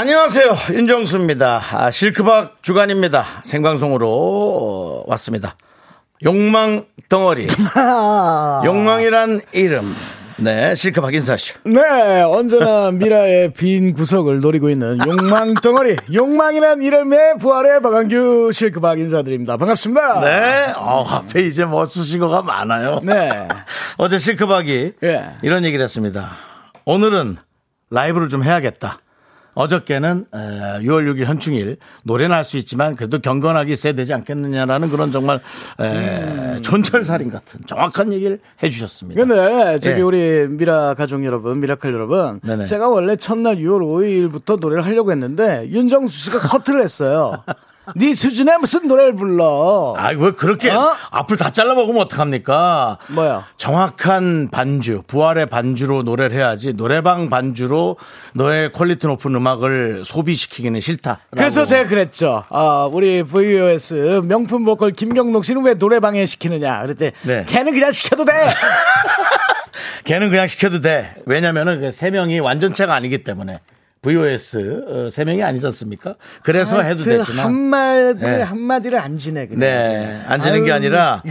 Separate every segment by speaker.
Speaker 1: 안녕하세요. 윤정수입니다. 아, 실크박 주간입니다. 생방송으로 어, 왔습니다. 욕망 덩어리.
Speaker 2: 아.
Speaker 1: 욕망이란 이름. 네, 실크박 인사쇼.
Speaker 2: 네, 언제나 미라의 빈 구석을 노리고 있는 욕망 덩어리, 욕망이란 이름의 부활의 박한규 실크박 인사드립니다. 반갑습니다.
Speaker 1: 네, 어, 앞에 이제 뭐 수식어가 많아요.
Speaker 2: 네.
Speaker 1: 어제 실크박이
Speaker 2: 예.
Speaker 1: 이런 얘기를 했습니다. 오늘은 라이브를 좀 해야겠다. 어저께는 에, 6월 6일 현충일 노래는 할 수 있지만 그래도 경건하게 있어야 되지 않겠느냐라는 그런 정말 에, 존철살인 같은 정확한 얘기를 해주셨습니다.
Speaker 2: 음. 근데 저기
Speaker 1: 예.
Speaker 2: 우리 미라 가족 여러분, 미라클 여러분,
Speaker 1: 네네.
Speaker 2: 제가 원래 첫날 6월 5일부터 노래를 하려고 했는데 윤정수 씨가 커트를 했어요. 네 수준에 무슨 노래를 불러?
Speaker 1: 아, 왜 그렇게
Speaker 2: 어?
Speaker 1: 앞을 다 잘라먹으면 어떡합니까?
Speaker 2: 뭐야?
Speaker 1: 정확한 반주, 부활의 반주로 노래를 해야지 노래방 반주로 너의 퀄리티 높은 음악을 소비시키기는 싫다.
Speaker 2: 그래서 제가 그랬죠. 아, 우리 VOS 명품 보컬 김경록 씨는 왜 노래방에 시키느냐? 그랬더니
Speaker 1: 네.
Speaker 2: 걔는 그냥 시켜도 돼.
Speaker 1: 걔는 그냥 시켜도 돼. 왜냐면은 그 세 명이 완전체가 아니기 때문에. VOS 어, 세 명이 아니지 않습니까? 그래서 해도
Speaker 2: 하여튼
Speaker 1: 되지만.
Speaker 2: 한마디
Speaker 1: 네.
Speaker 2: 한마디를 안 지내 그냥.
Speaker 1: 네, 앉는 게
Speaker 2: 아유.
Speaker 1: 아니라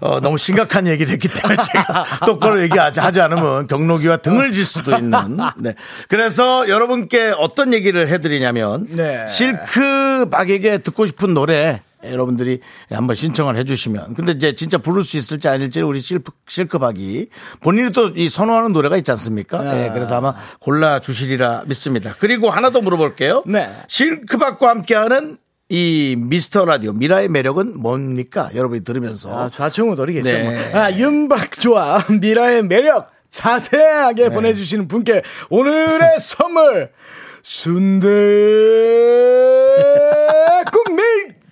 Speaker 1: 어, 너무 심각한 얘기를 했기 때문에 제가 똑바로 얘기하지 하지 않으면 경로기와 등을 질 수도 있는. 네, 그래서 여러분께 어떤 얘기를 해드리냐면
Speaker 2: 네.
Speaker 1: 실크박에게 듣고 싶은 노래. 여러분들이 한번 신청을 해주시면 근데 이제 진짜 부를 수 있을지 아닐지 우리 실크, 실크박이 본인이 또 이 선호하는 노래가 있지 않습니까? 네, 그래서 아마 골라 주시리라 믿습니다. 그리고 하나 더 물어볼게요.
Speaker 2: 네.
Speaker 1: 실크박과 함께하는 이 미스터 라디오 미라의 매력은 뭡니까? 여러분이 들으면서
Speaker 2: 아, 좌충우 돌이겠죠.
Speaker 1: 네.
Speaker 2: 뭐. 아, 윤박조와 미라의 매력 자세하게
Speaker 1: 네.
Speaker 2: 보내주시는 분께 오늘의 선물 순대 국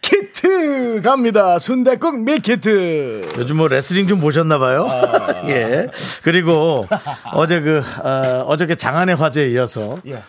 Speaker 2: 밀키트 갑니다. 순대 국 밀키트.
Speaker 1: 요즘 뭐 레슬링 좀 보셨나 봐요.
Speaker 2: 아.
Speaker 1: 예. 그리고 어제 그 어, 어저께 장안의 화제에 이어서
Speaker 2: 예.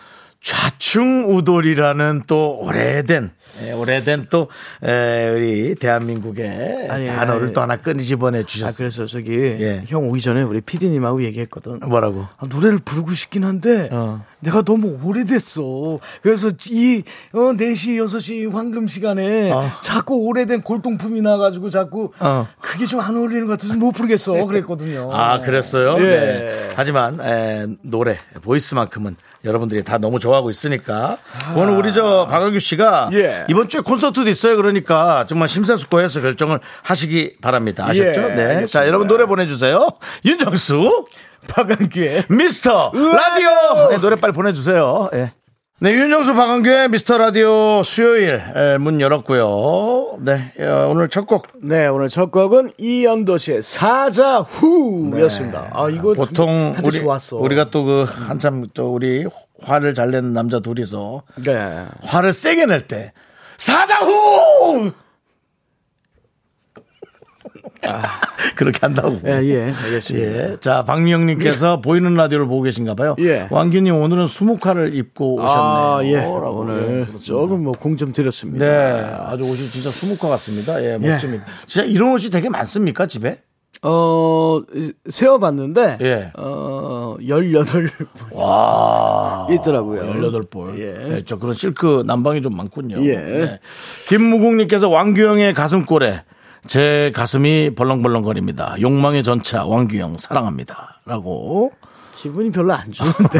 Speaker 1: 좌충우돌이라는 또 오래된 예, 오래된 또 에, 우리 대한민국의
Speaker 2: 아니,
Speaker 1: 단어를
Speaker 2: 아니.
Speaker 1: 또 하나 끄집어내
Speaker 2: 아
Speaker 1: 주셨어요.
Speaker 2: 그래서 저기
Speaker 1: 예.
Speaker 2: 형 오기 전에 우리 PD님하고 얘기했거든.
Speaker 1: 뭐라고?
Speaker 2: 아, 노래를 부르고 싶긴 한데
Speaker 1: 어.
Speaker 2: 내가 너무 오래됐어. 그래서 이 어, 4시 6시 황금 시간에
Speaker 1: 어.
Speaker 2: 자꾸 오래된 골동품이 나가지고 자꾸
Speaker 1: 어.
Speaker 2: 그게 좀 안 어울리는 것 같아서 못 부르겠어 그랬거든요.
Speaker 1: 아, 그랬어요?
Speaker 2: 예.
Speaker 1: 네. 하지만, 에, 노래, 보이스만큼은 여러분들이 다 너무 좋아하고 있으니까. 오늘 우리 저 박학규 씨가
Speaker 2: 예.
Speaker 1: 이번 주에 콘서트도 있어요. 그러니까 정말 심사숙고해서 결정을 하시기 바랍니다. 아셨죠?
Speaker 2: 예,
Speaker 1: 네. 자,
Speaker 2: 알겠습니다.
Speaker 1: 여러분 노래 보내주세요. 윤정수,
Speaker 2: 박한규의
Speaker 1: 미스터 라디오! 네, 노래 빨리 보내주세요. 예. 네, 윤정수 박은규의 미스터 라디오 수요일 에, 문 열었고요. 네, 어, 오늘 첫 곡.
Speaker 2: 네 오늘 첫 곡은 이연도 씨의 사자후였습니다. 아 이거
Speaker 1: 보통
Speaker 2: 하도
Speaker 1: 우리
Speaker 2: 좋았어.
Speaker 1: 우리가 또 그 한참 또 우리 화를 잘 내는 남자 둘이서
Speaker 2: 네.
Speaker 1: 화를 세게 낼 때 사자후 그렇게 한다고.
Speaker 2: 아. 예, 예, 알겠습니다.
Speaker 1: 예. 자, 박미영님께서 보이는 라디오를 보고 계신가 봐요.
Speaker 2: 예.
Speaker 1: 왕규님 오늘은 수묵화를 입고 오셨네요.
Speaker 2: 아, 예.
Speaker 1: 라고.
Speaker 2: 오늘
Speaker 1: 예.
Speaker 2: 조금 뭐 공 좀 드렸습니다.
Speaker 1: 네. 아주 옷이 진짜 수묵화 같습니다. 예, 멋집니다. 진짜 이런 옷이 되게 많습니까, 집에?
Speaker 2: 어, 세어봤는데,
Speaker 1: 예.
Speaker 2: 어, 18
Speaker 1: 와.
Speaker 2: 있더라고요.
Speaker 1: 18볼.
Speaker 2: 예.
Speaker 1: 네, 저 그런 실크 난방이 좀 많군요. 네.
Speaker 2: 예.
Speaker 1: 김무국님께서 왕규영의 가슴골에 제 가슴이 벌렁벌렁거립니다. 욕망의 전차 왕규영 사랑합니다. 라고.
Speaker 2: 기분이 별로 안 좋은데.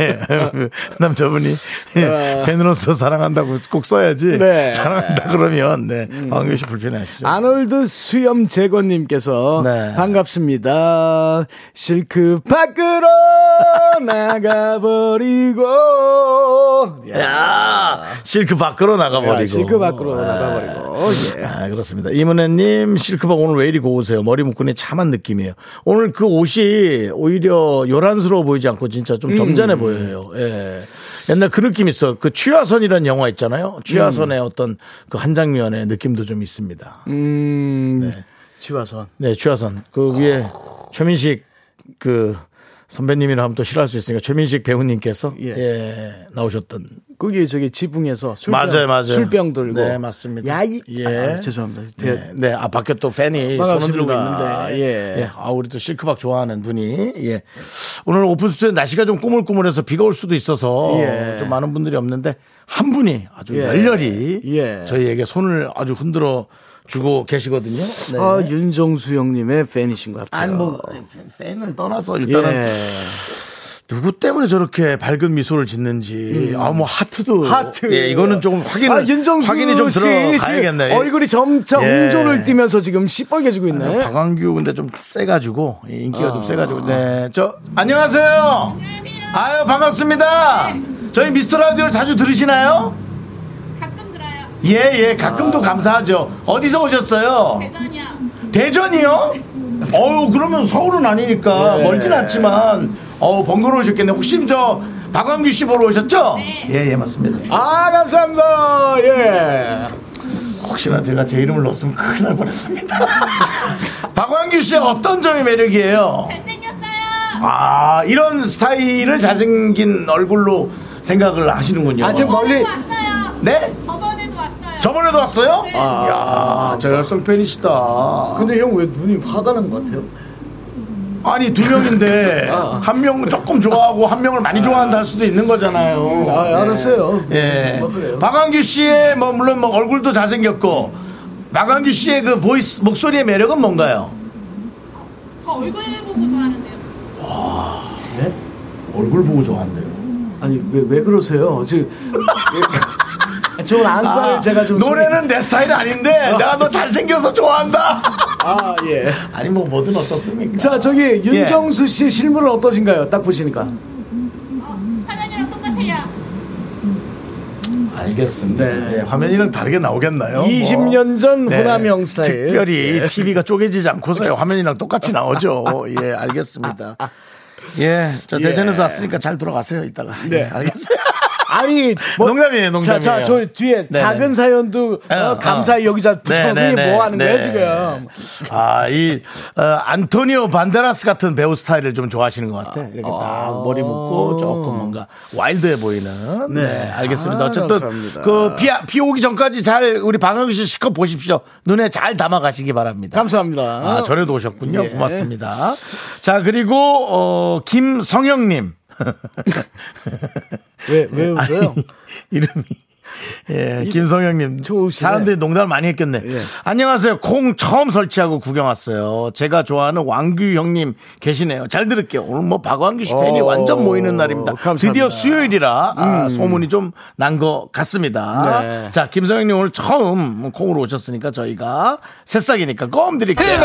Speaker 1: 예, 남자분이 예, 팬으로서 사랑한다고 꼭 써야지.
Speaker 2: 아. 네.
Speaker 1: 사랑한다 그러면 네. 왕규영 씨 불편해하시죠.
Speaker 2: 아놀드 수염 재건님께서
Speaker 1: 네.
Speaker 2: 반갑습니다. 실크 밖으로 나가버리고.
Speaker 1: 예.
Speaker 2: 야,
Speaker 1: 야, 실크 밖으로 나가버리고.
Speaker 2: 실크 밖으로
Speaker 1: 아.
Speaker 2: 나가버리고. 예.
Speaker 1: 아, 그렇습니다. 이문혜님, 실크박 오늘 왜 이리 고우세요? 머리 묶으니 참한 느낌이에요. 오늘 그 옷이 오히려 요란스러워 보이지 않고 진짜
Speaker 2: 음.
Speaker 1: 좀 점잖해 보여요. 예. 옛날 그 느낌 있어. 그 취화선이라는 영화 있잖아요. 취화선의 어떤 그 한 장면의 느낌도 좀 있습니다.
Speaker 2: 음. 치와선.
Speaker 1: 네, 취화선. 그 위에 최민식 그 선배님이라 하면 또 싫어할 수 있으니까 최민식 배우님께서
Speaker 2: 예.
Speaker 1: 예, 나오셨던
Speaker 2: 거기 저기 지붕에서 술병,
Speaker 1: 맞아요, 맞아요.
Speaker 2: 술병 들고.
Speaker 1: 네, 맞습니다.
Speaker 2: 야이.
Speaker 1: 예.
Speaker 2: 아, 죄송합니다. 대-
Speaker 1: 네, 네, 아 밖에 또 팬이 손을
Speaker 2: 반갑습니다.
Speaker 1: 들고 있는데,
Speaker 2: 예.
Speaker 1: 아 우리 또 실크박 좋아하는 분이, 예, 오늘 오픈 스튜디오 날씨가 좀 꾸물꾸물해서 비가 올 수도 있어서
Speaker 2: 예.
Speaker 1: 좀 많은 분들이 없는데 한 분이 아주
Speaker 2: 예.
Speaker 1: 열렬히
Speaker 2: 예.
Speaker 1: 저희에게 손을 아주 흔들어 주고 계시거든요. 네.
Speaker 2: 아, 윤정수 형님의 팬이신 것 같아요.
Speaker 1: 아니 뭐 팬을 떠나서 일단은
Speaker 2: 예.
Speaker 1: 누구 때문에 저렇게 밝은 미소를 짓는지 아 뭐 하트도
Speaker 2: 음. 하트.
Speaker 1: 예 이거는 조금 확인
Speaker 2: 아, 윤정수
Speaker 1: 확인이 좀
Speaker 2: 씨
Speaker 1: 들어가야겠네
Speaker 2: 지금 얼굴이 점차
Speaker 1: 예.
Speaker 2: 홍조를 띠면서 지금 시뻘개지고 있네.
Speaker 1: 박광규 근데 좀 세가지고 예, 인기가 좀 세가지고 네저 안녕하세요 아유 반갑습니다 저희 미스터 라디오를 자주 들으시나요
Speaker 3: 가끔 들어요.
Speaker 1: 예예 가끔도 감사하죠 어디서 오셨어요
Speaker 3: 대전이야.
Speaker 1: 대전이요? 어우 그러면 서울은 아니니까
Speaker 2: 네.
Speaker 1: 멀진 않지만 어우 번거로우셨겠네. 혹시 저 박광규 씨 보러 오셨죠?
Speaker 3: 네.
Speaker 1: 예, 예, 맞습니다.
Speaker 2: 아, 감사합니다. 예.
Speaker 1: 혹시나 제가 제 이름을 넣었으면 큰일 날 뻔했습니다. 박광규 씨의 어떤 점이 매력이에요?
Speaker 3: 잘생겼어요.
Speaker 1: 아, 이런 스타일을 잘생긴 얼굴로 생각을 하시는군요.
Speaker 2: 아, 지금 멀리.
Speaker 3: 왔어요.
Speaker 1: 네?
Speaker 3: 저번에도 왔어요.
Speaker 1: 저번에도 왔어요?
Speaker 3: 네.
Speaker 1: 아, 저 열성 팬이시다.
Speaker 2: 근데 형 왜 눈이 화가 난 것 같아요?
Speaker 1: 아니 두 명인데
Speaker 2: 아.
Speaker 1: 한 명은 조금 좋아하고 한 명을 많이 좋아한다 할 수도 있는 거잖아요. 네.
Speaker 2: 아, 알았어요.
Speaker 1: 예.
Speaker 2: 뭐 그래요.
Speaker 1: 박완규 씨의 뭐 물론 뭐 얼굴도 잘생겼고 박완규 씨의 그 보이스 목소리의 매력은 뭔가요?
Speaker 3: 저 얼굴 보고 좋아하는데요.
Speaker 2: 네?
Speaker 1: 얼굴 보고 좋아한대요.
Speaker 2: 아니 왜 왜 그러세요? 지금 저는 안과를 제가 좀
Speaker 1: 아, 노래는 내 스타일 아닌데 내가 너 잘생겨서 좋아한다.
Speaker 2: 아 예.
Speaker 1: 아니 뭐 뭐든 어떻습니까?
Speaker 2: 자 저기
Speaker 1: 예.
Speaker 2: 윤정수 씨 실물은 어떠신가요? 딱 보시니까.
Speaker 3: 어, 화면이랑 똑같아요.
Speaker 1: 알겠습니다.
Speaker 2: 네.
Speaker 1: 예, 화면이랑 다르게 나오겠나요? 뭐. 네.
Speaker 2: 20년 전 호남형 예. 스타일.
Speaker 1: 특별히 TV가 쪼개지지 않고서요. 화면이랑 똑같이 나오죠. 예, 알겠습니다. 예, 저
Speaker 2: 예. 네.
Speaker 1: 대전에서 왔으니까 잘 돌아가세요. 이따가. 예, 알겠어요.
Speaker 2: 아니 뭐-
Speaker 1: 농담이에요, 농담이에요.
Speaker 2: 자저 뒤에
Speaker 1: 네네.
Speaker 2: 작은 사연도 어,
Speaker 1: 어, 어.
Speaker 2: 감사히 여기자 부정이
Speaker 1: 네네네.
Speaker 2: 뭐 하는 거예요
Speaker 1: 네.
Speaker 2: 지금?
Speaker 1: 아, 이, 어, 안토니오 반데라스 같은 배우 스타일을 좀 좋아하시는 것 같아. 이렇게 딱 머리 묶고 조금 뭔가 와일드해 보이는. 네, 알겠습니다.
Speaker 2: 어. 아,
Speaker 1: 어쨌든
Speaker 2: 감사합니다.
Speaker 1: 그 비, 비 오기 전까지 잘 우리 방영규 씨 시컷 보십시오. 눈에 잘 담아가시기 바랍니다.
Speaker 2: 감사합니다.
Speaker 1: 아, 저래도 오셨군요.
Speaker 2: 예.
Speaker 1: 고맙습니다. 자, 그리고, 어, 김성영님.
Speaker 2: 왜
Speaker 1: 네.
Speaker 2: 왜 웃어요?
Speaker 1: 아니, 이름이. 예, 김성영님.
Speaker 2: 좋으시네.
Speaker 1: 사람들이 농담을 많이 했겠네.
Speaker 2: 예.
Speaker 1: 안녕하세요. 콩 처음 설치하고 구경 왔어요. 제가 좋아하는 왕규 형님 계시네요. 잘 들을게요. 오늘 뭐 박왕규 씨 팬이
Speaker 2: 어,
Speaker 1: 완전 모이는 날입니다.
Speaker 2: 감사합니다. 음.
Speaker 1: 드디어 수요일이라 아, 소문이 좀 난 것 같습니다.
Speaker 2: 네.
Speaker 1: 자, 김성영님 오늘 처음 콩으로 오셨으니까 저희가 새싹이니까 껌 드릴게요.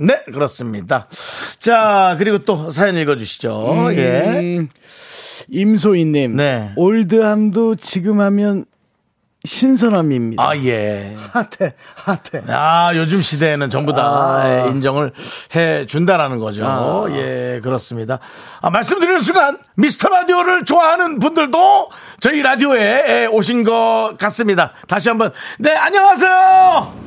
Speaker 1: 네, 그렇습니다. 자, 그리고 또 사연 읽어주시죠. 예.
Speaker 2: 음, 임소희님
Speaker 1: 네.
Speaker 2: 올드함도 지금 하면 신선함입니다.
Speaker 1: 아, 예.
Speaker 2: 핫해 핫해.
Speaker 1: 아, 요즘 시대에는 전부 다 예, 인정을 해 준다라는 거죠. 예, 그렇습니다. 아, 말씀드리는 순간 미스터 라디오를 좋아하는 분들도 저희 라디오에 예, 오신 것 같습니다. 다시 한번 네, 안녕하세요.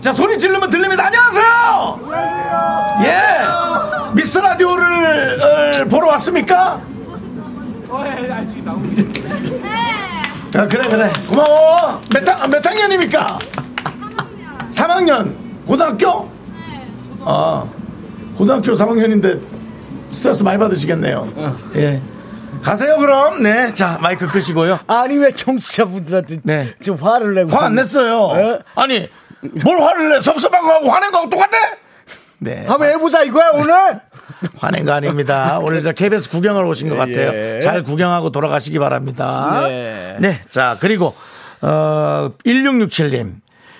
Speaker 1: 자, 소리 지르면 들립니다. 안녕하세요. 예. 미스터 라디오를 어, 보러 왔습니까? 아, 그래 그래 고마워 몇, 학, 몇 학년입니까? 3학년 고등학교? 아 고등학교 3학년인데 스트레스 많이 받으시겠네요 예 가세요 그럼 네 자 마이크 끄시고요
Speaker 2: 아니 왜 청취자분들한테
Speaker 1: 네.
Speaker 2: 지금 화를 내고
Speaker 1: 화 안 냈어요
Speaker 2: 예?
Speaker 1: 아니 뭘 화를 내 섭섭한 거하고 화낸 거하고 똑같아? 네
Speaker 2: 한번 해보자 이거야 오늘
Speaker 1: 화낸 거 아닙니다. 오늘 저 KBS 구경을 오신 것 같아요.
Speaker 2: 예.
Speaker 1: 잘 구경하고 돌아가시기 바랍니다.
Speaker 2: 네.
Speaker 1: 네. 자, 그리고, 어, 1667님.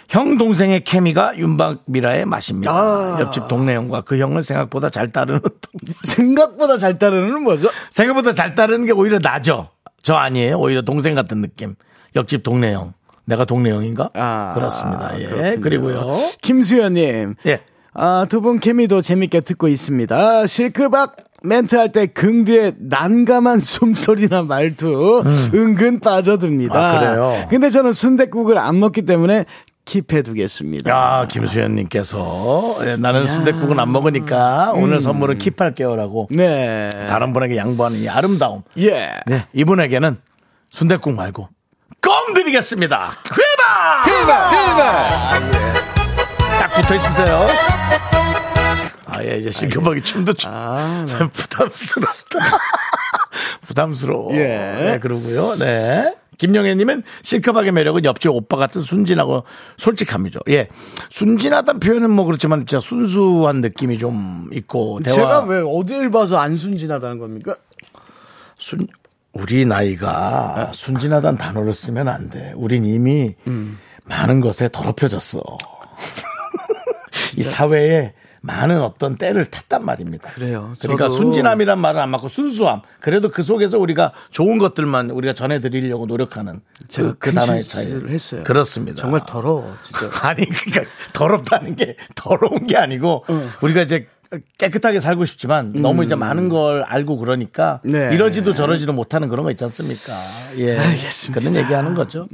Speaker 1: 형 동생의 케미가 윤박미라의 맛입니다.
Speaker 2: 아.
Speaker 1: 옆집 동네 형과 그 형을 생각보다 잘 따르는 동생.
Speaker 2: 생각보다 잘 따르는 뭐죠?
Speaker 1: 생각보다 잘 따르는 게 오히려 나죠. 저 아니에요. 오히려 동생 같은 느낌. 옆집 동네 형. 내가 동네 형인가?
Speaker 2: 아,
Speaker 1: 그렇습니다. 예.
Speaker 2: 그렇군요.
Speaker 1: 그리고요.
Speaker 2: 김수현님.
Speaker 1: 예.
Speaker 2: 아, 두 분 케미도 재밌게 듣고 있습니다. 실크박 멘트 할 때 긍디의 난감한 숨소리나 말투 은근 빠져듭니다.
Speaker 1: 음. 아, 그래요?
Speaker 2: 근데 저는 순댓국을 안 먹기 때문에 킵해 두겠습니다.
Speaker 1: 야, 김수현님께서 예, 나는 순대국은 안 먹으니까
Speaker 2: 음.
Speaker 1: 오늘 선물은 킵할게요라고
Speaker 2: 네.
Speaker 1: 예. 다른 분에게 양보하는 이 아름다움.
Speaker 2: 예.
Speaker 1: 네, 이분에게는 순대국 말고 껌 드리겠습니다. 휘바! 딱 붙어 있으세요. 아, 예, 이제 싱크박이 춤도 춰.
Speaker 2: 아, 네.
Speaker 1: 부담스럽다. 부담스러워.
Speaker 2: 예.
Speaker 1: 네, 그러고요. 네. 김영애님은 실크박의 매력은 옆집 오빠 같은 순진하고 솔직함이죠. 예. 순진하다는 표현은 뭐 그렇지만 진짜 순수한 느낌이 좀 있고. 대화
Speaker 2: 제가 왜 어딜 봐서 안 순진하다는 겁니까?
Speaker 1: 순 우리 나이가 순진하다는 단어를 쓰면 안 돼. 우린 이미 많은 것에 더럽혀졌어. 이 사회에 많은 어떤 때를 탔단 말입니다.
Speaker 2: 그래요.
Speaker 1: 그러니까
Speaker 2: 저도-
Speaker 1: 순진함이란 말은 안 맞고 순수함. 그래도 그 속에서 우리가 좋은 것들만 우리가 전해드리려고 노력하는
Speaker 2: 제가
Speaker 1: 그, 그
Speaker 2: 큰
Speaker 1: 단어의 차이.
Speaker 2: 실수를 했어요.
Speaker 1: 그렇습니다.
Speaker 2: 정말 더러워, 진짜.
Speaker 1: 아니 그러니까 더럽다는 게 더러운 게 아니고 우리가 이제 깨끗하게 살고 싶지만 너무 이제 많은 걸 알고 그러니까
Speaker 2: 음. 네.
Speaker 1: 이러지도 저러지도 못하는 그런 거 있지 않습니까? 예.
Speaker 2: 알겠습니다. 음.
Speaker 1: 그런 얘기하는 거죠.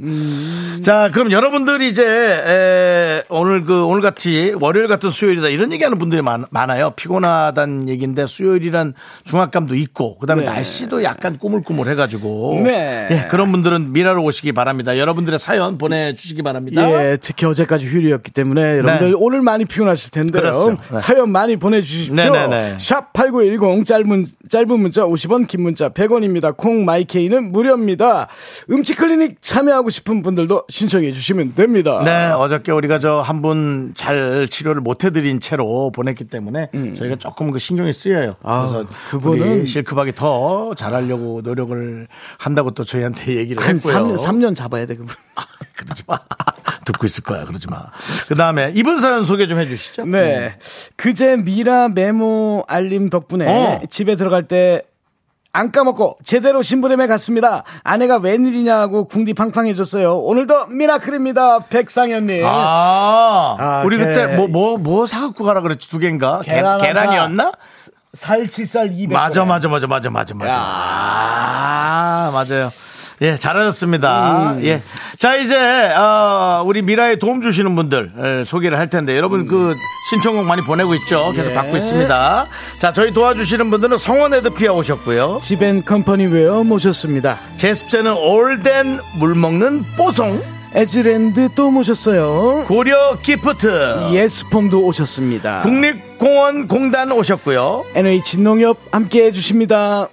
Speaker 1: 자, 그럼 여러분들이 이제 에, 오늘 그 오늘 같이 월요일 같은 수요일이다 이런 얘기하는 분들이 많, 아요 피곤하다는 얘기인데 수요일이란 중압감도 있고 그다음에
Speaker 2: 네.
Speaker 1: 날씨도 약간 꾸물꾸물해가지고
Speaker 2: 네.
Speaker 1: 예, 그런 분들은 미라로 오시기 바랍니다. 여러분들의 사연 보내주시기 바랍니다. 네.
Speaker 2: 예, 특히 어제까지 휴일이었기 때문에 여러분들 오늘 많이 피곤하실 텐데요.
Speaker 1: 그렇어요. 네.
Speaker 2: 사연 많이 보내주십시오.
Speaker 1: 네네네.
Speaker 2: 샵8910 짧은, 짧은 문자 50원, 긴 문자 100원입니다. 콩 마이케이는 무료입니다. 음치 클리닉 참여하고 싶은 분들도 신청해 주시면 됩니다.
Speaker 1: 네, 어저께 우리가 저 한 분 잘 치료를 못 해드린 채로 보냈기 때문에 저희가 조금 그 신경이 쓰여요.
Speaker 2: 음. 아,
Speaker 1: 그래서
Speaker 2: 그거는-
Speaker 1: 우리 실크박이 더 잘하려고 노력을 한다고 또 저희한테 얘기를
Speaker 2: 한
Speaker 1: 했고요.
Speaker 2: 3년, 3년 잡아야 돼, 그분.
Speaker 1: 그러지 마. 듣고 있을 거야. 그러지 마. 그 다음에 이분 사연 소개 좀 해주시죠.
Speaker 2: 네. 그제 미라 메모 알림 덕분에
Speaker 1: 어.
Speaker 2: 집에 들어갈 때 안 까먹고 제대로 신부름에 갔습니다. 아내가 웬일이냐고 궁디 팡팡해줬어요. 오늘도 미라클입니다. 백상현님.
Speaker 1: 음. 아,
Speaker 2: 아,
Speaker 1: 우리
Speaker 2: 개-
Speaker 1: 그때 뭐, 뭐, 뭐 사갖고 가라 그랬지? 두 개인가? 계-
Speaker 2: 계란 하나.
Speaker 1: 계란이었나?
Speaker 2: 살치살 200.
Speaker 1: 맞아, 맞아, 맞아, 맞아, 맞아, 맞아. 아, 맞아요. 예, 잘하셨습니다. 예. 자, 이제, 어, 우리 미라에 도움 주시는 분들 예, 소개를 할 텐데, 여러분 그 신청곡 많이 보내고 있죠? 계속 받고 있습니다. 자, 저희 도와주시는 분들은 성원 에드피아 오셨고요.
Speaker 2: 지벤 컴퍼니 웨어 모셨습니다.
Speaker 1: 제습제는 올덴 물먹는 뽀송,
Speaker 2: 에즈랜드 또 모셨어요.
Speaker 1: 고려 기프트,
Speaker 2: 예스폼도 오셨습니다.
Speaker 1: 국립공원공단 오셨고요.
Speaker 2: NH 농협 함께 해주십니다.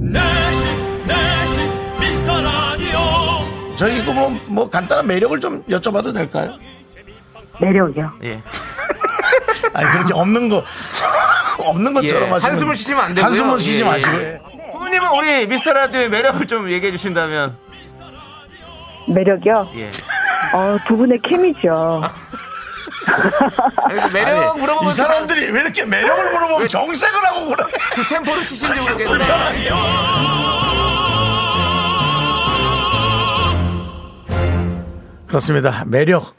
Speaker 4: 내식 내식 미스터 라디오
Speaker 1: 저희 이거 뭐, 뭐 간단한 매력을 좀 여쭤봐도 될까요?
Speaker 5: 매력이요.
Speaker 1: 아니 그렇게 없는 거 없는 것처럼
Speaker 6: 예,
Speaker 1: 하시면
Speaker 6: 한숨을 쉬시면 안 되고요.
Speaker 1: 한숨을 쉬지
Speaker 6: 예,
Speaker 1: 마시고
Speaker 6: 예. 부모님은 우리 미스터 라디오의 매력을 좀 얘기해 주신다면
Speaker 5: 매력이요?
Speaker 6: 예.
Speaker 5: 어, 두 분의 케미죠.
Speaker 6: 아니, 매력
Speaker 1: 이
Speaker 6: 물어보면서
Speaker 1: 사람들이 왜 이렇게 매력을 물어보면 정색을 하고 그래?
Speaker 6: 두 템포로 치신지
Speaker 1: 진짜
Speaker 6: 모르겠네.
Speaker 1: 불편하게. 그렇습니다. 매력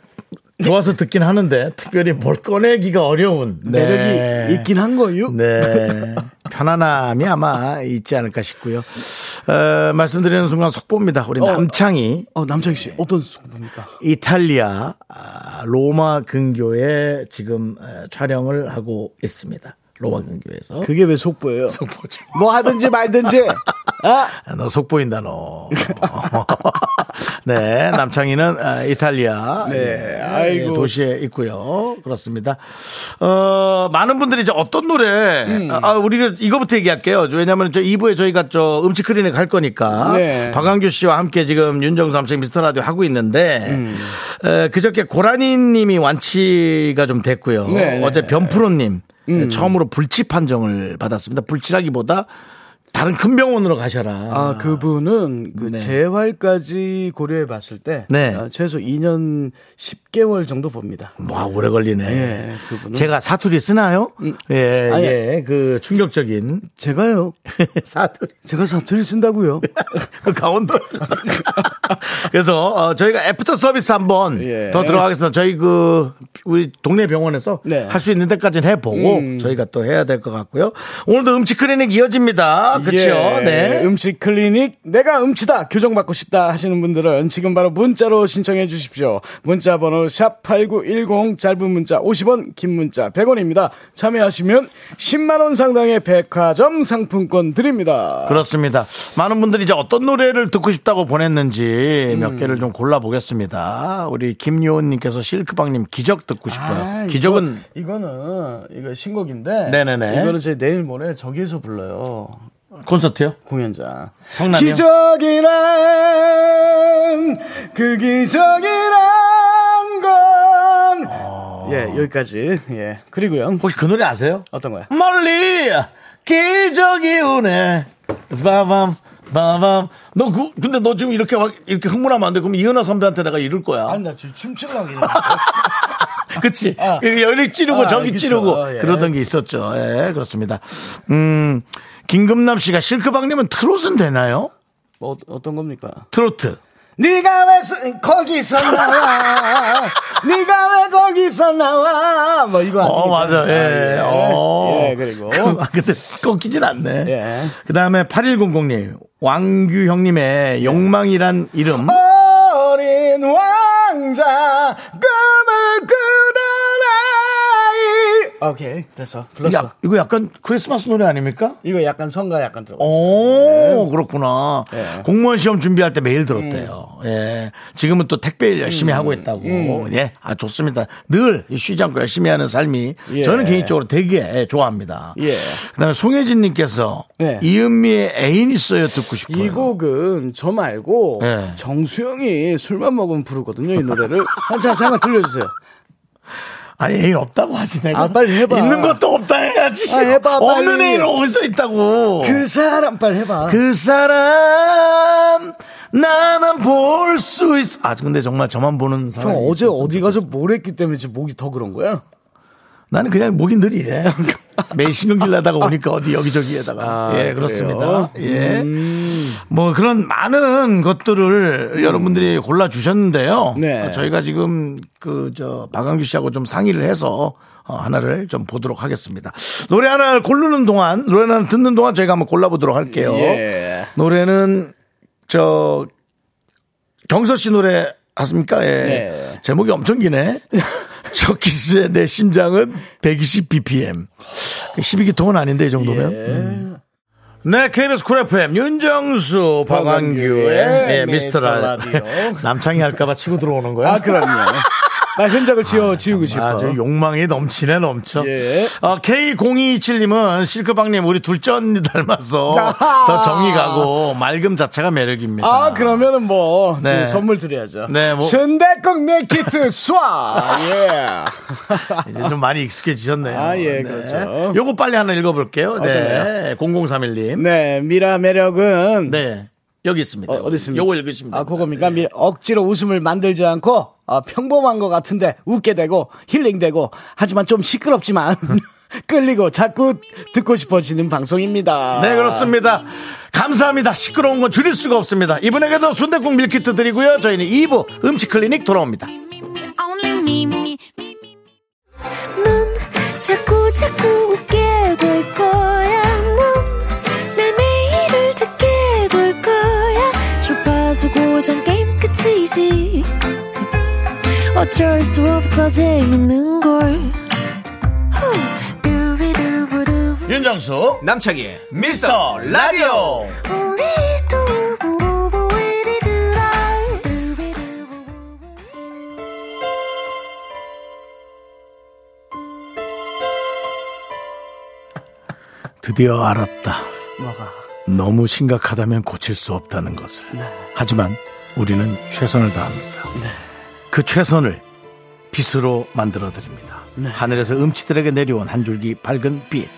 Speaker 1: 좋아서 듣긴 하는데 특별히 뭘 꺼내기가 어려운 네.
Speaker 2: 매력이 있긴 한 거요.
Speaker 1: 네. 편안함이 아마 있지 않을까 싶고요. 어, 말씀드리는 순간 속보입니다. 우리 남창이
Speaker 2: 어, 남창희 씨, 어떤 수입니까?
Speaker 1: 이탈리아 아, 로마 근교에 지금 에, 촬영을 하고 있습니다. 로마 근교에서.
Speaker 2: 그게 왜 어? 속보예요?
Speaker 1: 속보죠.
Speaker 2: 뭐 하든지 말든지. 아,
Speaker 1: 아, 너 속보인다 너. 네, 남창희는 아, 이탈리아 예,
Speaker 2: 네, 아이고.
Speaker 1: 예, 도시에 있고요. 그렇습니다. 어, 많은 분들이 이제 어떤 노래
Speaker 2: 음.
Speaker 1: 아, 아, 우리 이거부터 얘기할게요. 왜냐하면 저 2부에 저희가 저 음치 클리닉 갈 거니까
Speaker 2: 네.
Speaker 1: 박광규 씨와 함께 지금 윤정수 남창 미스터 라디오 하고 있는데
Speaker 2: 음.
Speaker 1: 에, 그저께 고라니님이 완치가 좀 됐고요.
Speaker 2: 네, 네. 음.
Speaker 1: 어제 변프로님 처음으로 불치 판정을 받았습니다. 불치라기보다 다른 큰 병원으로 가셔라.
Speaker 2: 아, 그분은 그
Speaker 1: 네.
Speaker 2: 재활까지 고려해 봤을 때
Speaker 1: 네.
Speaker 2: 아, 최소 2년 10개월 정도 봅니다.
Speaker 1: 와 오래 걸리네.
Speaker 2: 예, 그분은. 음.
Speaker 1: 제가 사투리 쓰나요? 예,
Speaker 2: 아니,
Speaker 1: 예, 그 충격적인
Speaker 2: 제가요.
Speaker 1: 사투리.
Speaker 2: 제가 사투리 쓴다고요.
Speaker 1: 그 강원도. 그래서 어, 저희가 애프터 서비스 한번
Speaker 2: 예.
Speaker 1: 더 들어가겠습니다. 저희 그 우리 동네 병원에서
Speaker 2: 네. 음.
Speaker 1: 할 수 있는 데까지는 해보고 저희가 또 해야 될 것 같고요. 오늘도 음식 클리닉 이어집니다. 그렇죠?
Speaker 2: 예,
Speaker 1: 네.
Speaker 2: 음식 클리닉 내가 음치다 교정받고 싶다 하시는 분들은 지금 바로 문자로 신청해 주십시오. 문자 번호 샵8910 짧은 문자 50원 긴 문자 100원입니다. 참여하시면 10만 원 상당의 백화점 상품권 드립니다.
Speaker 1: 그렇습니다. 많은 분들이 이제 어떤 노래를 듣고 싶다고 보냈는지
Speaker 2: 음.
Speaker 1: 몇 개를 좀 골라보겠습니다. 우리 김요은님께서 실크방님 기적 듣고 싶어요.
Speaker 2: 아,
Speaker 1: 기적은
Speaker 2: 이거, 는 이거 신곡인데
Speaker 1: 네네네.
Speaker 2: 이거는 저희 내일 모레 저기에서 불러요.
Speaker 1: 콘서트요?
Speaker 2: 공연장.
Speaker 1: 성남이요?
Speaker 2: 기적이란 그 기적이란 건. 예 여기까지. 예 그리고요
Speaker 1: 아. 혹시 그 노래 아세요?
Speaker 2: 어떤 거야?
Speaker 1: 멀리 기적이 오네. 바밤 바밤. 너 그, 근데 너 지금 이렇게 막 이렇게 흥분하면 안 돼. 그럼 이은하 선배한테 내가 이럴 거야.
Speaker 2: 아니 나 지금 춤추려고 그래.
Speaker 1: 그치?
Speaker 2: 아.
Speaker 1: 여기 찌르고
Speaker 2: 아,
Speaker 1: 저기
Speaker 2: 그쵸.
Speaker 1: 찌르고
Speaker 2: 어, 예.
Speaker 1: 그러던 게 있었죠. 예, 그렇습니다. 음, 김금남 씨가 실크방님은 트롯은 되나요?
Speaker 2: 뭐 어- 어떤 겁니까?
Speaker 1: 트로트.
Speaker 2: 네가 왜 쓰- 거기서 나와? 네가 왜 거기서 나와? 뭐 이거
Speaker 1: 어,
Speaker 2: 아닙니까?
Speaker 1: 맞아. 예.
Speaker 2: 예.
Speaker 1: 어.
Speaker 2: 예, 그리고
Speaker 1: 그, 아, 근데 꺾이진 않네.
Speaker 2: 예.
Speaker 1: 그 다음에 8100님. 왕규
Speaker 2: 예.
Speaker 1: 형님의 욕망이란 이름.
Speaker 2: 아, 어린 왕자 꿈을 꾸던 아이 오케이 됐어 불렀어
Speaker 1: 야, 이거 약간 크리스마스 노래 아닙니까?
Speaker 2: 이거 약간 성가 약간 들어
Speaker 1: 오, 그렇구나.
Speaker 2: 예. 음.
Speaker 1: 공무원 시험 준비할 때 매일 들었대요. 예. 지금은 또 택배 일 열심히 하고 있다고. 예. 아, 좋습니다. 늘 쉬지 않고 열심히 하는 삶이
Speaker 2: 예.
Speaker 1: 저는 개인적으로 되게 좋아합니다.
Speaker 2: 예.
Speaker 1: 그 다음에 송혜진 님께서
Speaker 2: 예.
Speaker 1: 이은미의 애인 있어요 듣고 싶어요.
Speaker 2: 이 곡은 저 말고
Speaker 1: 예.
Speaker 2: 정수영이 술만 먹으면 부르거든요 이 노래를 한 잠깐 잠깐 들려주세요
Speaker 1: 아니 애인 없다고 하지 내가
Speaker 2: 아, 빨리 해봐.
Speaker 1: 있는 것도 없다 해야지
Speaker 2: 아, 해봐,
Speaker 1: 없는
Speaker 2: 빨리.
Speaker 1: 애인은 어디서 있다고
Speaker 2: 그 사람 빨리 해봐
Speaker 1: 어. 그 사람 나만 볼 수 있어 아 근데 정말 저만 보는 사람
Speaker 2: 형 어제 어디 가서 뭘 했기 때문에 지금 목이 더 그런 거야?
Speaker 1: 나는 그냥 목이 늘 이래 매일 신경질 나다가 오니까 어디
Speaker 2: 아,
Speaker 1: 여기저기에다가 예 그렇습니다
Speaker 2: 음.
Speaker 1: 예 뭐 그런 많은 것들을 여러분들이 골라 주셨는데요
Speaker 2: 네.
Speaker 1: 어, 저희가 지금 그 저 박광규 씨하고 좀 상의를 해서 어, 하나를 좀 보도록 하겠습니다 노래 하나를 고르는 동안 노래 하나 듣는 동안 저희가 한번 골라보도록 할게요
Speaker 2: 예.
Speaker 1: 노래는 저 경서 씨 노래 하십니까? 예.
Speaker 2: 네.
Speaker 1: 제목이 엄청 기네. 저 키스의 내 심장은 120bpm. 12기통은 아닌데, 이 정도면.
Speaker 2: 예.
Speaker 1: 음. 네, KBS 쿨 FM, 윤정수, 박광규의
Speaker 2: 박완규의
Speaker 1: 예, 미스터
Speaker 2: 미스터
Speaker 1: 라
Speaker 2: 라디오.
Speaker 1: 남창이 할까봐 치고 들어오는 거야?
Speaker 2: 아 그럼요 나 흔적을 지워 지우고 싶어
Speaker 1: 아주 욕망이 넘치네 넘쳐.
Speaker 2: 예.
Speaker 1: 어, K0227님은 실크방님 우리 둘째 언니 닮아서 더 정이 가고 맑음 자체가 매력입니다.
Speaker 2: 아, 그러면은 뭐,
Speaker 1: 네.
Speaker 2: 지금 선물 드려야죠.
Speaker 1: 네, 뭐.
Speaker 2: 순대국 밀키트 쏴! 예.
Speaker 1: 이제 좀 많이 익숙해지셨네요.
Speaker 2: 아, 예, 그렇죠.
Speaker 1: 요거 빨리 하나 읽어볼게요. 네,
Speaker 2: 어떤가요?
Speaker 1: 0031님. 네.
Speaker 2: 네, 미라 매력은.
Speaker 1: 여기 있습니다.
Speaker 2: 어, 디 있습니까?
Speaker 1: 네. 요거 읽으시면
Speaker 2: 아,
Speaker 1: 됩니다.
Speaker 2: 그겁니까?
Speaker 1: 네.
Speaker 2: 미라- 억지로 웃음을 만들지 않고, 아, 평범한 것 같은데, 웃게 되고, 힐링되고, 하지만 좀 시끄럽지만, 끌리고, 자꾸 듣고 싶어지는 방송입니다.
Speaker 1: 네, 그렇습니다. 감사합니다. 시끄러운 건 줄일 수가 없습니다. 이분에게도 순대국 밀키트 드리고요. 저희는 2부 음식 클리닉 돌아옵니다.
Speaker 7: Only me, me, me, me. 넌 자꾸 자꾸 웃게 될 거야. 넌내 매일을 듣게 될 거야. 주파수 고정 게임 끝이지. 어쩔 수 없어 재밌는 걸. 후. 두비두부두.
Speaker 1: 윤정수,
Speaker 6: 남창희의
Speaker 1: 미스터 라디오.
Speaker 7: 우리 두부부부 우리 두라. 두비두부부.
Speaker 1: 드디어 알았다. 너무 심각하다면 고칠 수 없다는 것을. 하지만 우리는 최선을 다합니다. 그 최선을 빛으로 만들어 드립니다. 하늘에서 음치들에게 내려온 한 줄기 밝은 빛.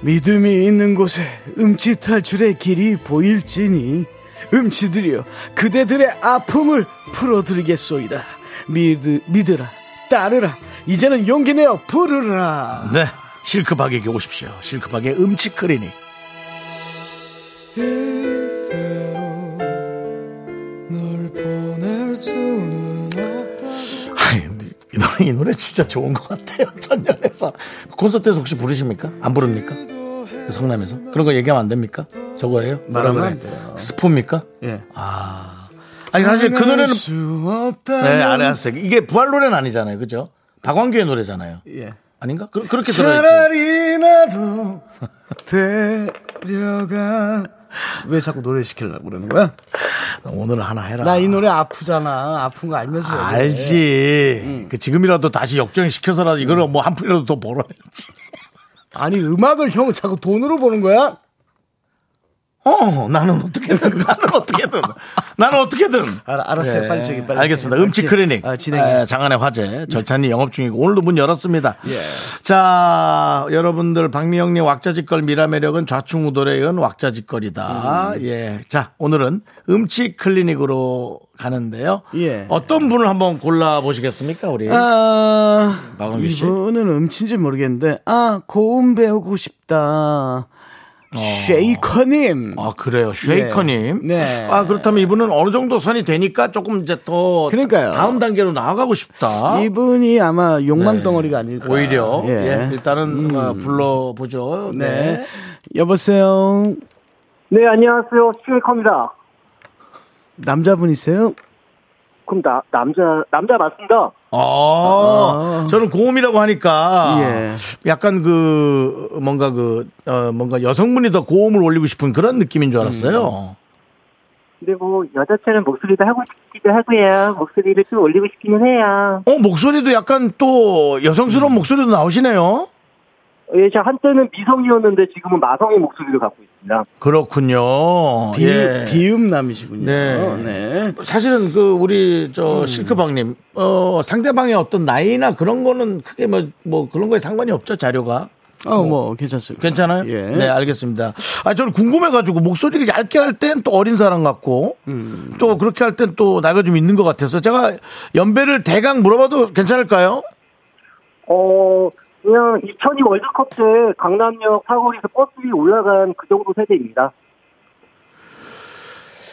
Speaker 2: 믿음이 있는 곳에 음치 탈출의 길이 보일지니 음치들이여 그대들의 아픔을 풀어드리겠소이다 믿으, 믿으라 따르라 이제는 용기 내어 부르라
Speaker 1: 네. 실크박에게 오십시오. 실크박의 음치 클리닉. 아이, 이 노래, 이 노래 진짜 좋은 것 같아요. 천년에서. 그 콘서트에서 혹시 부르십니까? 안 부릅니까? 그 성남에서? 그런 거 얘기하면 안 됩니까? 저거예요?
Speaker 2: 뭐라고
Speaker 1: 그러면
Speaker 2: 했어요?
Speaker 1: 스포입니까?
Speaker 2: 예.
Speaker 1: 아니, 사실 그
Speaker 2: 알
Speaker 1: 노래는.
Speaker 2: 수 없다
Speaker 1: 네, 알았어요. 이게 부활 노래는 아니잖아요. 그죠? 박완규의 노래잖아요.
Speaker 2: 예.
Speaker 1: 아닌가? 그, 렇게 들어야지.
Speaker 2: 차라리 나도 데려가 왜 자꾸 노래 시키려고 그러는 거야?
Speaker 1: 오늘은 하나 해라.
Speaker 2: 나 이 노래 아프잖아 아픈 거 알면서 왜
Speaker 1: 네.
Speaker 2: 그래.
Speaker 1: 알지. 그 지금이라도 다시 역정시켜서라도 이걸 뭐 한 푼이라도 더 벌어야지.
Speaker 2: 아니 음악을 형 자꾸 돈으로 보는 거야?
Speaker 1: 어, 나는 어떻게든, 나는 어떻게든, 나는 어떻게든. 네.
Speaker 2: 알- 알았어요. 빨리 저기 빨리.
Speaker 1: 알겠습니다.
Speaker 2: 빨리
Speaker 1: 음치
Speaker 2: 진-
Speaker 1: 클리닉.
Speaker 2: 아, 진행해.
Speaker 1: 에, 장안의 화제. 절찬이 영업 중이고 오늘도 문 열었습니다.
Speaker 2: 예.
Speaker 1: 자, 여러분들 박미영님 왁자지껄 미라매력은 좌충우돌에 의한 왁자지껄이다. 예. 자, 오늘은 음치 클리닉으로 가는데요.
Speaker 2: 예.
Speaker 1: 어떤 분을 한번 골라 보시겠습니까, 우리?
Speaker 2: 아,
Speaker 1: 박은규 씨?
Speaker 2: 이분은 음치인지 모르겠는데 아 고음 배우고 싶다. 쉐이커님.
Speaker 1: 어. 아 그래요 쉐이커님
Speaker 2: 예. 네.
Speaker 1: 아 그렇다면 이분은 어느 정도 선이 되니까 조금 이제 더
Speaker 2: 그러니까요.
Speaker 1: 다음 단계로 나아가고 싶다
Speaker 2: 이분이 아마 욕망 덩어리가 아닐까.
Speaker 1: 오히려
Speaker 2: 예.
Speaker 1: 예, 일단은 어, 불러보죠
Speaker 2: 네. 여보세요.
Speaker 8: 네, 안녕하세요. 스테이커입니다.
Speaker 2: 남자분이세요?
Speaker 8: 그럼 나, 남자, 남자 맞습니다.
Speaker 1: 아, 저는 고음이라고 하니까
Speaker 2: 어. 예.
Speaker 1: 약간 그 뭔가 그 어, 뭔가 여성분이 더 고음을 올리고 싶은 그런 느낌인 줄
Speaker 2: 음.
Speaker 1: 알았어요
Speaker 8: 근데 뭐, 여자처럼 목소리도 하고 싶기도 하고요. 목소리를 좀 올리고 싶기는 해요.
Speaker 1: 어 목소리도 약간 또 여성스러운 목소리도 나오시네요
Speaker 8: 음. 예, 제가 한때는 미성이었는데 지금은 마성의 목소리를 갖고 있습니다.
Speaker 1: 그렇군요
Speaker 2: 비,
Speaker 1: 예.
Speaker 2: 비음남이시군요.
Speaker 1: 네.
Speaker 2: 네.
Speaker 1: 사실은 그 우리 저
Speaker 2: 음.
Speaker 1: 실크방님 어 상대방의 어떤 나이나 그런 거는 크게 뭐 뭐 그런 거에 상관이 없죠 자료가
Speaker 2: 어, 뭐, 괜찮습니다.
Speaker 1: 괜찮아요?
Speaker 2: 예.
Speaker 1: 네 알겠습니다. 아 저는 궁금해가지고 목소리를 얇게 할 땐 또 어린 사람 같고
Speaker 2: 음.
Speaker 1: 또 그렇게 할 땐 또 나이가 좀 있는 것 같아서 제가 연배를 대강 물어봐도 괜찮을까요?
Speaker 8: 어, 그냥 2002 월드컵 때 강남역 사거리에서 버스 위에 올라간 그 정도 세대입니다.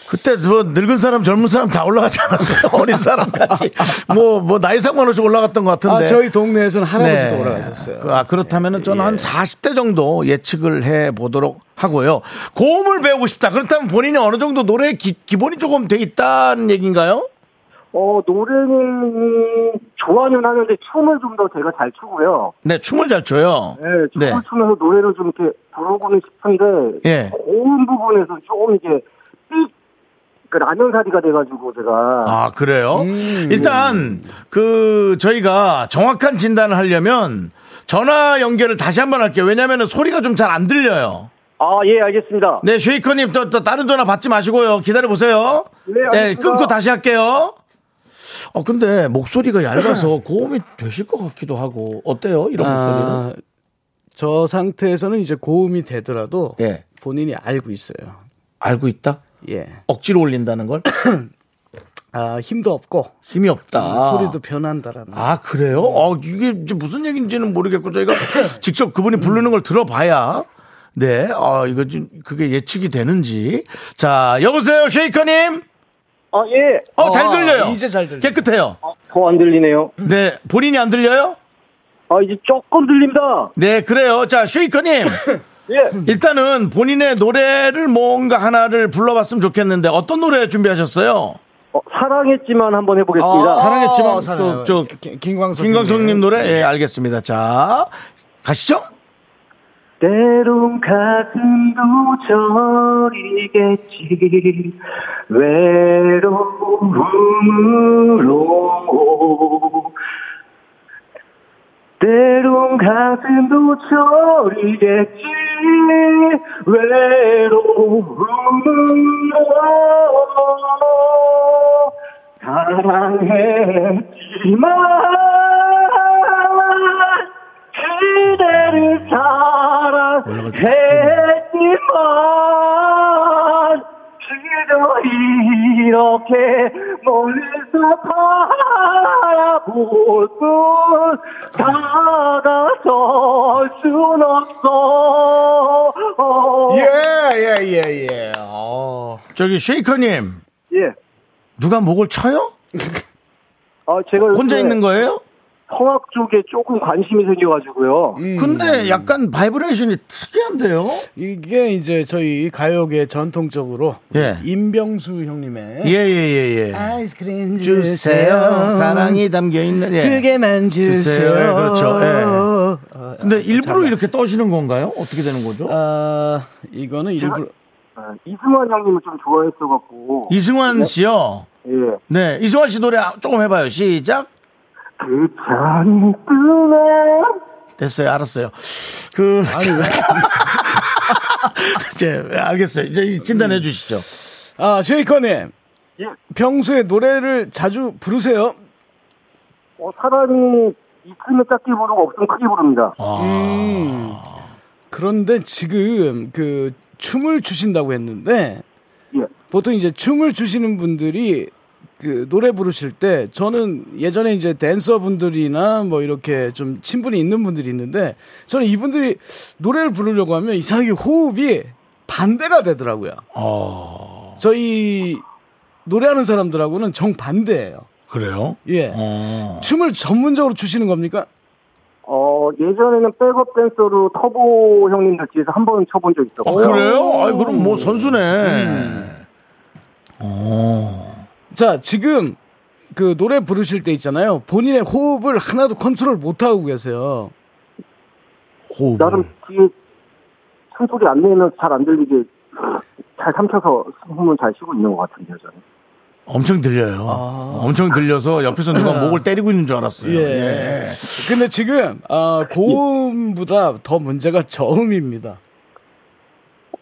Speaker 1: 그때 저 늙은 사람 젊은 사람 다 올라가지 않았어요? 어린 사람까지 뭐 뭐 나이 상관없이 올라갔던 것 같은데.
Speaker 2: 아, 저희 동네에서는 할아버지도
Speaker 1: 네.
Speaker 2: 올라가셨어요. 네. 예.
Speaker 1: 그, 아, 그렇다면은 저는 한 40대 정도 예측을 해 보도록 하고요. 고음을 배우고 싶다. 그렇다면 본인이 어느 정도 노래 기, 기본이 조금 돼 있다는 얘기인가요?
Speaker 8: 어, 노래는 좋아는 하는데 춤을 좀 더 제가 잘 추고요.
Speaker 1: 네, 춤을 잘 춰요.
Speaker 8: 네, 춤을 추면서 노래를 좀 이렇게 부르고는 싶은데
Speaker 1: 예.
Speaker 8: 고음 부분에서 조금 이제 삑, 그 라면 사리가 돼가지고 제가
Speaker 1: 아, 그래요?
Speaker 2: 음.
Speaker 1: 일단 그 저희가 정확한 진단을 하려면 전화 연결을 다시 한번 할게요. 왜냐면은 소리가 좀 잘 안 들려요.
Speaker 8: 아 예 알겠습니다.
Speaker 1: 네, 쉐이커님, 또, 또 다른 전화 받지 마시고요. 기다려보세요.
Speaker 8: 네, 알겠습니다.
Speaker 1: 끊고 다시 할게요. 어, 근데 목소리가 얇아서 고음이 되실 것 같기도 하고, 어때요? 이런 목소리는?
Speaker 2: 아, 저 상태에서는 이제 고음이 되더라도
Speaker 1: 예.
Speaker 2: 본인이 알고 있어요.
Speaker 1: 알고 있다?
Speaker 2: 예.
Speaker 1: 억지로 올린다는 걸?
Speaker 2: 아, 힘도 없고
Speaker 1: 힘이 없다.
Speaker 2: 아. 소리도 네. 변한다라는.
Speaker 1: 아, 그래요? 어, 이게 이제 무슨 얘기인지는 모르겠고, 저희가 직접 그분이 부르는 걸 들어봐야, 네, 아, 이거 좀, 그게 예측이 되는지. 자, 여보세요, 쉐이커님?
Speaker 8: 아 예.
Speaker 1: 어, 잘 들려요.
Speaker 2: 이제 잘 들려요.
Speaker 1: 깨끗해요.
Speaker 8: 더 안 들리네요.
Speaker 1: 네, 본인이 안 들려요?
Speaker 8: 아 이제 조금 들립니다.
Speaker 1: 네, 그래요. 자, 쉐이커님.
Speaker 8: 예.
Speaker 1: 일단은 본인의 노래를 뭔가 하나를 불러봤으면 좋겠는데 어떤 노래 준비하셨어요?
Speaker 8: 어, 사랑했지만 한번 해보겠습니다.
Speaker 1: 아, 사랑했지만
Speaker 2: 아,
Speaker 1: 또, 저
Speaker 2: 김- 김광석
Speaker 1: 김광석님
Speaker 2: 님.
Speaker 1: 노래? 예, 알겠습니다. 자, 가시죠.
Speaker 8: 때론 가슴도 저리겠지 외로움으로 때론 가슴도 저리겠지 외로움으로 사랑했지만 그대를 사랑
Speaker 1: 올라갈 때
Speaker 8: 했지만 지금 이렇게 멀리서 바라볼 뿐 다가설 순 없어
Speaker 2: 예, 예, 예, 예. 어.
Speaker 1: 저기 쉐이커님
Speaker 8: 예.
Speaker 1: 누가 목을 쳐요?
Speaker 8: 아, 제가
Speaker 1: 혼자
Speaker 8: 요새
Speaker 1: 있는 거예요?
Speaker 8: 성악 쪽에 조금 관심이 생겨가지고요.
Speaker 1: 예. 음. 근데 약간 바이브레이션이 특이한데요?
Speaker 2: 이게 이제 저희 가요계 전통적으로
Speaker 1: 예.
Speaker 2: 임병수 형님의
Speaker 1: 예예예 예.
Speaker 2: 아이스크림
Speaker 1: 주세요. 사랑이 담겨 있는 예.
Speaker 2: 두 개만 주세요.
Speaker 1: 주세요. 예, 그렇죠. 예.
Speaker 2: 어,
Speaker 1: 근데 일부러 이렇게 떠시는 건가요? 어떻게 되는 거죠?
Speaker 2: 아, 이거는 일부러
Speaker 8: 아, 이승환 형님을 좀
Speaker 1: 예.
Speaker 8: 좋아했어갖고.
Speaker 1: 이승환 씨요.
Speaker 8: 예.
Speaker 1: 네, 이승환 씨 노래 조금 해봐요. 시작.
Speaker 8: 그 잔뜩한
Speaker 1: 됐어요. 알았어요. 그 이제 네, 알겠어요. 이제 이 진단해 주시죠.
Speaker 2: 아, 쉐이커님.
Speaker 8: 예.
Speaker 2: 평소에 노래를 자주 부르세요?
Speaker 8: 어, 사람이 있으면 작게 부르고 없으면 크게 부릅니다.
Speaker 1: 아,
Speaker 2: 음. 그런데 지금 그 춤을 추신다고 했는데
Speaker 8: 예.
Speaker 2: 보통 이제 춤을 추시는 분들이 그 노래 부르실 때 저는 예전에 이제 댄서 분들이나 뭐 이렇게 좀 친분이 있는 분들이 있는데 저는 이분들이 노래를 부르려고 하면 이상하게 호흡이 반대가 되더라고요.
Speaker 1: 아,
Speaker 2: 저희 노래하는 사람들하고는 정반대예요.
Speaker 1: 그래요?
Speaker 2: 예.
Speaker 1: 어.
Speaker 2: 춤을 전문적으로 추시는 겁니까?
Speaker 8: 어, 예전에는 백업 댄서로 터보 형님들 뒤에서 한 번 쳐본 적
Speaker 1: 아,
Speaker 8: 있었고.
Speaker 1: 그래요? 아이 그럼 뭐 선수네. 음. 어.
Speaker 2: 자, 지금 그 노래 부르실 때 있잖아요. 본인의 호흡을 하나도 컨트롤 못 하고 계세요.
Speaker 1: 호흡.
Speaker 8: 나름 뒤에 숨소리 안 내면 잘 안 들리게 잘 삼켜서 숨을 잘 쉬고 있는 것 같은데요, 저는.
Speaker 1: 엄청 들려요. 엄청 들려서 옆에서 누가 목을 때리고 있는 줄 알았어요. 아. 예.
Speaker 2: 예. 근데 지금 아, 고음보다 더 문제가 저음입니다.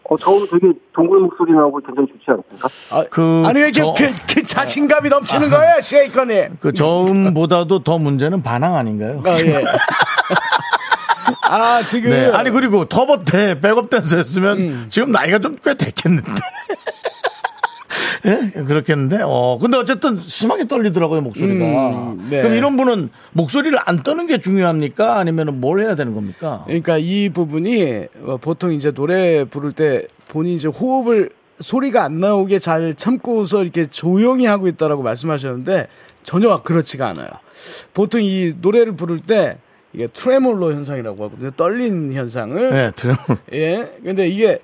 Speaker 8: 어, 저는 되게 동굴 목소리 나오고 굉장히 좋지 않습니까?
Speaker 2: 아,
Speaker 1: 그,
Speaker 2: 아니 왜 이렇게
Speaker 1: 저-
Speaker 2: 그, 그 자신감이 넘치는 거예요, 쉐이커님?
Speaker 1: 그 저음보다도 더 문제는 반항 아닌가요?
Speaker 2: 아, 예. 아 지금
Speaker 1: 네. 아니 그리고 터보 때 백업 댄서였으면
Speaker 2: 음.
Speaker 1: 지금 나이가 좀 꽤 됐겠는데. 예, 그렇겠는데. 어, 근데 어쨌든 심하게 떨리더라고요 목소리가.
Speaker 2: 음, 네.
Speaker 1: 그럼 이런 분은 목소리를 안 떠는 게 중요합니까? 아니면 뭘 해야 되는 겁니까?
Speaker 2: 그러니까 이 부분이 어, 보통 이제 노래 부를 때 본인 이제 호흡을 소리가 안 나오게 잘 참고서 이렇게 조용히 하고 있다라고 말씀하셨는데 전혀 그렇지가 않아요. 보통 이 노래를 부를 때 이게 트레몰로 현상이라고 하거든요. 떨린 현상을
Speaker 1: 네, 드럼.
Speaker 2: 예. 근데 이게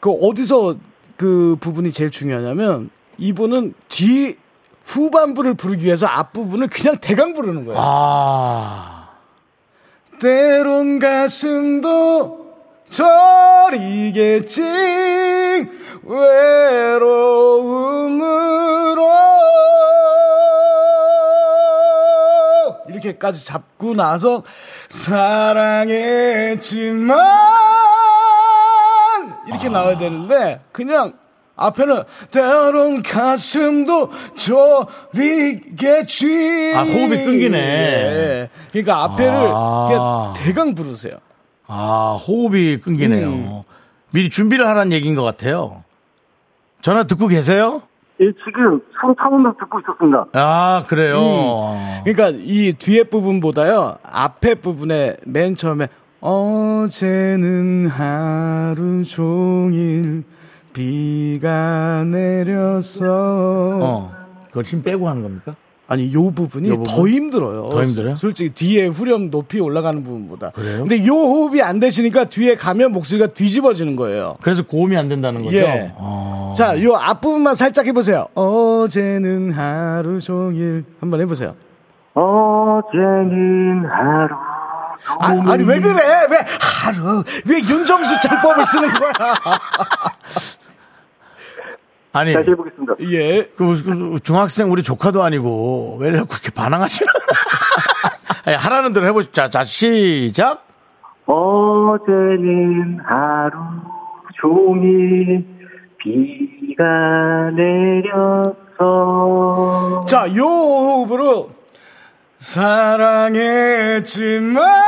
Speaker 2: 그 어디서 그 부분이 제일 중요하냐면 이분은 뒤 후반부를 부르기 위해서 앞부분을 그냥 대강 부르는 거예요.
Speaker 1: 아.
Speaker 2: 때론 가슴도 저리겠지 외로움으로 이렇게까지 잡고 나서 사랑했지만
Speaker 1: 아.
Speaker 2: 이렇게 나와야 되는데 그냥 앞에는 때론 가슴도 저리겠지
Speaker 1: 아, 호흡이 끊기네.
Speaker 2: 예. 그러니까 앞에를
Speaker 1: 아.
Speaker 2: 그냥 대강 부르세요.
Speaker 1: 아, 호흡이 끊기네요.
Speaker 2: 음.
Speaker 1: 미리 준비를 하라는 얘기인 것 같아요. 전화 듣고 계세요?
Speaker 8: 예, 지금 손 타면서 듣고 있었습니다.
Speaker 1: 아, 그래요.
Speaker 2: 음.
Speaker 1: 어.
Speaker 2: 그러니까 이 뒤에 부분보다요 앞에 부분에 맨 처음에 어제는 하루 종일 비가 내렸어.
Speaker 1: 어. 그걸 힘 빼고 하는 겁니까?
Speaker 2: 아니 요 부분이
Speaker 1: 요 부분?
Speaker 2: 더 힘들어요.
Speaker 1: 더 힘들어요?
Speaker 2: 솔직히 뒤에 후렴 높이 올라가는 부분보다.
Speaker 1: 그래요?
Speaker 2: 근데 요 호흡이 안 되시니까 뒤에 가면 목소리가 뒤집어지는 거예요.
Speaker 1: 그래서 고음이 안 된다는 거죠?
Speaker 2: 예.
Speaker 1: 어.
Speaker 2: 자, 요 앞부분만 살짝 해보세요. 어제는 하루 종일 한번 해보세요.
Speaker 8: 어제는 하루
Speaker 2: 아, 니왜 그래? 왜 하루? 왜 윤정수 창법을 쓰는 거야?
Speaker 1: 아니,
Speaker 8: 다시 해보겠습니다.
Speaker 2: 예.
Speaker 1: 그, 무슨- 그 중학생 우리 조카도 아니고 왜 자꾸 이렇게 반항하시나? 아니, 하라는 대로 해보시죠. 자, 자, 시작.
Speaker 8: 어제는 하루 종일 비가 내려서
Speaker 2: 자, 요 호흡으로 사랑했지만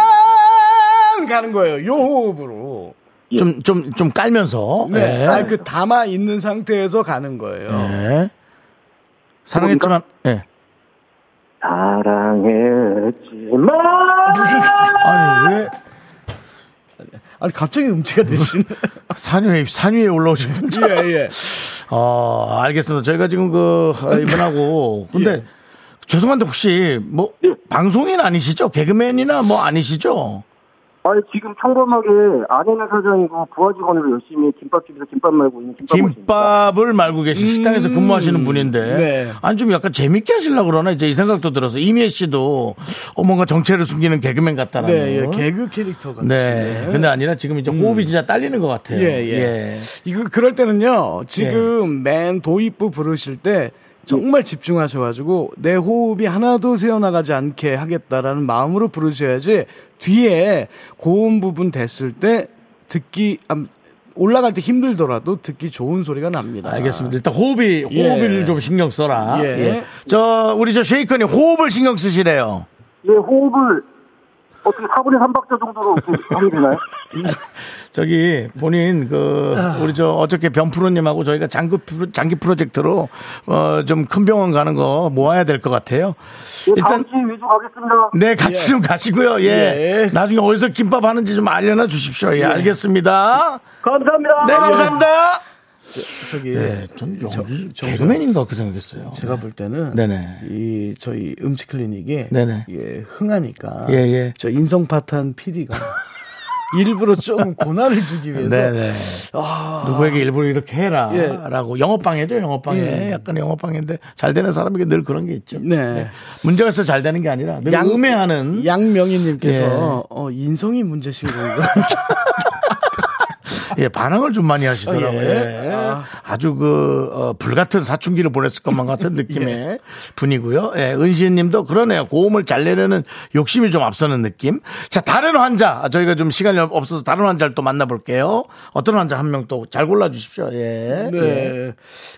Speaker 2: 호흡은 가는 거예요. 요 호흡으로.
Speaker 1: 좀, 좀, 좀 깔면서.
Speaker 2: 네.
Speaker 1: 예.
Speaker 2: 아, 그 담아 있는 상태에서 가는 거예요.
Speaker 1: 예. 사랑했지만, 예.
Speaker 8: 사랑했지만
Speaker 1: 아니, 왜
Speaker 2: 아니, 갑자기 음치가 되시네.
Speaker 1: 산위에, 산위에 올라오신 분
Speaker 2: 예, 예.
Speaker 1: 어, 알겠습니다. 저희가 지금 그, 아, 이분하고. 근데,
Speaker 2: 예.
Speaker 1: 죄송한데 혹시, 뭐, 방송인 아니시죠? 개그맨이나 뭐 아니시죠?
Speaker 8: 아니 지금 평범하게 아내는 사장이고 부하 직원으로 열심히 김밥집에서 김밥 말고 있는 김밥
Speaker 1: 김밥을 말고 계신 식당에서 근무하시는 분인데.
Speaker 2: 음, 네.
Speaker 1: 아니, 좀 약간 재밌게 하시려고 그러나? 이제 이 생각도 들어서. 이미혜 씨도, 어, 뭔가 정체를 숨기는 개그맨 같다라는.
Speaker 2: 네, 예. 개그 캐릭터 같으시네.
Speaker 1: 네. 근데 아니라 지금 이제 호흡이 진짜 딸리는 것 같아요.
Speaker 2: 예, 예. 이거 그럴 때는요.
Speaker 1: 예.
Speaker 2: 지금 맨 도입부 부르실 때 정말 집중하셔가지고 내 호흡이 하나도 새어나가지 않게 하겠다라는 마음으로 부르셔야지 뒤에 고음 부분 됐을 때 듣기 아, 올라갈 때 힘들더라도 듣기 좋은 소리가 납니다.
Speaker 1: 알겠습니다. 일단 호흡이, 호흡을
Speaker 2: 예.
Speaker 1: 좀 신경 써라.
Speaker 2: 예.
Speaker 1: 예. 저, 우리 저 쉐이커님 호흡을 신경 쓰시래요.
Speaker 8: 예, 호흡을 어떻게 4분의 3박자 정도로 이렇게 하면 되나요?
Speaker 1: 저기 본인 그 우리 저 어저께 변프로님하고 저희가 장기 프로, 장기 프로젝트로 어 좀 큰 병원 가는 거 모아야 될 것 같아요.
Speaker 8: 예, 다음
Speaker 1: 일단
Speaker 8: 주에 위주 가겠습니다.
Speaker 1: 네 같이 좀 가시고요. 예.
Speaker 2: 그 예.
Speaker 1: 나중에 어디서 김밥 하는지 좀 알려놔 주십시오. 예, 알겠습니다.
Speaker 8: 감사합니다.
Speaker 1: 네 감사합니다.
Speaker 2: 예. 저기
Speaker 1: 네, 전 연기 개그맨인가 그 생각했어요.
Speaker 2: 제가 볼 때는
Speaker 1: 네네.
Speaker 2: 이 저희 음치 클리닉에
Speaker 1: 네네.
Speaker 2: 예, 흥하니까
Speaker 1: 예, 예.
Speaker 2: 저 인성 파탄 PD가 일부러 조금 고난을 주기 위해서 아,
Speaker 1: 네네. 누구에게 일부러 이렇게
Speaker 2: 예.
Speaker 1: 해라라고 영업방해죠 영업방해.
Speaker 2: 예.
Speaker 1: 약간 영업방해인데 잘 되는 사람에게 늘 그런 게 있죠. 예.
Speaker 2: 네.
Speaker 1: 문제가 있어 잘 되는 게 아니라 늘
Speaker 2: 양-
Speaker 1: 음해하는
Speaker 2: 양명희님께서
Speaker 1: 예.
Speaker 2: 어, 인성이 문제신 건가?
Speaker 1: 예, 반항을 좀 많이 하시더라고요.
Speaker 2: 예.
Speaker 1: 예.
Speaker 2: 아.
Speaker 1: 아주 그, 어, 불같은 사춘기를 보냈을 것만 같은 느낌의
Speaker 2: 예.
Speaker 1: 분이고요. 예, 은신 님도 그러네요. 고음을 잘 내려는 욕심이 좀 앞서는 느낌. 자, 다른 환자. 아, 저희가 좀 시간이 없어서 다른 환자를 또 만나볼게요. 어떤 환자 한 명 또 잘 골라주십시오. 예. 예.
Speaker 2: 네.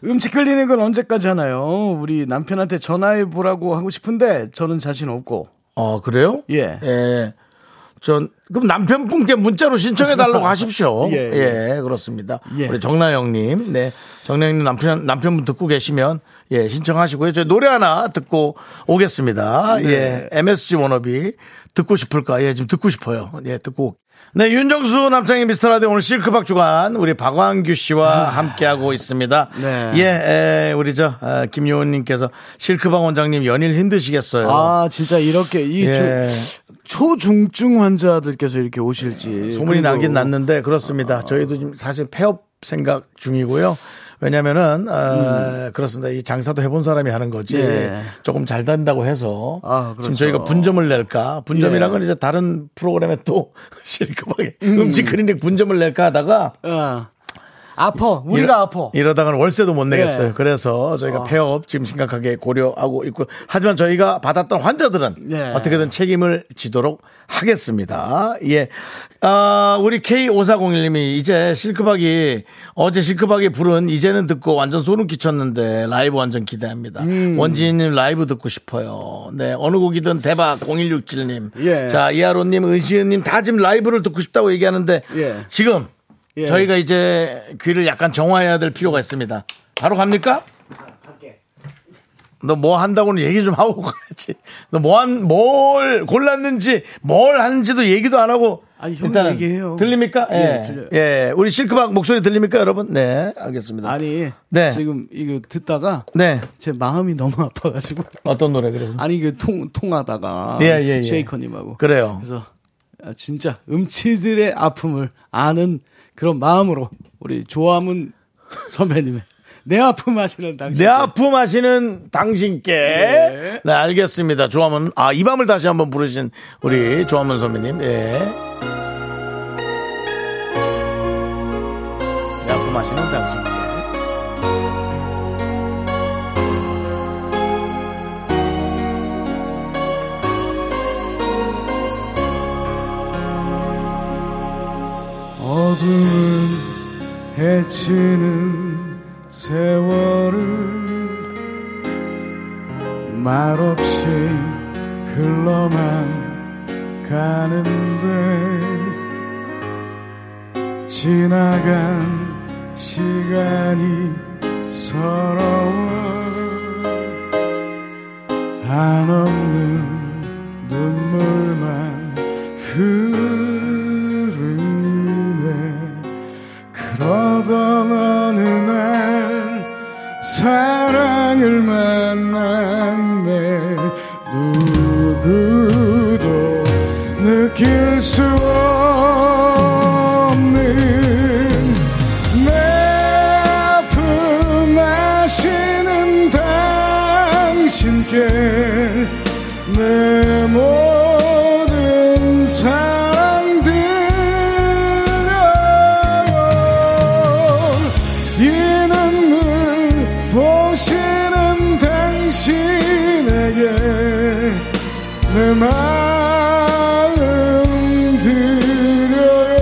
Speaker 2: 음치 클리닉은 언제까지 하나요? 우리 남편한테 전화해 보라고 하고 싶은데 저는 자신 없고.
Speaker 1: 어, 그래요?
Speaker 2: 예.
Speaker 1: 예. 전, 그럼 남편분께 문자로 신청해달라고 하십시오. 예,
Speaker 2: 예, 예.
Speaker 1: 그렇습니다.
Speaker 2: 예.
Speaker 1: 우리 정나영님, 네. 정나영님 남편, 남편분 듣고 계시면, 예, 신청하시고요. 저희 노래 하나 듣고 오겠습니다.
Speaker 2: 네.
Speaker 1: 예, MSG 워너비. 듣고 싶을까? 예, 지금 듣고 싶어요. 예, 듣고. 올- 네, 윤정수 남창희 미스터 라디오 오늘 실크박 주간 우리 박광규 씨와 함께하고 있습니다.
Speaker 2: 아. 네.
Speaker 1: 예, 에, 우리 저, 아, 김요은 님께서 실크박 원장님 연일 힘드시겠어요.
Speaker 2: 아, 진짜 이렇게 이
Speaker 1: 예.
Speaker 2: 주- 초중증 환자들께서 이렇게 오실지.
Speaker 1: 예. 소문이
Speaker 2: 예, 그리고- 아.
Speaker 1: 나긴 났는데 그렇습니다. 저희도 지금 사실 폐업 생각 중이고요. 왜냐면은 어, 그렇습니다. 이 장사도 해본 사람이 하는 거지
Speaker 2: 음. 예.
Speaker 1: 조금 잘 된다고 해서
Speaker 2: 아,
Speaker 1: 지금
Speaker 2: 그렇죠.
Speaker 1: 저희가 분점을 낼까 분점이란
Speaker 2: 예.
Speaker 1: 건 이제 다른 프로그램에 또 실급하게 음. 식 클리닉 분점을 낼까 하다가
Speaker 2: 어. 아파. 우리가 아파.
Speaker 1: 이러다가는 월세도 못 내겠어요.
Speaker 2: 예.
Speaker 1: 그래서 저희가 폐업 지금 심각하게 고려하고 있고 하지만 저희가 받았던 환자들은
Speaker 2: 예.
Speaker 1: 어떻게든 책임을 지도록 하겠습니다. 예. 아, 우리 K5401님이 이제 실크박이 어제 실크박이 부른 이제는 듣고 완전 소름 끼쳤는데 라이브 완전 기대합니다.
Speaker 2: 음.
Speaker 1: 원진님 라이브 듣고 싶어요. 네. 어느 곡이든 대박 0167님.
Speaker 2: 예.
Speaker 1: 자, 이하로님, 은시은님 다 지금 라이브를 듣고 싶다고 얘기하는데
Speaker 2: 예.
Speaker 1: 지금
Speaker 2: 예.
Speaker 1: 저희가 이제 귀를 약간 정화해야 될 필요가 있습니다. 바로 갑니까? 너 뭐 한다고는 얘기 좀 하고 가야지. 뭐 너뭐뭘 골랐는지 뭘 하는지도 얘기도 안 하고
Speaker 2: 아니, 형이
Speaker 1: 일단은
Speaker 2: 얘기해요.
Speaker 1: 들립니까?
Speaker 2: 예,
Speaker 1: 예.
Speaker 2: 들려요.
Speaker 1: 예. 우리 실크박 목소리 들립니까, 여러분? 네, 알겠습니다.
Speaker 2: 아니,
Speaker 1: 네.
Speaker 2: 지금 이거 듣다가
Speaker 1: 네.
Speaker 2: 제 마음이 너무 아파가지고.
Speaker 1: 어떤 노래 그래서?
Speaker 2: 아니 이게 통 통하다가
Speaker 1: 예, 예, 예.
Speaker 2: 쉐이커님하고
Speaker 1: 그래요.
Speaker 2: 그래서 아, 진짜 음치들의 아픔을 아는 그런 마음으로 우리 조화문 선배님의 내 아픔 아시는 당신
Speaker 1: 내 아픔 아시는 당신께. 네, 알겠습니다. 조화문, 아, 이 밤을 다시 한번 부르신 우리 조화문 선배님. 예. 내 아픔 아시는 당신께.
Speaker 2: 어둠은 해치는 세월을 말없이 흘러만 가는데
Speaker 9: 지나간 시간이 서러워 한없는 눈물만 흐르네 그러던 어느 날 사랑을 만났네 누구도 느낄 수 없는 내 아픔 아시는 당신께 내 모든 사랑 드려요 이 눈물 보시는 당신에게 내 마음 드려요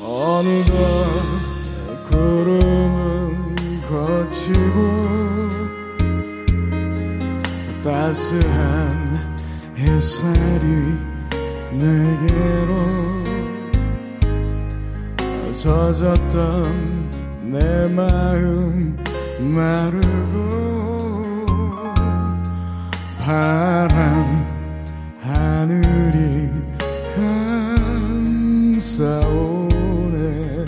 Speaker 9: 어느덧 구름은 거치고 따스한 햇살이 내게로 젖었던 내 마음 마르고 바람 하늘이 감싸오네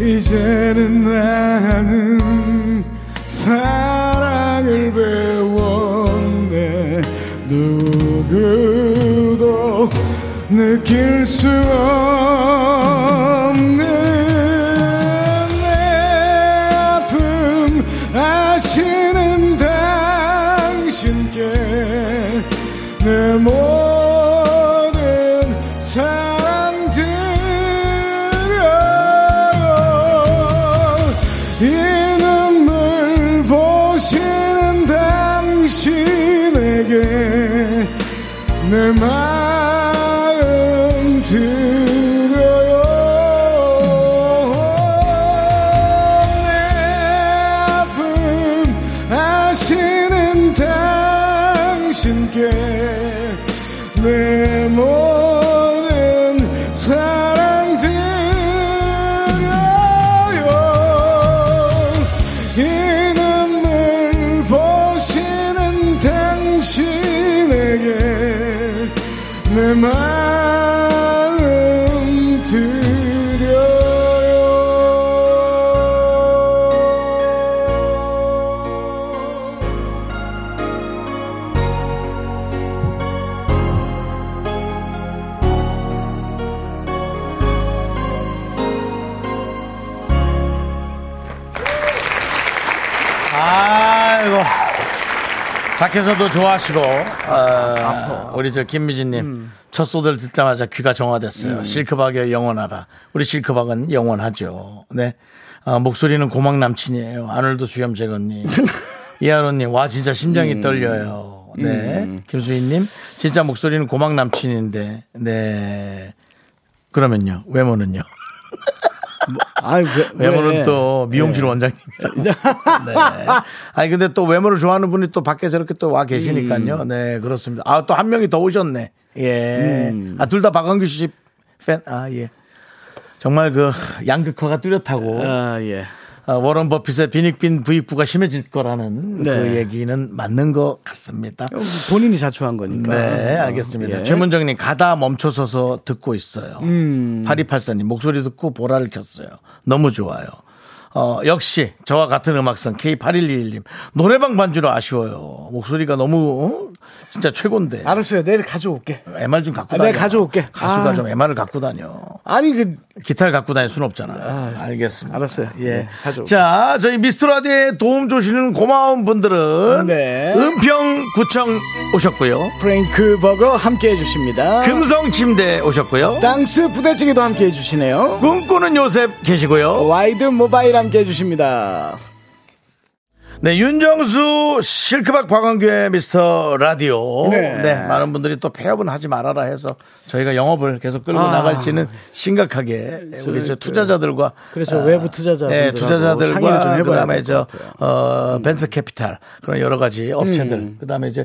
Speaker 9: 이제는 나는 사랑을 배웠네 누구도 느낄 수 없는 내 아픔 아시는 당신께 내 모든 사랑 드려요 이 눈물 보시는 당신에게 내 마음 드려요 내 아픔 아시는 당신께 내 모든 사랑 드려요 이 눈물 보시는 당신에게 내 마음 드려요
Speaker 1: 아이고. 밖에서도 좋아하시고, 어, 우리 저 김미진님, 첫 소절 듣자마자 귀가 정화됐어요. 실크박의 영원하라. 우리 실크박은 영원하죠. 네. 아, 목소리는 고막 남친이에요. 아놀드 수염 재건님. 이하로님, 와, 진짜 심장이 떨려요. 네. 김수희님, 진짜 목소리는 고막 남친인데, 네. 그러면요. 외모는요.
Speaker 9: 아유, 왜,
Speaker 1: 외모는
Speaker 2: 예.
Speaker 9: 왜?
Speaker 1: 또 미용실 원장님. 네. 아니 근데 또 외모를 좋아하는 분이 또 밖에 저렇게 또 와 계시니까요. 네 그렇습니다. 아 또 한 명이 더 오셨네. 예. 아 둘 다 박광규 씨 팬. 아 예. 정말 그 양극화가 뚜렷하고
Speaker 2: 어.
Speaker 9: 아, 예.
Speaker 1: 아, 워런 버핏의 비닉빈 부익부가 심해질 거라는
Speaker 9: 네.
Speaker 1: 그 얘기는 맞는 것 같습니다.
Speaker 9: 본인이 자초한 거니까.
Speaker 1: 네, 알겠습니다.
Speaker 9: 예.
Speaker 1: 최문정님, 가다 멈춰서서 듣고 있어요.
Speaker 9: 음.
Speaker 1: 8284님, 목소리 듣고 보라를 켰어요. 너무 좋아요. 어, 역시, 저와 같은 음악성 K8121님, 노래방 반주로 아쉬워요. 목소리가 너무, 어? 진짜 최고인데.
Speaker 9: 알았어요. 내일 가져올게.
Speaker 1: MR 좀 갖고
Speaker 9: 아,
Speaker 1: 다녀.
Speaker 9: 내가 가져올게.
Speaker 1: 가수가
Speaker 9: 아.
Speaker 1: 좀 MR을 갖고 다녀.
Speaker 9: 아니, 그,
Speaker 1: 기타를 갖고 다닐 수는 없잖아. 요 알겠습니다.
Speaker 9: 알았어요.
Speaker 1: 예.
Speaker 9: 네, 가져올게요.
Speaker 1: 자, 저희 미스트라디에 도움 주시는 고마운 분들은
Speaker 9: 네.
Speaker 1: 은평구청 오셨고요.
Speaker 9: 프랭크 버거 함께 해주십니다.
Speaker 1: 금성 침대 오셨고요.
Speaker 9: 땅스 부대찌개도 함께 해주시네요.
Speaker 1: 꿈꾸는 요셉 계시고요.
Speaker 9: 와이드 모바일 함께 해주십니다.
Speaker 1: 네, 윤정수 실크박 박원규의 미스터 라디오. 네. 많은 분들이 또 폐업은 하지 말아라 해서 저희가 영업을 계속 끌고
Speaker 2: 아.
Speaker 1: 나갈지는 심각하게 우리 저 투자자들과
Speaker 2: 그렇죠. 외부
Speaker 1: 네,
Speaker 2: 투자자분들하고 상의를
Speaker 1: 투자자들과
Speaker 2: 좀 해봐야
Speaker 1: 그다음에
Speaker 2: 될것
Speaker 1: 저 어, 벤처 캐피탈 그런 여러 가지 업체들 그다음에 이제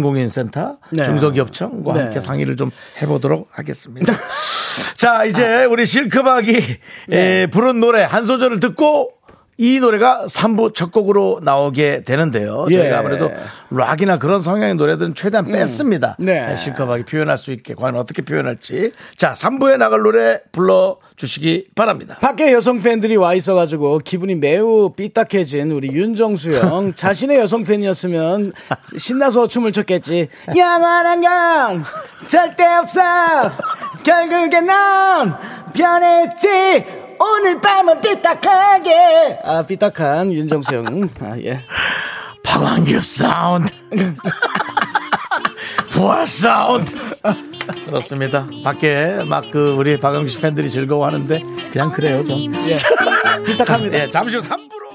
Speaker 1: 소상공인센터
Speaker 2: 네.
Speaker 1: 중소기업청과
Speaker 2: 네.
Speaker 1: 함께 상의를 좀 해보도록 하겠습니다. 자 이제
Speaker 2: 아.
Speaker 1: 우리 실크박이
Speaker 2: 네.
Speaker 1: 에, 부른 노래 한 소절을 듣고 이 노래가 3부 첫 곡으로 나오게 되는데요.
Speaker 2: 예. 음.
Speaker 1: 저희가 아무래도 락이나 그런 성향의 노래들은 최대한 뺐습니다.
Speaker 2: 네.
Speaker 1: 실크박이 표현할 수 있게 과연 어떻게 표현할지. 자, 3부에 나갈 노래 불러주시기 바랍니다.
Speaker 2: 밖에 여성 팬들이 와 있어가지고 기분이 매우 삐딱해진 우리 윤정수 형 자신의 여성 팬이었으면 신나서 춤을 췄겠지 영원한 건 절대 없어 결국엔 넌 변했지 오늘 밤은 삐딱하게 아 삐딱한 윤정수 형아예
Speaker 1: 박완규 사운드. 부활 사운드. 그렇습니다. 밖에 막 그 우리 박완규 씨 팬들이 즐거워하는데 그냥 그래요, 좀.
Speaker 2: 삐딱합니다
Speaker 1: 네, 잠시 후 3부로.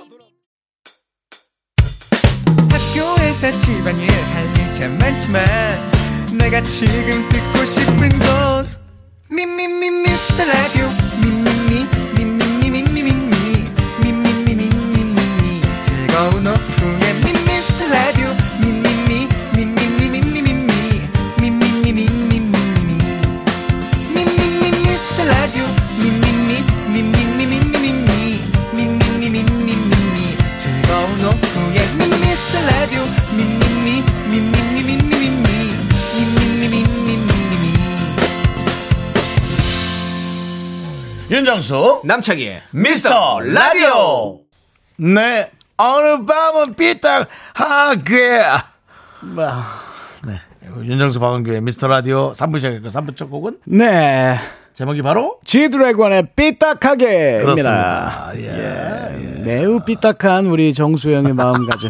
Speaker 10: 학교에서 집안일 할 일 참 많지만 내가 지금 듣고 싶은 건 미미미 미스터 라디오 미미미 미미미 미미미 미미미 미미미 즐거운 오픈에 미스터 라디오 미미미 미미미 미미미 미미미 미미미 미미미
Speaker 1: 윤정수.
Speaker 6: 남창희의
Speaker 1: 미스터 라디오. 네. 오늘 밤은 삐딱하게. 네. 윤정수 박은규의 미스터 라디오 3부 시작했고 3부 첫 곡은
Speaker 2: 네
Speaker 1: 제목이 바로
Speaker 2: 지드래곤의 삐딱하게입니다
Speaker 1: 그렇습니다. 예.
Speaker 2: 매우 삐딱한 우리 정수 형의 마음가짐.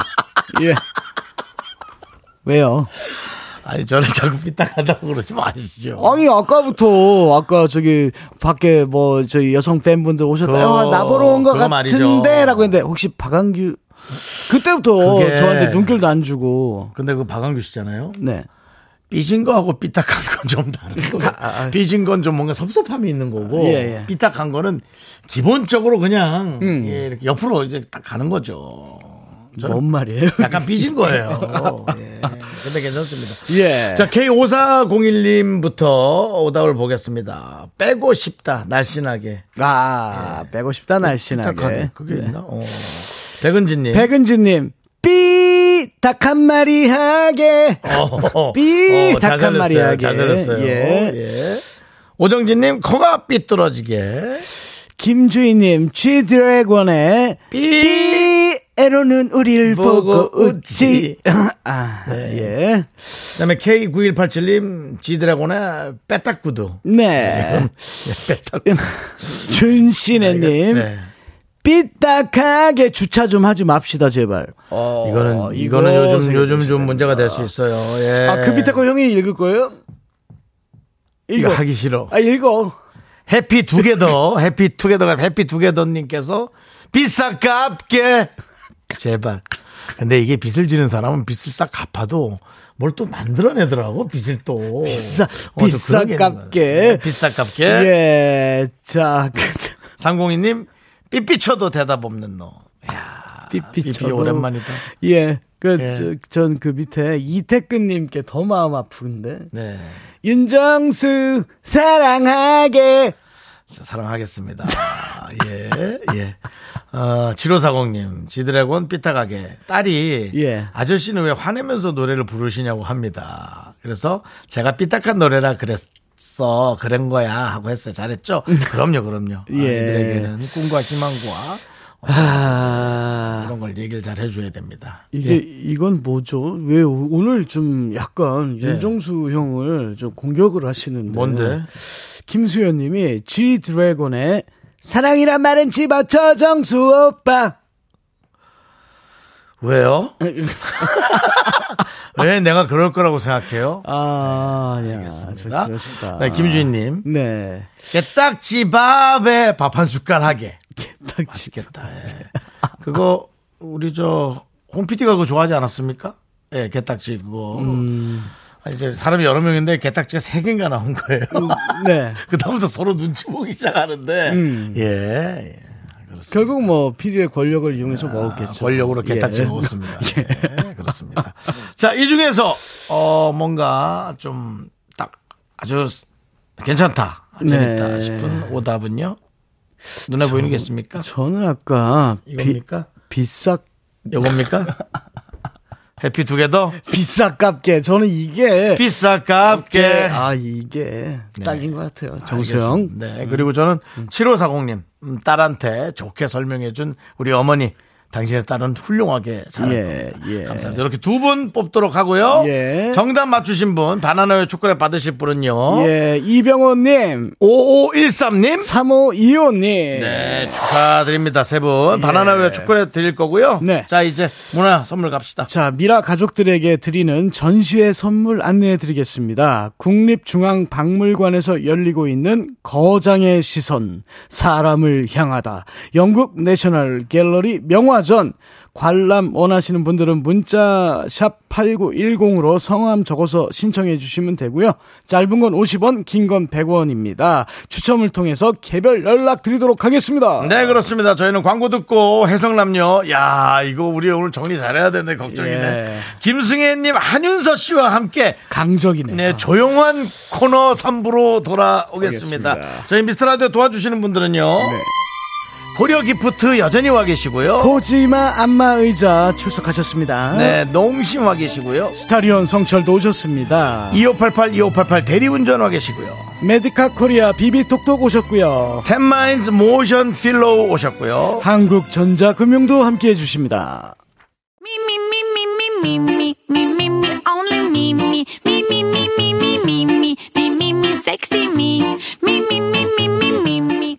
Speaker 2: 예. 왜요?
Speaker 1: 아니 저는 자꾸 삐딱하다고 그러지 마십시오.
Speaker 2: 아니 아까부터 아까 저기 밖에 뭐 저희 여성 팬분들 오셨다.
Speaker 1: 그거-
Speaker 2: 요 나보러 온 것
Speaker 1: 그거 말이죠.
Speaker 2: 같은데라고 했는데 혹시 박한규 그때부터
Speaker 1: 그게-
Speaker 2: 저한테 눈길도 안 주고
Speaker 1: 근데 그 박완규 씨잖아요.
Speaker 2: 네.
Speaker 1: 삐진 거하고 삐딱한 건 좀 다른 거.
Speaker 2: 아, 아.
Speaker 1: 삐진 건 좀 뭔가 섭섭함이 있는 거고
Speaker 2: 예, 음. 예.
Speaker 1: 삐딱한 거는 기본적으로 그냥 예, 이렇게 옆으로 이제 딱 가는 거죠. 저는
Speaker 2: 뭔 말이에요?
Speaker 1: 약간 삐진 거예요. 예. 근데 괜찮습니다.
Speaker 2: 예.
Speaker 1: 자, K5401님부터 오답을 보겠습니다. 빼고 싶다, 날씬하게.
Speaker 2: 아, 빼고 싶다
Speaker 1: 삐딱하게.
Speaker 2: 날씬하게. 네.
Speaker 1: 그게 있나? 어. 백은진님.
Speaker 2: 백은지님 삐딱한 마리 하게.
Speaker 1: 어.
Speaker 2: 삐딱한
Speaker 1: 어, 잘 살렸어요.
Speaker 2: 말이야게.
Speaker 1: 잘 살렸어요.
Speaker 2: 예.
Speaker 1: 예. 오정진님, 코가 삐뚤어지게.
Speaker 2: 김주희님, 쥐드래곤의 삐 에로는 우리를 보고
Speaker 1: 보고 네.
Speaker 2: 웃지. 아, 예.
Speaker 1: 그 다음에 K9187님, 지드래곤의 빼딱구두.
Speaker 2: 네.
Speaker 1: 빼딱.
Speaker 2: 준신혜님,
Speaker 1: 네.
Speaker 2: 삐딱하게 주차 좀 하지 맙시다, 제발.
Speaker 1: 어, 이거는, 이거는
Speaker 2: 어, 이거
Speaker 1: 요즘,
Speaker 2: 생각해
Speaker 1: 요즘 좀 문제가 될 수 있어요. 예.
Speaker 2: 아, 그 밑에 거 형이 읽을 거예요?
Speaker 1: 이거
Speaker 2: 읽어.
Speaker 1: 하기 싫어.
Speaker 2: 아, 읽어.
Speaker 1: 해피 투게더, 해피 투게더가 해피 투게더님께서 비싸 깝게 제발. 근데 이게 빚을 지는 사람은 빚을 싹 갚아도 뭘 또 만들어내더라고 빚을 또
Speaker 2: 비싸,
Speaker 1: 좀
Speaker 2: 비싸
Speaker 1: 그런 게 있는 거야.
Speaker 2: 깝게.
Speaker 1: 네, 비싸 깝게
Speaker 2: 예. 자, 그-
Speaker 1: 상공이님 삐삐쳐도 대답 없는 너 아, 삐삐
Speaker 2: 삐삐쳐도-
Speaker 1: 오랜만이다
Speaker 2: 예.
Speaker 1: 예.
Speaker 2: 그, 전 그 밑에 이태근님께 더 마음 아픈데.
Speaker 1: 네
Speaker 2: 윤정수 사랑하게
Speaker 1: 자, 사랑하겠습니다 예예 어, 7540님 지드래곤 삐딱하게 딸이
Speaker 2: 예.
Speaker 1: 아저씨는 왜 화내면서 노래를 부르시냐고 합니다 그래서 제가 삐딱한 노래라 그랬어 그런 거야 하고 했어요 잘했죠 그럼요 그럼요
Speaker 2: 음. 예.
Speaker 1: 아이들에게는 꿈과 희망과
Speaker 2: 아
Speaker 1: 이런 걸 얘기를 잘 해줘야 됩니다
Speaker 2: 이게 이건 뭐죠? 왜 오- 오늘 좀 약간 윤정수 형을 좀 공격을 하시는데
Speaker 1: 예. 뭔데?
Speaker 2: 김수현님이 G 드래곤의 사랑이란 말은 집어쳐 정수 오빠
Speaker 1: 왜요? 왜 내가 그럴 거라고 생각해요?
Speaker 2: 아 야,
Speaker 1: 알겠습니다.
Speaker 2: 저 그러시다.
Speaker 1: 네, 김주인님.
Speaker 2: 네
Speaker 1: 깨딱지 밥에 밥 한 숟갈 하게.
Speaker 2: 개딱지
Speaker 1: 맛있겠다. 예. 그거, 우리 저, 홍 PD가 그거 좋아하지 않았습니까? 예, 개딱지 그거.
Speaker 2: 음.
Speaker 1: 아, 이제 사람이 여러 명인데 개딱지가 세 개인가 나온 거예요.
Speaker 2: 네.
Speaker 1: 그다음부터 서로 눈치 보기 시작하는데.
Speaker 2: 음.
Speaker 1: 예. 예.
Speaker 2: 결국 뭐 피디의 권력을 이용해서 먹었겠죠.
Speaker 1: 아, 권력으로 개딱지
Speaker 2: 예.
Speaker 1: 먹었습니다. 예, 그렇습니다. 자, 이 중에서, 어, 뭔가 좀, 딱, 아주, 괜찮다. 재밌다.
Speaker 2: 네.
Speaker 1: 싶은 오답은요? 눈에 보이는 게 있습니까?
Speaker 2: 저는 아까 비,
Speaker 1: 이겁니까?
Speaker 2: 비싸
Speaker 1: 요겁니까? 해피 두 개 더?
Speaker 2: 비싸깝게 저는 이게
Speaker 1: 비싸깝게. 네.
Speaker 2: 아 이게 딱인 것 같아요. 정수영
Speaker 1: 알겠습니다. 네. 그리고 저는 7540님, 음, 딸한테 좋게 설명해준 우리 어머니, 당신의 딸은 훌륭하게 잘할
Speaker 2: 예,
Speaker 1: 겁니다.
Speaker 2: 예.
Speaker 1: 감사합니다. 이렇게 두 분 뽑도록 하고요.
Speaker 2: 예.
Speaker 1: 정답 맞추신 분, 바나나의 초콜릿 받으실 분은요.
Speaker 2: 예 이병호님,
Speaker 1: 5513님.
Speaker 2: 3525님.
Speaker 1: 네, 축하드립니다. 세 분. 바나나의 초콜릿 드릴 거고요.
Speaker 2: 예. 네.
Speaker 1: 자, 이제 문화 선물 갑시다.
Speaker 2: 자, 미라 가족들에게 드리는 전시회 선물 안내해 드리겠습니다. 국립중앙박물관에서 열리고 있는 거장의 시선, 사람을 향하다, 영국 내셔널 갤러리 명화전, 관람 원하시는 분들은 문자 샵 8910으로 성함 적어서 신청해 주시면 되고요. 짧은 건 50원, 긴 건 100원입니다. 추첨을 통해서 개별 연락 드리도록 하겠습니다.
Speaker 1: 네, 그렇습니다. 저희는 광고 듣고 해성남녀. 야, 이거 우리 오늘 정리 잘해야 되네. 걱정이네.
Speaker 2: 예.
Speaker 1: 김승혜님, 한윤서 씨와 함께
Speaker 2: 강적이네요.
Speaker 1: 네, 조용한 코너 3부로 돌아오겠습니다. 저희 미스터라디오 도와주시는 분들은요. 고려 기프트 여전히 와 계시고요.
Speaker 2: 코지마 안마 의자 출석하셨습니다.
Speaker 1: 네, 농심 와 계시고요.
Speaker 2: 스타리온 성철도 오셨습니다.
Speaker 1: 2588, 2588 대리운전 와 계시고요.
Speaker 2: 메디카 코리아 비비톡톡 오셨고요.
Speaker 1: 텐마인즈 모션 필로우 오셨고요.
Speaker 2: 한국전자금융도 함께 해주십니다.
Speaker 7: Me, me, me, me, me, me, me, me, me, me, only me, me, me, me, me, me, me, me, me, me, me, me, sexy me, me, me, me, me, me, me, me.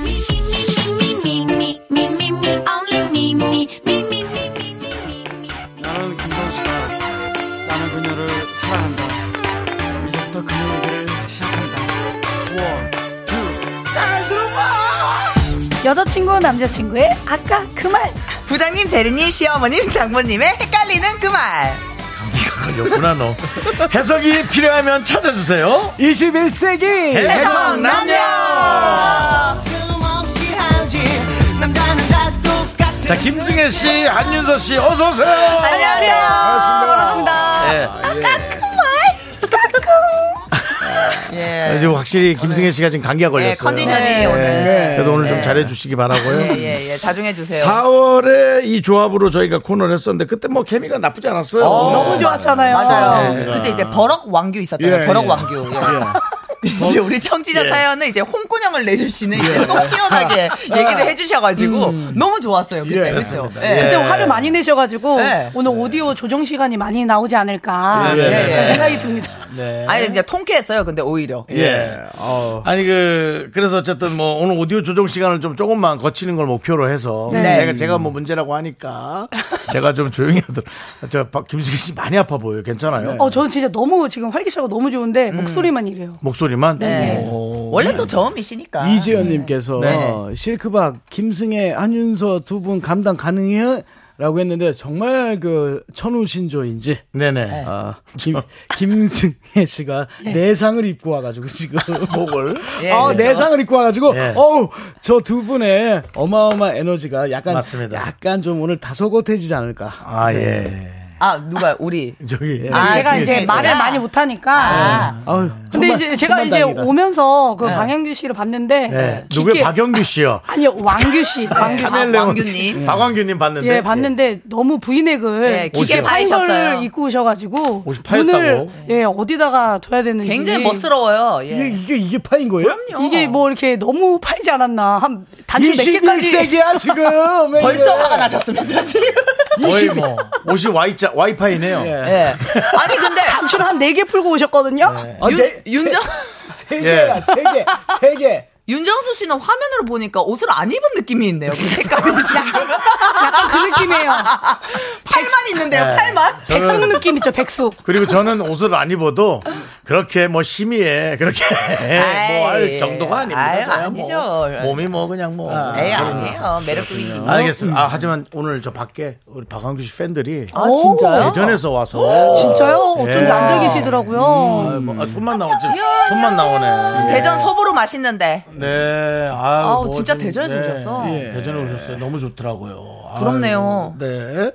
Speaker 7: Me, me, me, me, me, me, me, me, me, only me, me, me, me, me, me, me, me, me.
Speaker 10: 나는 김선수다. 나는 그녀를 사랑한다. 이제부터 그 얘기를 시작한다. 원, 투.
Speaker 11: 여자친구 남자친구의 아까 그 말 부장님 대리님 시어머님 장모님의 헷갈리는 그 말
Speaker 1: 걸렸구나 너 해석이 필요하면 찾아주세요
Speaker 2: 21세기
Speaker 1: 해성 자 김승혜 씨 한윤서 씨 어서 오세요
Speaker 11: 안녕하세요 반갑습니다
Speaker 1: 예. 아, 지금 확실히 김승혜 씨가 지금 감기가 걸렸어요.
Speaker 11: 예, 컨디션이
Speaker 1: 예.
Speaker 11: 오늘.
Speaker 1: 그래도 오늘 좀
Speaker 11: 예.
Speaker 1: 잘해 주시기 바라고요.
Speaker 11: 예예예 자중해 주세요
Speaker 1: 4월에 이 조합으로 저희가 코너를 했었는데 그때 뭐 케미가 나쁘지 않았어요.
Speaker 11: 너무 좋았잖아요
Speaker 1: 맞아요.
Speaker 11: 네. 그때 이제 버럭 왕규 있었잖아요
Speaker 2: 예,
Speaker 11: 버럭
Speaker 2: 예.
Speaker 11: 왕규 예. 이제 우리 청취자 사연을 이제 홍군형을 내주시는 이제 속 시원하게 얘기를 해주셔가지고 너무 좋았어요 그때
Speaker 2: 예.
Speaker 11: 그렇죠.
Speaker 1: 예.
Speaker 11: 그때 화를 많이
Speaker 9: 내셔가지고
Speaker 11: 네.
Speaker 9: 오늘 오디오 조정 시간이 많이 나오지 않을까
Speaker 1: 예, 예,
Speaker 9: 그런
Speaker 11: 예.
Speaker 9: 생각이 듭니다.
Speaker 11: 아니 이제 통쾌했어요 근데 오히려
Speaker 1: 예. 아니 그 그래서 어쨌든 뭐 오늘 오디오 조정 시간을 좀 조금만 거치는 걸 목표로 해서
Speaker 11: 네.
Speaker 1: 제가 제가 뭐 문제라고 하니까 제가 좀 조용히 하도록. 저 박- 김승혜 씨 많이 아파 보여요. 괜찮아요?
Speaker 9: 어, 저는 진짜 너무 지금 활기차고 너무 좋은데 목소리만 이래요.
Speaker 1: 목소리만.
Speaker 11: 네.
Speaker 1: 오.
Speaker 11: 원래 또 저음이시니까
Speaker 2: 아, 이지연님께서
Speaker 1: 네.
Speaker 2: 실크박 김승혜 한윤서 두 분 감당 가능해요? 라고 했는데 정말 그 천우신조인지
Speaker 1: 네네.
Speaker 2: 아, 김, 김승혜 씨가
Speaker 9: 네.
Speaker 2: 내상을 입고 와가지고 지금
Speaker 1: 목을.
Speaker 11: 예,
Speaker 2: 어,
Speaker 11: 그렇죠.
Speaker 2: 내상을 입고 와가지고
Speaker 1: 예.
Speaker 2: 어우 저 두 분의 어마어마한 에너지가 약간
Speaker 1: 맞습니다.
Speaker 2: 약간 좀 오늘 다소곳해지지 않을까.
Speaker 1: 아 예.
Speaker 11: 아 누가 우리
Speaker 1: 저기
Speaker 11: 아,
Speaker 9: 네. 제가 이제
Speaker 11: 예.
Speaker 9: 말을
Speaker 11: 예.
Speaker 9: 많이 못하니까.
Speaker 1: 아, 네.
Speaker 9: 근데 이제 제가 이제 오면서 그 강현규 씨를 봤는데
Speaker 1: 네.
Speaker 9: 깊게-
Speaker 1: 누구야? 박영규 씨요.
Speaker 9: 아니요 왕규 씨, 왕규 씨.
Speaker 1: 네. 박왕규님 봤는데.
Speaker 9: 예, 봤는데 너무 브이넥을
Speaker 11: 네,
Speaker 1: 예, 기계 옷이요.
Speaker 11: 파이셨어요.
Speaker 9: 파이셔를 입고 오셔가지고
Speaker 1: 옷이 파였다고?
Speaker 9: 눈을 예 어디다가 둬야 되는지
Speaker 11: 굉장히 멋스러워요. 예.
Speaker 2: 이게, 이게, 이게 파인 거예요?
Speaker 9: 이게 뭐 이렇게 너무 파이지 않았나 한 단추 몇
Speaker 2: 21세기야
Speaker 9: 개까지 아,
Speaker 2: 야, 지금.
Speaker 11: 벌써 화가 나셨습니다. 지금.
Speaker 1: 거의 뭐 옷이 와이자 와이파이네요.
Speaker 11: 예. 아니 근데
Speaker 9: 단추를 한 네 개 풀고 오셨거든요.
Speaker 2: 아,
Speaker 11: 윤,
Speaker 2: 네.
Speaker 11: 윤정
Speaker 2: 세
Speaker 1: 예.
Speaker 2: 개야, 세 개. 세 개.
Speaker 11: 윤정수 씨는 화면으로 보니까 옷을 안 입은 느낌이 있네요. 그 색깔이 약간,
Speaker 9: 약간 그 느낌이에요.
Speaker 11: 팔만 있는데요.
Speaker 1: 네.
Speaker 11: 팔만.
Speaker 1: 저는-
Speaker 9: 백숙 느낌 있죠, 백숙.
Speaker 1: 그리고 저는 옷을 안 입어도 그렇게 뭐 심의에 그렇게 뭐 할
Speaker 11: 아이,
Speaker 1: 정도가 아닙니다.
Speaker 11: 아유,
Speaker 1: 저야 뭐
Speaker 11: 아니죠.
Speaker 1: 몸이 뭐 그냥 뭐.
Speaker 11: 에이 네, 아니에요. 매력적인
Speaker 1: 알겠습니다. 아, 하지만 오늘 저 밖에 우리 박광규 씨 팬들이
Speaker 11: 아 진짜요?
Speaker 1: 대전에서 와서
Speaker 11: 어?
Speaker 9: 진짜요?
Speaker 1: 예.
Speaker 9: 어쩐지 앉아 계시더라고요.
Speaker 1: 아유, 뭐, 아, 손만 나오지 손만 나오네.
Speaker 11: 예. 대전 서부로 맛있는데.
Speaker 1: 네. 아유,
Speaker 11: 아우,
Speaker 1: 뭐
Speaker 11: 진짜
Speaker 1: 좀,
Speaker 11: 대전에서 오셨어.
Speaker 1: 예. 대전에 오셨어요. 너무 좋더라고요. 아유,
Speaker 11: 부럽네요.
Speaker 1: 네.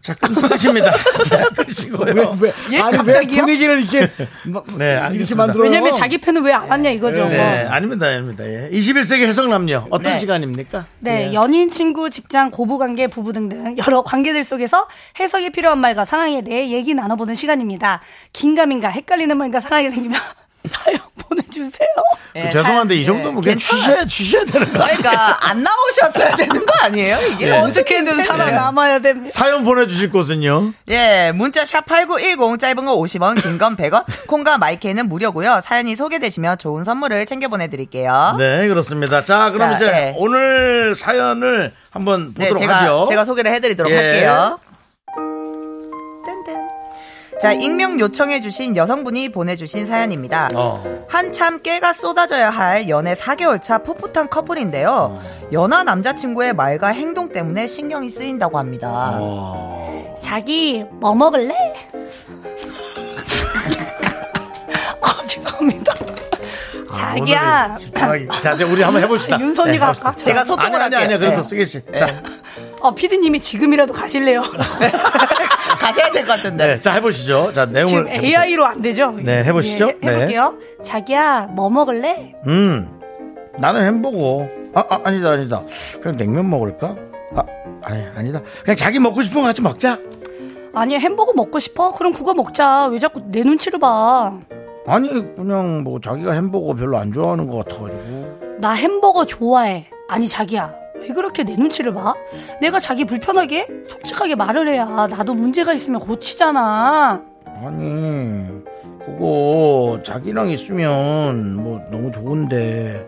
Speaker 1: 자, 끊으십니다. 자, 끊으시고요.
Speaker 2: 왜, 왜?
Speaker 9: 예?
Speaker 2: 아니, 왜
Speaker 9: 갑자기요?
Speaker 2: 분위기를 이렇게, 막,
Speaker 1: 네,
Speaker 2: 이렇게
Speaker 1: 알겠습니다.
Speaker 2: 만들어요?
Speaker 9: 왜냐면 자기 팬은 왜 안 왔냐 이거죠.
Speaker 1: 네, 아닙니다, 아닙니다. 예. 21세기 해석남녀 어떤
Speaker 11: 네.
Speaker 1: 시간입니까?
Speaker 9: 네, 연인, 친구, 직장, 고부관계, 부부 등등 여러 관계들 속에서 해석이 필요한 말과 상황에 대해 얘기 나눠보는 시간입니다. 긴가민가 헷갈리는 말과 상황이 생기면 사연 보내주세요.
Speaker 11: 예,
Speaker 1: 그 죄송한데
Speaker 11: 다-
Speaker 1: 이 정도면 뭐
Speaker 11: 예,
Speaker 1: 그냥 취셔야
Speaker 11: 괜찮아요.
Speaker 1: 취셔야 되는 거 아니에요?
Speaker 11: 그러니까 안 나오셨어야 되는 거 아니에요? 이게
Speaker 1: 예.
Speaker 9: 어떻게든 살아남아야 됩니다.
Speaker 1: 사연 보내주실 곳은요.
Speaker 11: 예, 문자 샵 8910 짧은 거 50원, 긴 건 100원. 콩과 마이크는 무료고요. 사연이 소개되시면 좋은 선물을 챙겨 보내 드릴게요.
Speaker 1: 네, 그렇습니다. 자, 그럼
Speaker 11: 어? 자,
Speaker 1: 이제
Speaker 11: 예.
Speaker 1: 오늘 사연을 한번
Speaker 11: 네,
Speaker 1: 보도록
Speaker 11: 제가
Speaker 1: 하죠.
Speaker 11: 제가 소개를 해 드리도록
Speaker 1: 예.
Speaker 11: 할게요. 딴딴. 자, 익명 요청해 주신 여성분이 보내 주신 사연입니다.
Speaker 1: 어.
Speaker 11: 한참 깨가 쏟아져야 할 연애 4개월 차 풋풋한
Speaker 1: 어.
Speaker 11: 커플인데요. 연하 남자친구의 말과 행동 때문에 신경이 쓰인다고 합니다.
Speaker 1: 어.
Speaker 9: 자기 뭐 먹을래? 아 죄송합니다.
Speaker 1: 아, 오늘은
Speaker 9: 자기야
Speaker 1: 집중하기. 자, 이제 우리 한번 해봅시다. 네,
Speaker 9: 윤선이가
Speaker 1: 해봅시다.
Speaker 9: 아까 제가
Speaker 11: 소통을
Speaker 1: 아니, 아니,
Speaker 11: 할게요.
Speaker 1: 아니, 그래도
Speaker 11: 네.
Speaker 1: 승기 씨. 자,
Speaker 9: 어, 피디님이 지금이라도 가실래요?
Speaker 1: 아,
Speaker 11: 아, 가셔야 될 것 같은데.
Speaker 1: 네, 자 해보시죠. 자, 내용을.
Speaker 9: 지금
Speaker 1: 해보세요.
Speaker 9: AI로 안 되죠?
Speaker 1: 네, 해보시죠.
Speaker 9: 예, 해- 해볼게요. 자기야, 뭐 먹을래?
Speaker 1: 음, 나는 햄버거. 아, 아, 아니다, 아니다. 그냥 냉면 먹을까? 아, 아니, 아니다. 그냥 자기 먹고 싶은 거 같이 먹자.
Speaker 9: 아니, 햄버거 먹고 싶어? 그럼 그거 먹자. 왜 자꾸 내 눈치를 봐?
Speaker 1: 아니, 그냥 뭐 자기가 햄버거 별로 안 좋아하는 것 같아가지고.
Speaker 9: 나 햄버거 좋아해. 아니, 자기야. 왜 그렇게 내 눈치를 봐? 내가 자기 불편하게 솔직하게 말을 해야 나도 문제가 있으면 고치잖아.
Speaker 1: 아니, 그거 자기랑 있으면 뭐 너무 좋은데.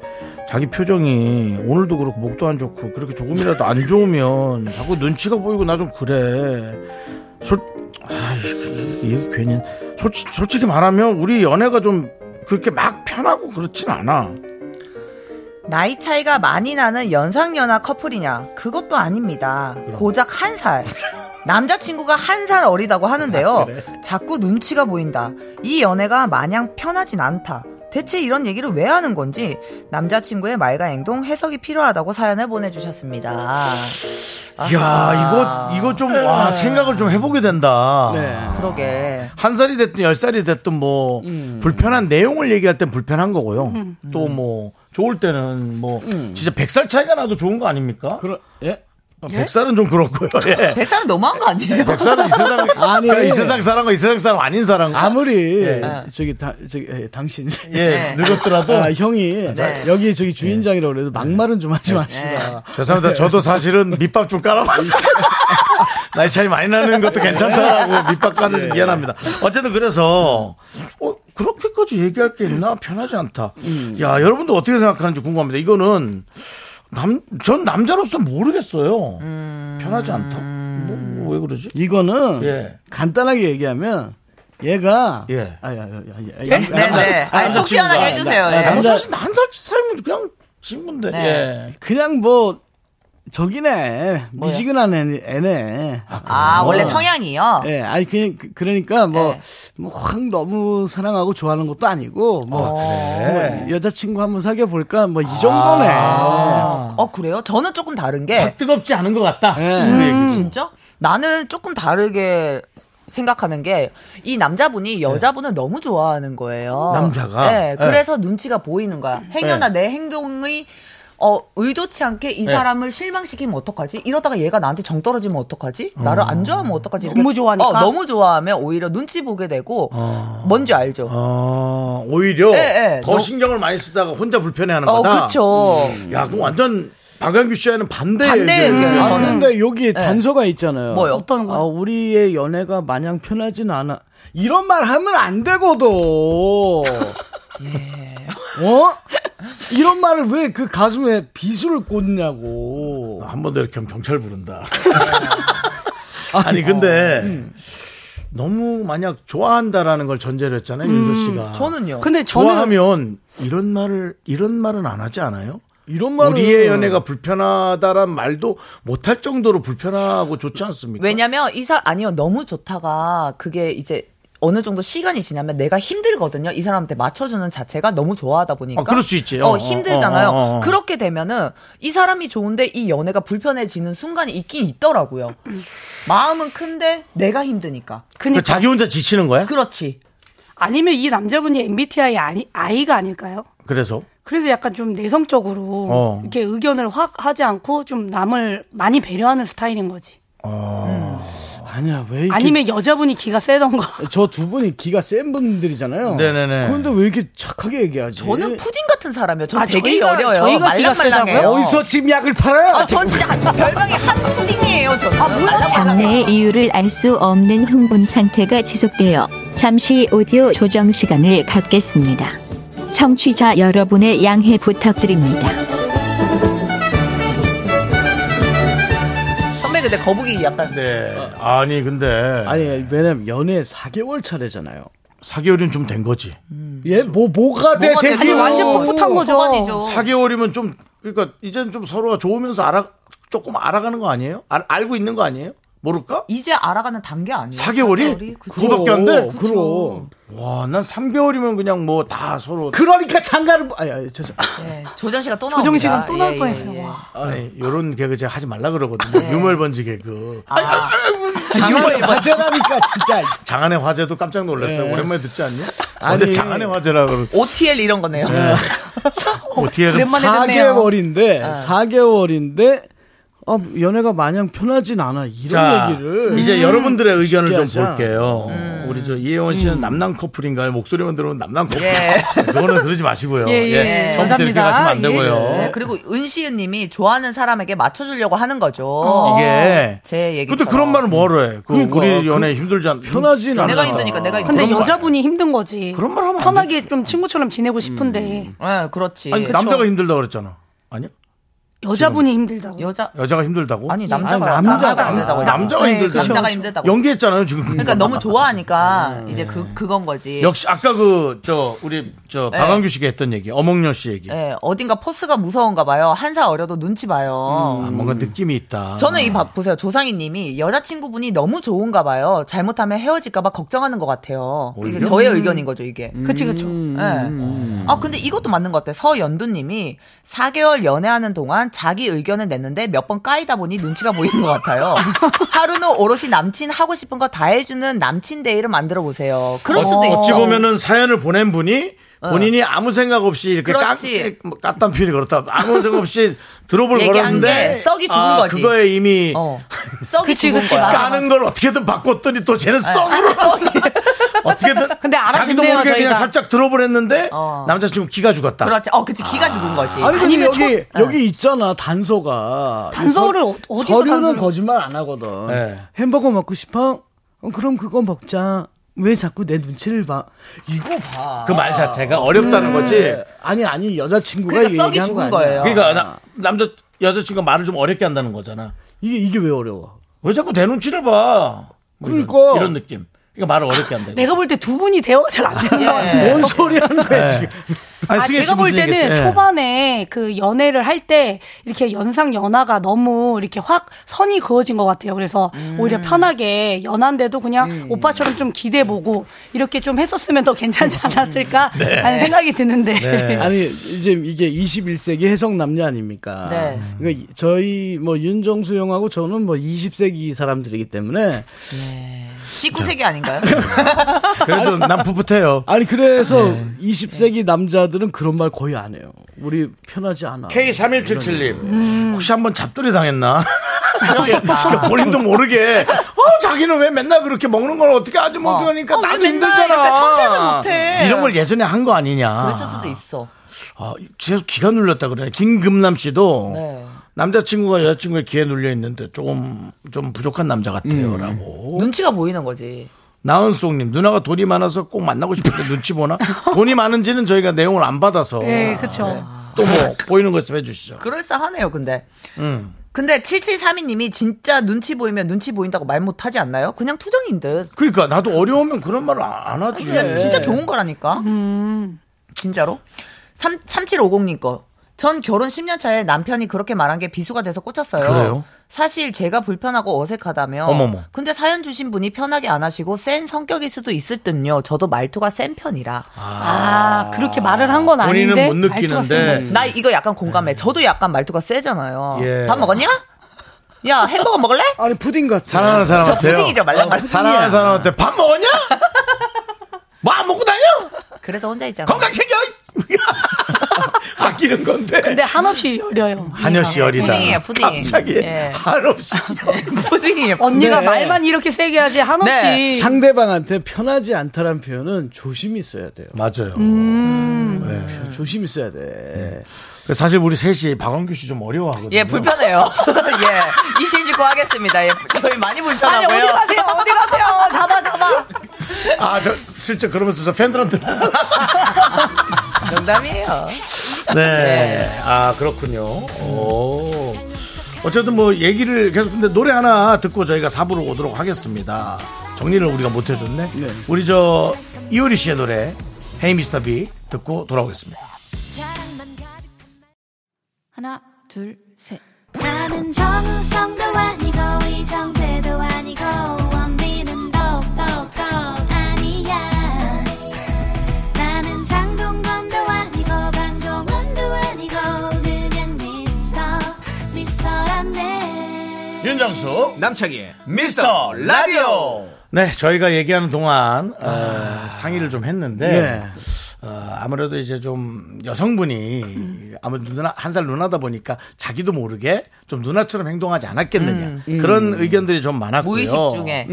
Speaker 1: 자기 표정이 오늘도 그렇고 목도 안 좋고 그렇게 조금이라도 안 좋으면 자꾸 눈치가 보이고 나 좀 그래. 솔, 아, 이게 괜히. 솔직, 솔직히 말하면 우리 연애가 좀 그렇게 막 편하고 그렇진 않아.
Speaker 11: 나이 차이가 많이 나는 연상연하 커플이냐? 그것도 아닙니다. 고작 한 살. 남자친구가 한 살 어리다고 하는데요. 자꾸 눈치가 보인다. 이 연애가 마냥 편하진 않다. 대체 이런 얘기를 왜 하는 건지 남자친구의 말과 행동 해석이 필요하다고 사연을 보내주셨습니다.
Speaker 1: 야 이거 이거 좀 와 생각을 좀 해보게
Speaker 2: 네.
Speaker 1: 된다.
Speaker 11: 그러게.
Speaker 1: 한 살이 됐든 열 살이 됐든 뭐
Speaker 2: 음.
Speaker 1: 불편한 내용을 얘기할 땐 불편한 거고요. 또 뭐 좋을 때는 뭐 진짜 백 살 차이가 나도 좋은 거 아닙니까?
Speaker 2: 음.
Speaker 1: 어,
Speaker 2: 그러, 예?
Speaker 1: 백 살은 좀 그렇고요. 예.
Speaker 11: 백살은 너무한 거 아니에요?
Speaker 1: 백 살은 이 세상
Speaker 2: 아니.
Speaker 1: 그냥 이 세상 사람과 이 세상 사람 아닌 사람.
Speaker 2: 아무리,
Speaker 1: 예.
Speaker 2: 저기, 다, 저기, 예, 당신.
Speaker 1: 예
Speaker 11: 네.
Speaker 1: 늙었더라도
Speaker 2: 아, 형이
Speaker 11: 네.
Speaker 2: 여기 저기 주인장이라고 그래도 막말은 좀 하지 맙시다.
Speaker 1: 죄송합니다. 저도 사실은 밑밥 좀 깔아봤어요. 나이 차이 많이 나는 것도 괜찮다라고 밑밥 깔는 게 미안합니다. 어쨌든 그래서 어, 그렇게까지 얘기할 게 있나 편하지 않다. 야 여러분도 어떻게 생각하는지 궁금합니다. 이거는 남, 전 남자로서 모르겠어요. 편하지 않다. 뭐, 뭐왜 그러지?
Speaker 2: 이거는
Speaker 1: 예.
Speaker 2: 간단하게 얘기하면 얘가
Speaker 1: 예.
Speaker 2: 아, 야, 야, 야, 야,
Speaker 11: 네네. 아니, 속 시원하게 해주세요.
Speaker 2: 나- 나-
Speaker 11: 예.
Speaker 1: 뭐
Speaker 2: 남자-
Speaker 1: 사실 한살 살면 그냥 친구인데.
Speaker 11: 네.
Speaker 1: 예.
Speaker 2: 그냥 뭐 저기네 뭐 미지근한 애- 애네.
Speaker 11: 아 네. 원래 성향이요.
Speaker 2: 예, 아니 그냥 그- 그러니까
Speaker 11: 예.
Speaker 2: 뭐뭐확 너무 사랑하고 좋아하는 것도 아니고 뭐,
Speaker 1: 그래.
Speaker 2: 뭐 여자친구 한번 사귀어 볼까 뭐 이 정도네.
Speaker 11: 어 그래요? 저는 조금 다른 게
Speaker 1: 뜨겁지 않은 것 같다.
Speaker 11: 음, 진짜? 나는 조금 다르게 생각하는 게 이 남자분이 여자분을 너무 좋아하는 거예요.
Speaker 1: 남자가? 네.
Speaker 11: 네, 그래서 눈치가 보이는 거야. 행여나 내 행동이 어 의도치 않게 이
Speaker 1: 네.
Speaker 11: 사람을 실망시키면 어떡하지? 이러다가 얘가 나한테 정 떨어지면 어떡하지? 나를 안 좋아하면 어떡하지? 이렇게,
Speaker 9: 너무 좋아하니까?
Speaker 11: 어, 너무 좋아하면 오히려 눈치 보게 되고 뭔지 알죠?
Speaker 1: 아, 오히려
Speaker 11: 예, 예.
Speaker 1: 더
Speaker 11: 너-
Speaker 1: 신경을 많이 쓰다가 혼자 불편해하는
Speaker 11: 어,
Speaker 1: 거다.
Speaker 11: 그쵸.
Speaker 1: 음. 야, 그럼 완전 박영규 씨와는 반대
Speaker 11: 반대
Speaker 2: 음.
Speaker 11: 의견이에요, 저는. 네.
Speaker 2: 근데 여기 에 단서가 있잖아요.
Speaker 11: 뭐요? 어떤
Speaker 2: 아, 우리의 연애가 마냥 편하진 않아. 이런 말 하면 안 되고도.
Speaker 9: 예.
Speaker 2: 어? 이런 말을 왜 그 가슴에 비수를 꽂냐고.
Speaker 1: 한 번 더 이렇게 하면 경찰 부른다. 아니 근데 너무 만약 좋아한다라는 걸 전제로 했잖아요, 윤서 씨가.
Speaker 11: 저는요.
Speaker 9: 근데 저는-
Speaker 1: 좋아하면 이런 말을 이런 말은 안 하지 않아요?
Speaker 2: 이런 말은
Speaker 1: 우리의 연애가 불편하다란 말도 못할 정도로 불편하고 좋지 않습니까?
Speaker 11: 왜냐면 이 사 아니요 너무 좋다가 그게 이제 어느 정도 시간이 지나면 내가 힘들거든요. 이 사람한테 맞춰주는 자체가 너무 좋아하다 보니까.
Speaker 1: 아, 그럴 수 있지. 어,
Speaker 11: 어, 힘들잖아요.
Speaker 1: 어, 어, 어, 어.
Speaker 11: 그렇게 되면은 이 사람이 좋은데 이 연애가 불편해지는 순간이 있긴 있더라고요. 마음은 큰데 내가 힘드니까.
Speaker 1: 그
Speaker 9: 그니까
Speaker 1: 자기 혼자 지치는 거야?
Speaker 11: 그렇지.
Speaker 9: 아니면 이 남자분이 MBTI 아니, 아이가 아닐까요?
Speaker 1: 그래서
Speaker 9: 그래서 약간 좀 내성적으로
Speaker 1: 어.
Speaker 9: 이렇게 의견을 확 하지 않고 좀 남을 많이 배려하는 스타일인 거지.
Speaker 2: 아니야, 왜 이렇게.
Speaker 9: 아니면 여자분이 기가 세던가.
Speaker 2: 저 두 분이 기가 센 분들이잖아요.
Speaker 1: 네네네.
Speaker 2: 그런데 왜 이렇게 착하게 얘기하지? 예.
Speaker 11: 저는 푸딩 같은 사람이에요. 저
Speaker 9: 아,
Speaker 11: 되게
Speaker 9: 저희가-
Speaker 11: 여려요.
Speaker 9: 저희가 기가
Speaker 11: 말랑말랑해요.
Speaker 9: 세다고요?
Speaker 2: 어디서 지금 약을 팔아요?
Speaker 11: 아, 전 진짜 한- 별명이 한 푸딩이에요. 저는. 아,
Speaker 12: 장래의 이유를 알 수 없는 흥분 상태가 지속되어 잠시 오디오 조정 시간을 갖겠습니다. 청취자 여러분의 양해 부탁드립니다.
Speaker 11: 선배 근데 거북이 약간.
Speaker 1: 네. 아니 근데
Speaker 2: 아니, 왜냐면 연애 4개월 차례잖아요.
Speaker 1: 4개월이면 좀 된 거지.
Speaker 2: 예, 뭐, 뭐가 돼,
Speaker 11: 뭐가 돼,
Speaker 2: 대표.
Speaker 9: 음. 아니 완전
Speaker 2: 어.
Speaker 9: 풋풋한 거죠.
Speaker 11: 소원이죠.
Speaker 1: 4개월이면 어. 좀 그러니까 이제는 좀 서로가 좋으면서 알아 조금 알아가는 거 아니에요? 알, 알고 있는 거 아니에요? 모를까?
Speaker 11: 이제 알아가는 단계 아니에요?
Speaker 1: 4개월이?
Speaker 11: 그쵸.
Speaker 1: 그거밖에 안 돼?
Speaker 2: 어, 그럼.
Speaker 1: 와, 난 3개월이면 그냥 뭐 다 서로
Speaker 2: 그러니까 장가를 봐- 아니, 아니, 저, 저,
Speaker 11: 네, 조정 씨가 또 나옵니다.
Speaker 9: 조정 씨가 또 나올
Speaker 11: 예,
Speaker 9: 뻔했어요.
Speaker 11: 예, 예.
Speaker 9: 와.
Speaker 1: 아니, 요런 개그 제가 하지 말라 그러거든요. 유물 번지 개그.
Speaker 11: 아,
Speaker 2: 장가를 가져라니까 진짜.
Speaker 1: 장안의 화제도 깜짝 놀랐어요. 오랜만에 듣지 않냐?
Speaker 2: 아니.
Speaker 1: 근데 장안의 화제라 그러
Speaker 11: OTL 이런 거네요.
Speaker 9: 어,
Speaker 1: OTL은
Speaker 11: 오랜만에 듣네요.
Speaker 2: 4개월인데, 4개월인데, 어, 연애가 마냥 편하진 않아. 이런
Speaker 1: 자,
Speaker 2: 얘기를.
Speaker 1: 이제 여러분들의 의견을 좀
Speaker 2: 쉽게 하자.
Speaker 1: 볼게요. 우리 저 이혜원 씨는 남남 커플인가요? 목소리만 들으면 남남 커플.
Speaker 11: 예.
Speaker 1: 그거는 그러지 마시고요.
Speaker 9: 예, 예.
Speaker 1: 처음부터 이렇게
Speaker 9: 감사합니다.
Speaker 1: 가시면 안
Speaker 9: 예,
Speaker 1: 되고요.
Speaker 11: 네, 그리고 은시은 님이 좋아하는 사람에게 맞춰주려고 하는
Speaker 9: 어.
Speaker 11: 거죠.
Speaker 1: 이게
Speaker 11: 제 얘기.
Speaker 1: 근데 그런 말을 뭐하러 해? 그
Speaker 2: 그러니까.
Speaker 1: 우리 연애 힘들지 않
Speaker 2: 편하진 않아.
Speaker 11: 내가 힘드니까 내가 힘드니까.
Speaker 9: 근데
Speaker 1: 그런 거
Speaker 9: 여자분이 힘든 거지.
Speaker 1: 그런 말 하면 안 음,
Speaker 9: 편하게 좀 친구처럼 지내고 싶은데
Speaker 11: 네, 그렇지.
Speaker 1: 아니, 남자가 힘들다 그랬잖아. 아니요?
Speaker 9: 여자분이 힘들다고.
Speaker 11: 여자
Speaker 1: 여자가 힘들다고?
Speaker 11: 아니 남자가
Speaker 2: 아니, 남자가
Speaker 11: 남자가 힘들다고. 했어.
Speaker 1: 남자가
Speaker 9: 네,
Speaker 1: 힘들다.
Speaker 9: 그쵸,
Speaker 11: 남자가 힘들다고.
Speaker 1: 연기했잖아요, 지금.
Speaker 11: 그러니까 너무 좋아하니까 이제 그 그건 거지.
Speaker 1: 음. 역시 아까 그 저 우리 저
Speaker 11: 네.
Speaker 1: 박완규 씨가 했던 얘기, 어몽여 씨 얘기. 아,
Speaker 11: 예, 어딘가 포스가 무서운가 봐요. 한 살 어려도 눈치 봐요.
Speaker 1: 아, 뭔가 느낌이 있다.
Speaker 11: 저는 이 밥 보세요. 조상희 님이 여자친구분이 너무 좋은가 봐요. 잘못하면 헤어질까 봐 걱정하는 것 같아요. 이게
Speaker 1: 오히려?
Speaker 11: 저의 의견인 거죠, 이게.
Speaker 9: 그치 그쵸.
Speaker 11: 예. 아, 근데 이것도 맞는 것 같아요. 서연두 님이 4개월 연애하는 동안 자기 의견을 냈는데 몇 번 까이다 보니 눈치가 보이는 것 같아요. 하루는 오롯이 남친 하고 싶은 거 다 해주는 남친 데이를 만들어 보세요. 그럴 수도 있어.
Speaker 1: 어찌 보면은 사연을 보낸 분이 본인이 아무 생각 없이 이렇게 까,
Speaker 11: 그렇지.
Speaker 1: 깠단 표현이 그렇다. 아무 생각 없이 드롭을
Speaker 11: 얘기한
Speaker 1: 걸었는데
Speaker 11: 게 썩이 죽은
Speaker 1: 아,
Speaker 11: 거지.
Speaker 1: 그거에 이미
Speaker 11: 어. 썩이
Speaker 9: 그치,
Speaker 11: 죽은
Speaker 9: 그치,
Speaker 11: 거야.
Speaker 9: 맞아.
Speaker 1: 까는 걸 어떻게든 바꿨더니 또 쟤는 썩으로 어떻게든
Speaker 9: 네. 아, 근데 알아듣네요,
Speaker 1: 자기도 모르게 그냥
Speaker 9: 저희가.
Speaker 1: 살짝 드롭을 했는데
Speaker 11: 어.
Speaker 1: 남자친구 기가 죽었다.
Speaker 11: 그렇지. 어, 그치. 기가 죽은 거지.
Speaker 2: 아니, 근데
Speaker 9: 아니면
Speaker 2: 여기, 여기 있잖아, 단서가.
Speaker 9: 단서를
Speaker 2: 서-
Speaker 9: 어- 어디서
Speaker 2: 서류는
Speaker 9: 단서를-
Speaker 2: 거짓말 안 하거든.
Speaker 1: 네.
Speaker 2: 햄버거 먹고 싶어? 어, 그럼 그거 먹자. 왜 자꾸 내 눈치를 봐? 이거 봐.
Speaker 1: 그
Speaker 9: 아.
Speaker 1: 말 자체가 어렵다는
Speaker 9: 음.
Speaker 1: 거지.
Speaker 2: 아니, 아니, 여자친구가
Speaker 11: 그러니까 썩이
Speaker 2: 얘기한
Speaker 11: 죽은
Speaker 2: 거 아니야.
Speaker 11: 거예요.
Speaker 1: 그러니까 나- 남자 여자친구가 말을 좀 어렵게 한다는 거잖아.
Speaker 2: 이게, 이게 왜 어려워?
Speaker 1: 왜 자꾸 내 눈치를 봐? 뭐 이런-
Speaker 2: 그러니까.
Speaker 1: 이런
Speaker 9: 아,
Speaker 1: 느낌. 그러니까 말을 어렵게 한다. 네.
Speaker 9: 내가 볼 때 두 분이 대화가 잘 안 되는 거 같아.
Speaker 11: 예.
Speaker 2: 뭔 소리 하는 거야, 지금.
Speaker 1: 아니,
Speaker 9: 아,
Speaker 1: 승혜
Speaker 9: 제가
Speaker 1: 씨
Speaker 9: 볼
Speaker 1: 무슨
Speaker 9: 때는
Speaker 1: 얘기했어요? 예.
Speaker 9: 초반에 그 연애를 할 때 이렇게 연상 연하가 너무 이렇게 확 선이 그어진 것 같아요. 그래서 오히려 편하게 연한데도 그냥 오빠처럼 좀 기대 보고 이렇게 좀 했었으면 더 괜찮지 않았을까
Speaker 2: 네.
Speaker 9: 하는 생각이 드는데.
Speaker 2: 아니 이제 이게 21세기 해석 남녀 아닙니까?
Speaker 9: 네.
Speaker 2: 그러니까 저희 뭐 윤정수 형하고 저는 뭐 20세기 사람들이기 때문에
Speaker 11: 19세기 아닌가요?
Speaker 1: 그래도 난 풋풋해요.
Speaker 2: 아니 그래서 20세기 남자들은 그런 말 거의 안 해요. 우리 편하지 않아.
Speaker 1: K3177님 혹시 한번 잡돌이 당했나?
Speaker 11: 그러니까.
Speaker 1: 본인도 모르게 어 자기는 왜 맨날 그렇게 먹는 걸 어떻게 아주 먹으니까
Speaker 11: 어, 왜
Speaker 1: 나도
Speaker 11: 맨날 이렇게 선택을
Speaker 1: 힘들잖아.
Speaker 11: 못해?
Speaker 1: 이런 걸 예전에 한 거 아니냐.
Speaker 11: 그랬을 수도 있어.
Speaker 1: 아, 계속 기가 눌렸다 그러네. 김금남 씨도
Speaker 11: 네.
Speaker 1: 남자친구가 여자친구의 기에 눌려 있는데 조금 좀 부족한 남자 같아요라고.
Speaker 11: 눈치가 보이는 거지.
Speaker 1: 나은송님 누나가 돈이 많아서 꼭 만나고 싶은데 눈치 보나? 돈이 많은지는 저희가 내용을 안 받아서
Speaker 11: 네, 그쵸.
Speaker 1: 또 뭐 보이는 거 있으면 해주시죠.
Speaker 11: 그럴싸하네요, 근데.
Speaker 1: 음.
Speaker 11: 근데 7732님이 진짜 눈치 보이면 눈치 보인다고 말 못하지 않나요? 그냥 투정인 듯.
Speaker 1: 그러니까 나도 어려우면 그런 말을 안 하지.
Speaker 11: 아, 진짜, 진짜 좋은 거라니까.
Speaker 1: 음.
Speaker 11: 진짜로. 3, 3750님 거. 전 결혼 10년 차에 남편이 그렇게 말한 게 비수가 돼서 꽂혔어요.
Speaker 1: 그래요?
Speaker 11: 사실 제가 불편하고 어색하다며.
Speaker 1: 어머머.
Speaker 11: 근데 사연 주신 분이 편하게 안 하시고 센 성격일 수도 있을 듯요. 저도 말투가 센 편이라.
Speaker 9: 아, 그렇게 말을 한 건
Speaker 1: 본인은
Speaker 9: 아닌데.
Speaker 1: 못 느끼는데. 네.
Speaker 9: 말투가 센
Speaker 11: 나 이거 약간 공감해. 저도 약간 말투가 세잖아요.
Speaker 1: 예.
Speaker 11: 밥 먹었냐? 야 햄버거 먹을래?
Speaker 2: 아니 푸딩 같아.
Speaker 1: 사랑하는
Speaker 11: 저
Speaker 1: 사람한테요.
Speaker 11: 푸딩이죠 말랑 말랑.
Speaker 1: 사랑하는 사람한테 밥 먹었냐? 뭐 안 먹고 다녀?
Speaker 11: 그래서 혼자 있잖아.
Speaker 1: 건강 챙겨. 아끼는 건데.
Speaker 9: 근데 한없이 여려요.
Speaker 1: 한여 씨 열이다.
Speaker 11: 푸딩이에요, 푸딩.
Speaker 1: 갑자기
Speaker 11: 예.
Speaker 1: 한없이
Speaker 11: 푸딩이에요.
Speaker 9: 언니가
Speaker 2: 네.
Speaker 9: 말만 이렇게 세게 하지 한없이.
Speaker 11: 네.
Speaker 2: 상대방한테 편하지 않다라는 표현은 조심히 써야 돼요.
Speaker 1: 맞아요.
Speaker 2: 표- 조심히 써야 돼.
Speaker 1: 사실 우리 셋이 박원규 씨 좀 어려워하거든요.
Speaker 9: 음.
Speaker 11: 예 불편해요. 예 이실직고 하겠습니다. 예 저희 많이
Speaker 9: 아니,
Speaker 11: 불편하고요.
Speaker 9: 어디 가세요? 어디 가세요? 잡아, 잡아.
Speaker 1: 아, 저 실제 그러면서 저 팬들한테.
Speaker 11: 농담이에요.
Speaker 1: 네. 아, 그렇군요. 오. 어쨌든 뭐 얘기를 계속 근데 노래 하나 듣고 저희가 사부로 오도록 하겠습니다. 정리를 우리가 못 해줬네. 우리 저 이효리 씨의 노래 헤이 미스터 비 듣고 돌아오겠습니다.
Speaker 13: 하나, 둘, 셋. 나는 정우성도 아니고, 이정재도 아니고, 원빈은 더욱더 아니야. 나는 장동건도 아니고, 강동원도 아니고, 그냥 미스터, 미스터란데.
Speaker 1: 윤정수
Speaker 6: 남창희의
Speaker 1: 미스터 라디오. 네, 저희가 얘기하는 동안 어, 상의를 좀 했는데
Speaker 2: 네.
Speaker 1: 어, 아무래도 이제 좀 여성분이 아무래도 누나 한 살 누나다 보니까 자기도 모르게 좀 누나처럼 행동하지 않았겠느냐 음. 그런 의견들이 좀 많았고요. 음.
Speaker 11: 무의식 중에.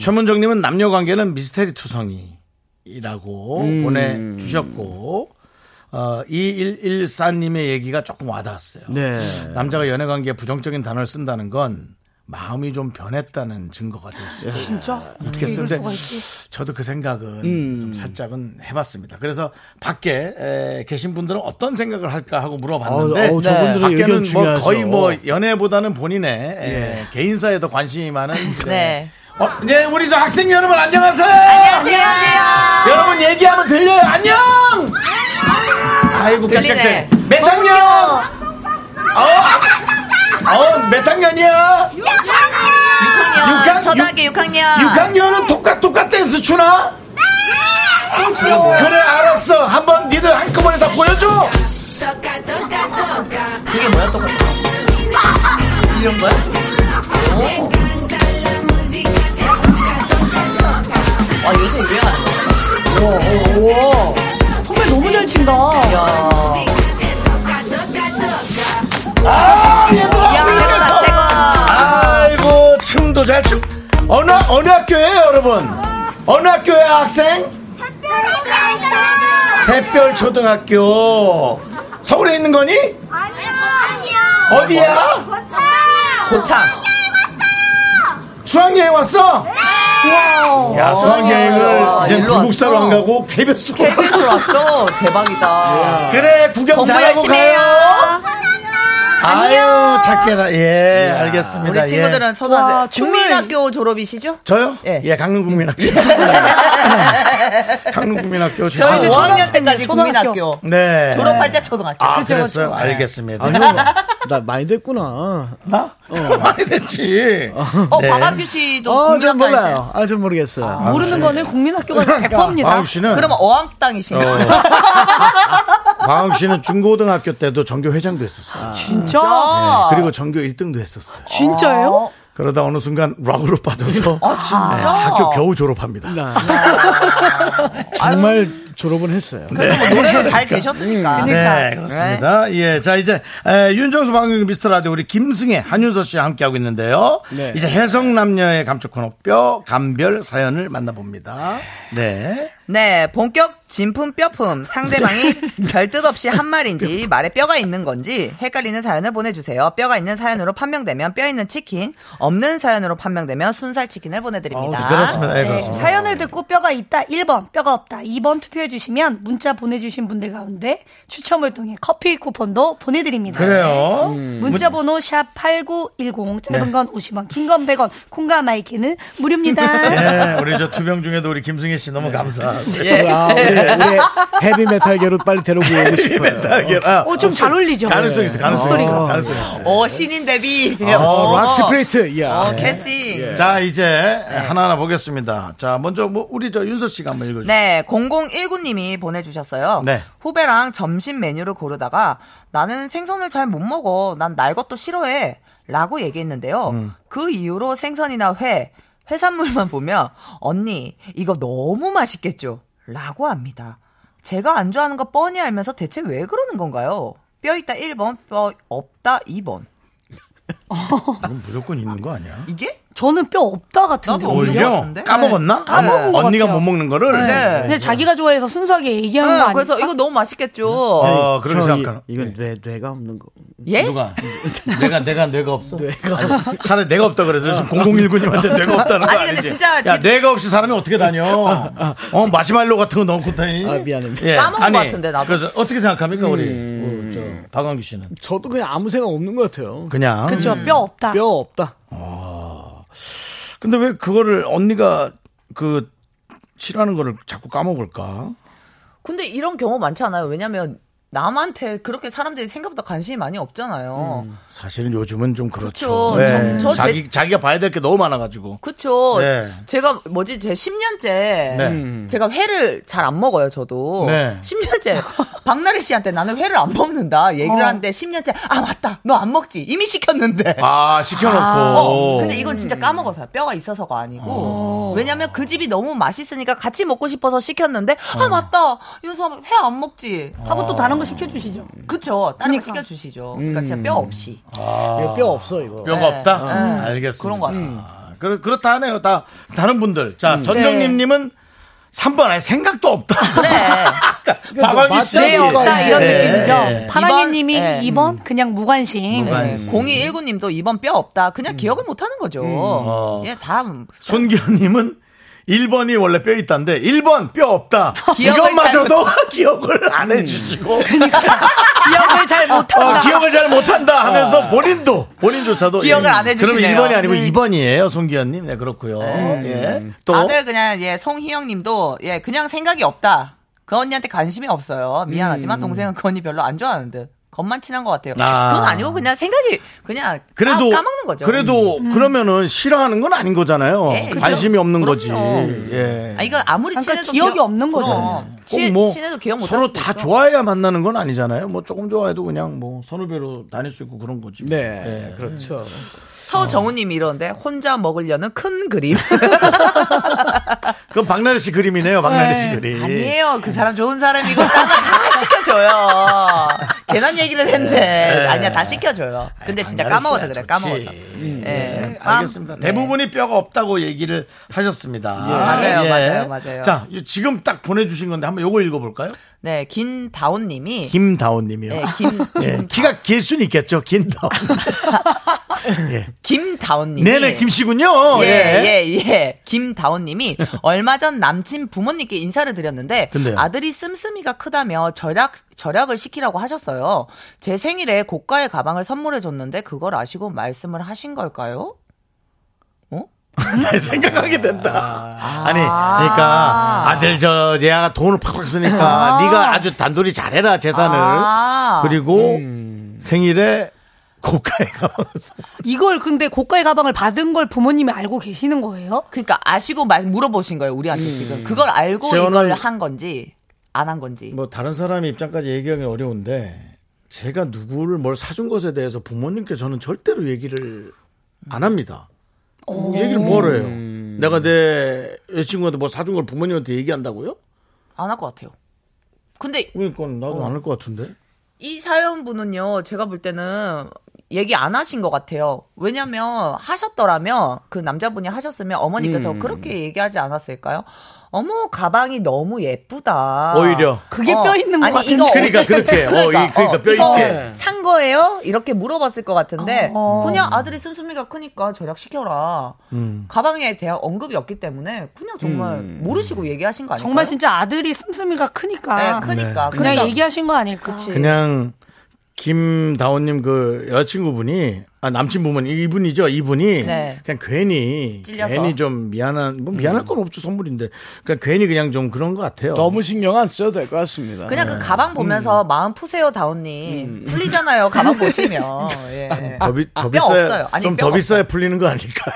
Speaker 1: 최문정님은 남녀 관계는 미스테리 투성이라고
Speaker 2: 음.
Speaker 1: 보내주셨고 어, 2114님의 얘기가 조금 와닿았어요.
Speaker 2: 네.
Speaker 1: 남자가 연애 관계에 부정적인 단어를 쓴다는 건 마음이 좀 변했다는 증거가 될 수 있어요.
Speaker 9: 진짜? 어떻게 이럴
Speaker 1: 쓰는데
Speaker 9: 수가 있지?
Speaker 1: 저도 그 생각은
Speaker 2: 음.
Speaker 1: 좀 살짝은 해봤습니다. 그래서 밖에 에, 계신 분들은 어떤 생각을 할까 하고 물어봤는데
Speaker 2: 아우, 아우, 저분들의 의견
Speaker 1: 밖에는 뭐
Speaker 2: 중요하죠. 예.
Speaker 1: 거의 뭐 연애보다는 본인의 에, 개인사에 더 관심이 많은
Speaker 11: 네.
Speaker 1: 어, 네, 우리 저 학생 여러분 안녕하세요.
Speaker 11: 안녕하세요.
Speaker 1: 여러분 얘기하면 들려요. 안녕. 아이고
Speaker 11: 들리네.
Speaker 1: 깜짝들. 몇 학년? 어, 어, 몇 학년이야?
Speaker 11: 6학년.
Speaker 1: 육학-
Speaker 11: 초등학교 6학년.
Speaker 1: 6학년은 똑같 똑같 댄스 추나? 그래 알았어. 한번 니들 한꺼번에 다 보여줘.
Speaker 11: 그게 뭐야 또? 이런 거야? 어? 아 요새 유행하는 거.
Speaker 9: 오. 정말 너무 잘 친다.
Speaker 1: 아 얘들아
Speaker 11: 야,
Speaker 1: 불러냈어. 아이고 춤도 잘 춤. 어느 어느 학교예요 여러분? 어느 학교예요 학생? 샛별 초등학교. 서울에 있는 거니? 어디야?
Speaker 11: 고창.
Speaker 1: 수학여행 왔어? 야 수학여행을
Speaker 11: 와,
Speaker 1: 이제
Speaker 11: 어. 일로
Speaker 1: 불국사로
Speaker 11: 왔어.
Speaker 1: 안 가고 예. KBS로
Speaker 11: KBS로 왔어. 대박이다.
Speaker 1: 그래 구경
Speaker 11: 공부
Speaker 1: 잘하고
Speaker 11: 열심히 해요.
Speaker 1: 가요. 아유, 착해라. 예, 알겠습니다.
Speaker 11: 우리 친구들은
Speaker 1: 예.
Speaker 11: 초등학생 국민학교 졸업이시죠?
Speaker 1: 저요? 예, 강릉국민학교. 강릉국민학교
Speaker 11: 저희는
Speaker 1: 졸업.
Speaker 11: 아, 초등학생 때까지
Speaker 2: 초등학교.
Speaker 11: 국민학교.
Speaker 1: 네.
Speaker 11: 졸업할 때 예. 초등학교.
Speaker 1: 아,
Speaker 11: 그쵸,
Speaker 1: 그랬어요?
Speaker 11: 그쵸.
Speaker 1: 알겠습니다.
Speaker 2: 아니, 나 많이 됐구나.
Speaker 1: 나? 많이 됐지.
Speaker 11: 어, 박학규 씨도
Speaker 2: 어, 전
Speaker 11: 공장가
Speaker 2: 몰라요. 아, 전 모르겠어요.
Speaker 11: 모르는 거는 국민학교가
Speaker 1: 100% 입니다. 아우, 씨는-
Speaker 11: 네. 그러면 어항땅이신가요?
Speaker 1: 방학 씨는 중고등학교 때도 전교 회장도 했었어요.
Speaker 11: 진짜?
Speaker 1: 네, 그리고 전교 1등도 했었어요.
Speaker 9: 진짜요?
Speaker 1: 그러다 어느 순간 락으로 빠져서
Speaker 11: 진짜?
Speaker 1: 네, 학교 겨우 졸업합니다.
Speaker 2: 네. 아, 정말 졸업은 했어요.
Speaker 11: 네.
Speaker 1: 그러니까.
Speaker 11: 노래는 잘 되셨으니까.
Speaker 1: 네, 그렇습니다. 예, 자 이제 에, 윤정수 방금 미스터 라디오 우리 김승혜, 한윤서 씨와 함께 하고 있는데요.
Speaker 2: 네.
Speaker 1: 이제 해성 남녀의 감촉 코너뼈 감별 사연을 만나봅니다. 네.
Speaker 11: 네, 본격 진품 뼈품 상대방이 별뜻 없이 한 말인지 말에 뼈가 있는 건지 헷갈리는 사연을 보내주세요. 뼈가 있는 사연으로 판명되면 뼈 있는 치킨, 없는 사연으로 판명되면 순살 치킨을 보내드립니다.
Speaker 1: 그렇습니다.
Speaker 9: 아,
Speaker 1: 예, 그렇습니다.
Speaker 9: 네, 사연을 듣고 뼈가 있다 1번, 뼈가 없다 2번 투표해 주시면 문자 보내주신 분들 가운데 추첨을 통해 커피 쿠폰도 보내드립니다. 네.
Speaker 1: 그래요. 음.
Speaker 9: 문자 번호 샵 8910 짧은
Speaker 1: 네.
Speaker 9: 건 50원, 긴 건 100원, 콩과 마이키는 무료입니다.
Speaker 1: 예, 우리 저 두 명 중에도 우리 김승혜 씨 너무 감사하고.
Speaker 11: 예.
Speaker 2: 아, 우리, 우리 헤비메탈계로 빨리 데리고 오고 싶어요.
Speaker 9: 어, 좀 잘 어울리죠.
Speaker 1: 예, 아, 가능성 있어, 가능성 있어,
Speaker 2: 아.
Speaker 1: 가능성 있어.
Speaker 11: 오, 신인 데뷔.
Speaker 2: 어,
Speaker 11: 오.
Speaker 2: 락스프리트, 아, 네. 예. 야.
Speaker 11: 어, 캐스팅.
Speaker 1: 자, 이제
Speaker 2: 네.
Speaker 1: 하나하나 보겠습니다. 자, 먼저 뭐 우리 저 윤서 씨가 한번 읽어주세요.
Speaker 11: 네, 0019님이 보내주셨어요.
Speaker 1: 네.
Speaker 11: 후배랑 점심 메뉴를 고르다가 나는 생선을 잘 못 먹어. 난 날 것도 싫어해. 라고 얘기했는데요.
Speaker 1: 음.
Speaker 11: 그 이후로 생선이나 회, 해산물만 보면 언니, 이거 너무 맛있겠죠? 라고 합니다. 제가 안 좋아하는 거 뻔히 알면서 대체 왜 그러는 건가요? 뼈 있다 1번, 뼈 없다 2번.
Speaker 1: 이건 무조건 있는 거 아니야?
Speaker 11: 이게?
Speaker 9: 저는 뼈 없다 같은데.
Speaker 11: 나도 없는 것
Speaker 1: 오히려
Speaker 11: 같은데?
Speaker 1: 까먹었나?
Speaker 9: 까먹은 것
Speaker 1: 언니가
Speaker 9: 같아요.
Speaker 1: 못 먹는 거를.
Speaker 11: 네.
Speaker 9: 근데 자기가 좋아해서 순수하게 얘기하는 거
Speaker 11: 네,
Speaker 9: 아니에요?
Speaker 11: 그래서 이거 너무 맛있겠죠?
Speaker 1: 어, 그렇게
Speaker 2: 형, 이-
Speaker 1: 생각하는.
Speaker 2: 이건 뇌, 뇌가 없는 거.
Speaker 11: 예?
Speaker 1: 누가? 내가 내가 뇌가 없어.
Speaker 2: 뇌가.
Speaker 1: 아니, 차라리 뇌가 없다 그래서 지금 0019님한테 뇌가 없다는 거
Speaker 11: 아니,
Speaker 1: 아니지?
Speaker 11: 근데 진짜
Speaker 1: 야
Speaker 11: 진-
Speaker 1: 뇌가 없이 사람이 어떻게 다녀? 어 마시멜로 같은 거 넣고 다니?
Speaker 2: 아, 미안합니다.
Speaker 1: 예,
Speaker 11: 까먹은 것 같은데, 나도.
Speaker 1: 그래서 어떻게 생각합니까 우리 어, 저 박광규 씨는?
Speaker 2: 저도 그냥 아무 생각 없는 것 같아요.
Speaker 1: 그냥.
Speaker 9: 그쵸, 그렇죠.
Speaker 11: 음.
Speaker 9: 뼈 없다.
Speaker 2: 뼈 없다.
Speaker 1: 근데 왜 그거를 언니가 그 싫어하는 거를 자꾸 까먹을까?
Speaker 11: 근데 이런 경우 많지 않아요. 왜냐면 남한테 그렇게 사람들이 생각보다 관심이 많이 없잖아요.
Speaker 1: 음. 사실은 요즘은 좀 그렇죠.
Speaker 11: 그쵸.
Speaker 1: 예.
Speaker 11: 저- 저
Speaker 1: 자기 자기가 봐야 될 게 너무 많아가지고.
Speaker 11: 그쵸.
Speaker 1: 네.
Speaker 11: 제가 뭐지, 제 10년째.
Speaker 1: 네.
Speaker 11: 제가 회를 잘 안 먹어요, 저도.
Speaker 1: 네.
Speaker 11: 10년째. 박나래 씨한테 나는 회를 안 먹는다. 얘기를
Speaker 9: 어.
Speaker 11: 하는데 10년째. 아, 맞다. 너 안 먹지. 이미 시켰는데.
Speaker 1: 아 시켜놓고.
Speaker 11: 어, 근데 이건
Speaker 9: 음.
Speaker 11: 진짜 까먹어서요. 뼈가 있어서가 아니고. 왜냐면 그 집이 너무 맛있으니까 같이 먹고 싶어서 시켰는데, 아, 맞다. 윤수아 회 안 먹지.
Speaker 9: 하고 또
Speaker 1: 어.
Speaker 9: 다른 거 시켜주시죠.
Speaker 11: 그쵸. 다른 거
Speaker 1: 음.
Speaker 11: 시켜주시죠. 그러니까 제가 뼈 없이.
Speaker 1: 아.
Speaker 2: 이거 뼈 없어, 이거.
Speaker 1: 뼈가 없다? 음, 알겠습니다.
Speaker 11: 네. 그런 것 같아요.
Speaker 1: 아, 그렇, 그렇다 하네요. 다, 다른 분들. 자, 전정님님은 3번, 아니, 생각도 없다.
Speaker 11: 네.
Speaker 1: 박완규 씨.
Speaker 9: 뼈 없다
Speaker 1: 그러니까 뭐
Speaker 9: 이런
Speaker 1: 네.
Speaker 9: 느낌이죠.
Speaker 1: 네.
Speaker 9: 파랑이님이
Speaker 11: 이번, 네.
Speaker 9: 2번 그냥 무관심.
Speaker 1: 무관심.
Speaker 11: 0219님도 이번 뼈 없다. 그냥 기억을 못 하는 거죠.
Speaker 1: 음. 어.
Speaker 11: 예, 다음.
Speaker 1: 손기현님은 1번이 원래 뼈 있다인데, 1번 뼈 없다.
Speaker 11: 기억을
Speaker 1: 이것마저도 기억을 안 해주시고.
Speaker 11: 기억을 잘 못한다. 어.
Speaker 1: 어, 기억을 잘 못한다 하면서 본인도, 본인조차도. 예, 음.
Speaker 11: 기억을 안 해주시네요.
Speaker 1: 그러면 1번이 아니고
Speaker 11: 네.
Speaker 1: 2번이에요, 손기현님. 네, 그렇고요 예. 또.
Speaker 11: 아들 그냥 예, 송희영 님도 예, 그냥 생각이 없다. 그 언니한테 관심이 없어요. 미안하지만 동생은 그 언니 별로 안 좋아하는 듯. 겉만 친한 것 같아요.
Speaker 1: 음. 아.
Speaker 11: 그건 아니고 그냥 생각이 그냥
Speaker 1: 그래도
Speaker 11: 아, 까, 까먹는 거죠. 음.
Speaker 1: 그래도 그러면은 싫어하는 건 아닌 거잖아요.
Speaker 11: 예, 그죠?
Speaker 1: 관심이 없는
Speaker 11: 그럼요.
Speaker 1: 거지. 예.
Speaker 11: 아, 이건 아무리
Speaker 9: 그러니까
Speaker 11: 친해도
Speaker 9: 기억이
Speaker 11: 기억-
Speaker 9: 없는 거죠.
Speaker 11: 그럼. 친-
Speaker 1: 음. 꼭뭐
Speaker 11: 친해도 기억 못
Speaker 1: 서로 다 좋아해야 만나는 건 아니잖아요. 뭐 조금 좋아해도 그냥 뭐 선후배로 다닐 수 있고 그런 거지.
Speaker 2: 네.
Speaker 1: 예, 그렇죠.
Speaker 2: 그렇죠.
Speaker 11: 서정우 님이 이러는데 혼자 먹으려는 큰 그림.
Speaker 1: 그건 박나래 씨 그림이네요. 박나래 씨 그림.
Speaker 11: 아니에요. 그 사람 좋은 사람이고 딴거다 시켜줘요. 괜한 얘기를 했네. 아니야 다 시켜줘요. 근데 진짜
Speaker 1: 박나래
Speaker 11: 까먹어서
Speaker 1: 씨야,
Speaker 11: 그래.
Speaker 1: 좋지.
Speaker 11: 까먹어서.
Speaker 1: 음,
Speaker 11: 예.
Speaker 1: 예, 알겠습니다. 대부분이 뼈가 없다고 얘기를 하셨습니다.
Speaker 11: 예.
Speaker 1: 예.
Speaker 11: 맞아요, 맞아요, 맞아요.
Speaker 1: 자, 이- 지금 딱 보내주신 건데 한번 요거 읽어볼까요?
Speaker 11: 네, 김다온님이
Speaker 1: 김다온님이요.
Speaker 11: 네, 김
Speaker 1: 예, 키가 길 수는 있겠죠. 긴다온. 예.
Speaker 11: 김다원님이
Speaker 1: 네네, 김씨군요.
Speaker 11: 예. 예예
Speaker 1: 예.
Speaker 11: 예, 예. 김다원님이 얼마 전 남친 부모님께 인사를 드렸는데
Speaker 1: 근데요?
Speaker 11: 아들이 씀씀이가 크다며 절약 절약을 시키라고 하셨어요. 제 생일에 고가의 가방을 선물해 줬는데 그걸 아시고 말씀을 하신 걸까요?
Speaker 1: 날 생각하게 된다. 아니, 그러니까 아들 저 얘가 돈을 팍팍 쓰니까
Speaker 11: 아.
Speaker 1: 네가 아주 단돌이 잘해라 재산을
Speaker 9: 아.
Speaker 1: 예? 그리고
Speaker 11: 음.
Speaker 1: 생일에 고가에 가면서
Speaker 9: 이걸 근데 고가의 가방을 받은 걸 부모님이 알고 계시는 거예요?
Speaker 11: 그러니까 아시고 말 물어보신 거예요 우리한테 지금 그걸 알고
Speaker 1: 음. 재원은-
Speaker 11: 이걸 한 건지 안 한 건지.
Speaker 1: 뭐 다른 사람의 입장까지 얘기하기 어려운데 제가 누구를 뭘 사준 것에 대해서 부모님께 저는 절대로 얘기를 안 합니다. 얘기를 뭘 해요? 내가 내 여자친구한테 뭐 사준 걸 부모님한테 얘기한다고요?
Speaker 11: 안 할 것 같아요. 근데
Speaker 1: 그러니까 나도 안 할 것 같은데.
Speaker 11: 이 사연분은요, 제가 볼 때는 얘기 안 하신 것 같아요. 왜냐면 하셨더라면, 그 남자분이 하셨으면 어머니께서
Speaker 1: 음.
Speaker 11: 그렇게 얘기하지 않았을까요? 어머, 가방이 너무 예쁘다. 어.
Speaker 1: 오히려.
Speaker 9: 그게 뼈 있는 것
Speaker 11: 아니,
Speaker 9: 같은데. 네.
Speaker 11: 이거
Speaker 1: 그러니까, 그렇게.
Speaker 11: 어떻게-
Speaker 1: 어, 이- 그러니까 뼈
Speaker 11: 이거
Speaker 1: 있게.
Speaker 11: 산 거예요? 이렇게 물어봤을 것 같은데,
Speaker 9: 어.
Speaker 11: 그냥 아들이 씀씀이가 크니까 절약시켜라.
Speaker 1: 음.
Speaker 11: 가방에 대한 언급이 없기 때문에, 그냥 정말 모르시고 얘기하신 거 아닐까요?
Speaker 9: 정말 진짜 아들이 씀씀이가 크니까.
Speaker 11: 네, 크니까.
Speaker 9: 그냥
Speaker 11: 그러니까-
Speaker 9: 얘기하신 거 아닐까.
Speaker 1: 그냥 김다원님 그 여자친구분이 아 남친 부모님 이분이죠 이분이
Speaker 11: 네.
Speaker 1: 그냥 괜히
Speaker 11: 찔려서.
Speaker 1: 괜히 좀 미안한 뭐 미안할 건 없죠 선물인데 그냥 괜히 그냥 좀 그런 것 같아요.
Speaker 2: 너무 신경 안 써도 될 것 같습니다.
Speaker 11: 그냥 그 가방 보면서 마음 푸세요, 다운님. 풀리잖아요, 가방 보시면. 예.
Speaker 1: 더, 비,
Speaker 11: 아,
Speaker 1: 더
Speaker 11: 뼈
Speaker 1: 비싸야
Speaker 11: 없어요. 아니,
Speaker 1: 좀
Speaker 11: 뼈
Speaker 1: 더
Speaker 11: 없어요. 어,
Speaker 1: 비싸야 풀리는 거 아닐까요?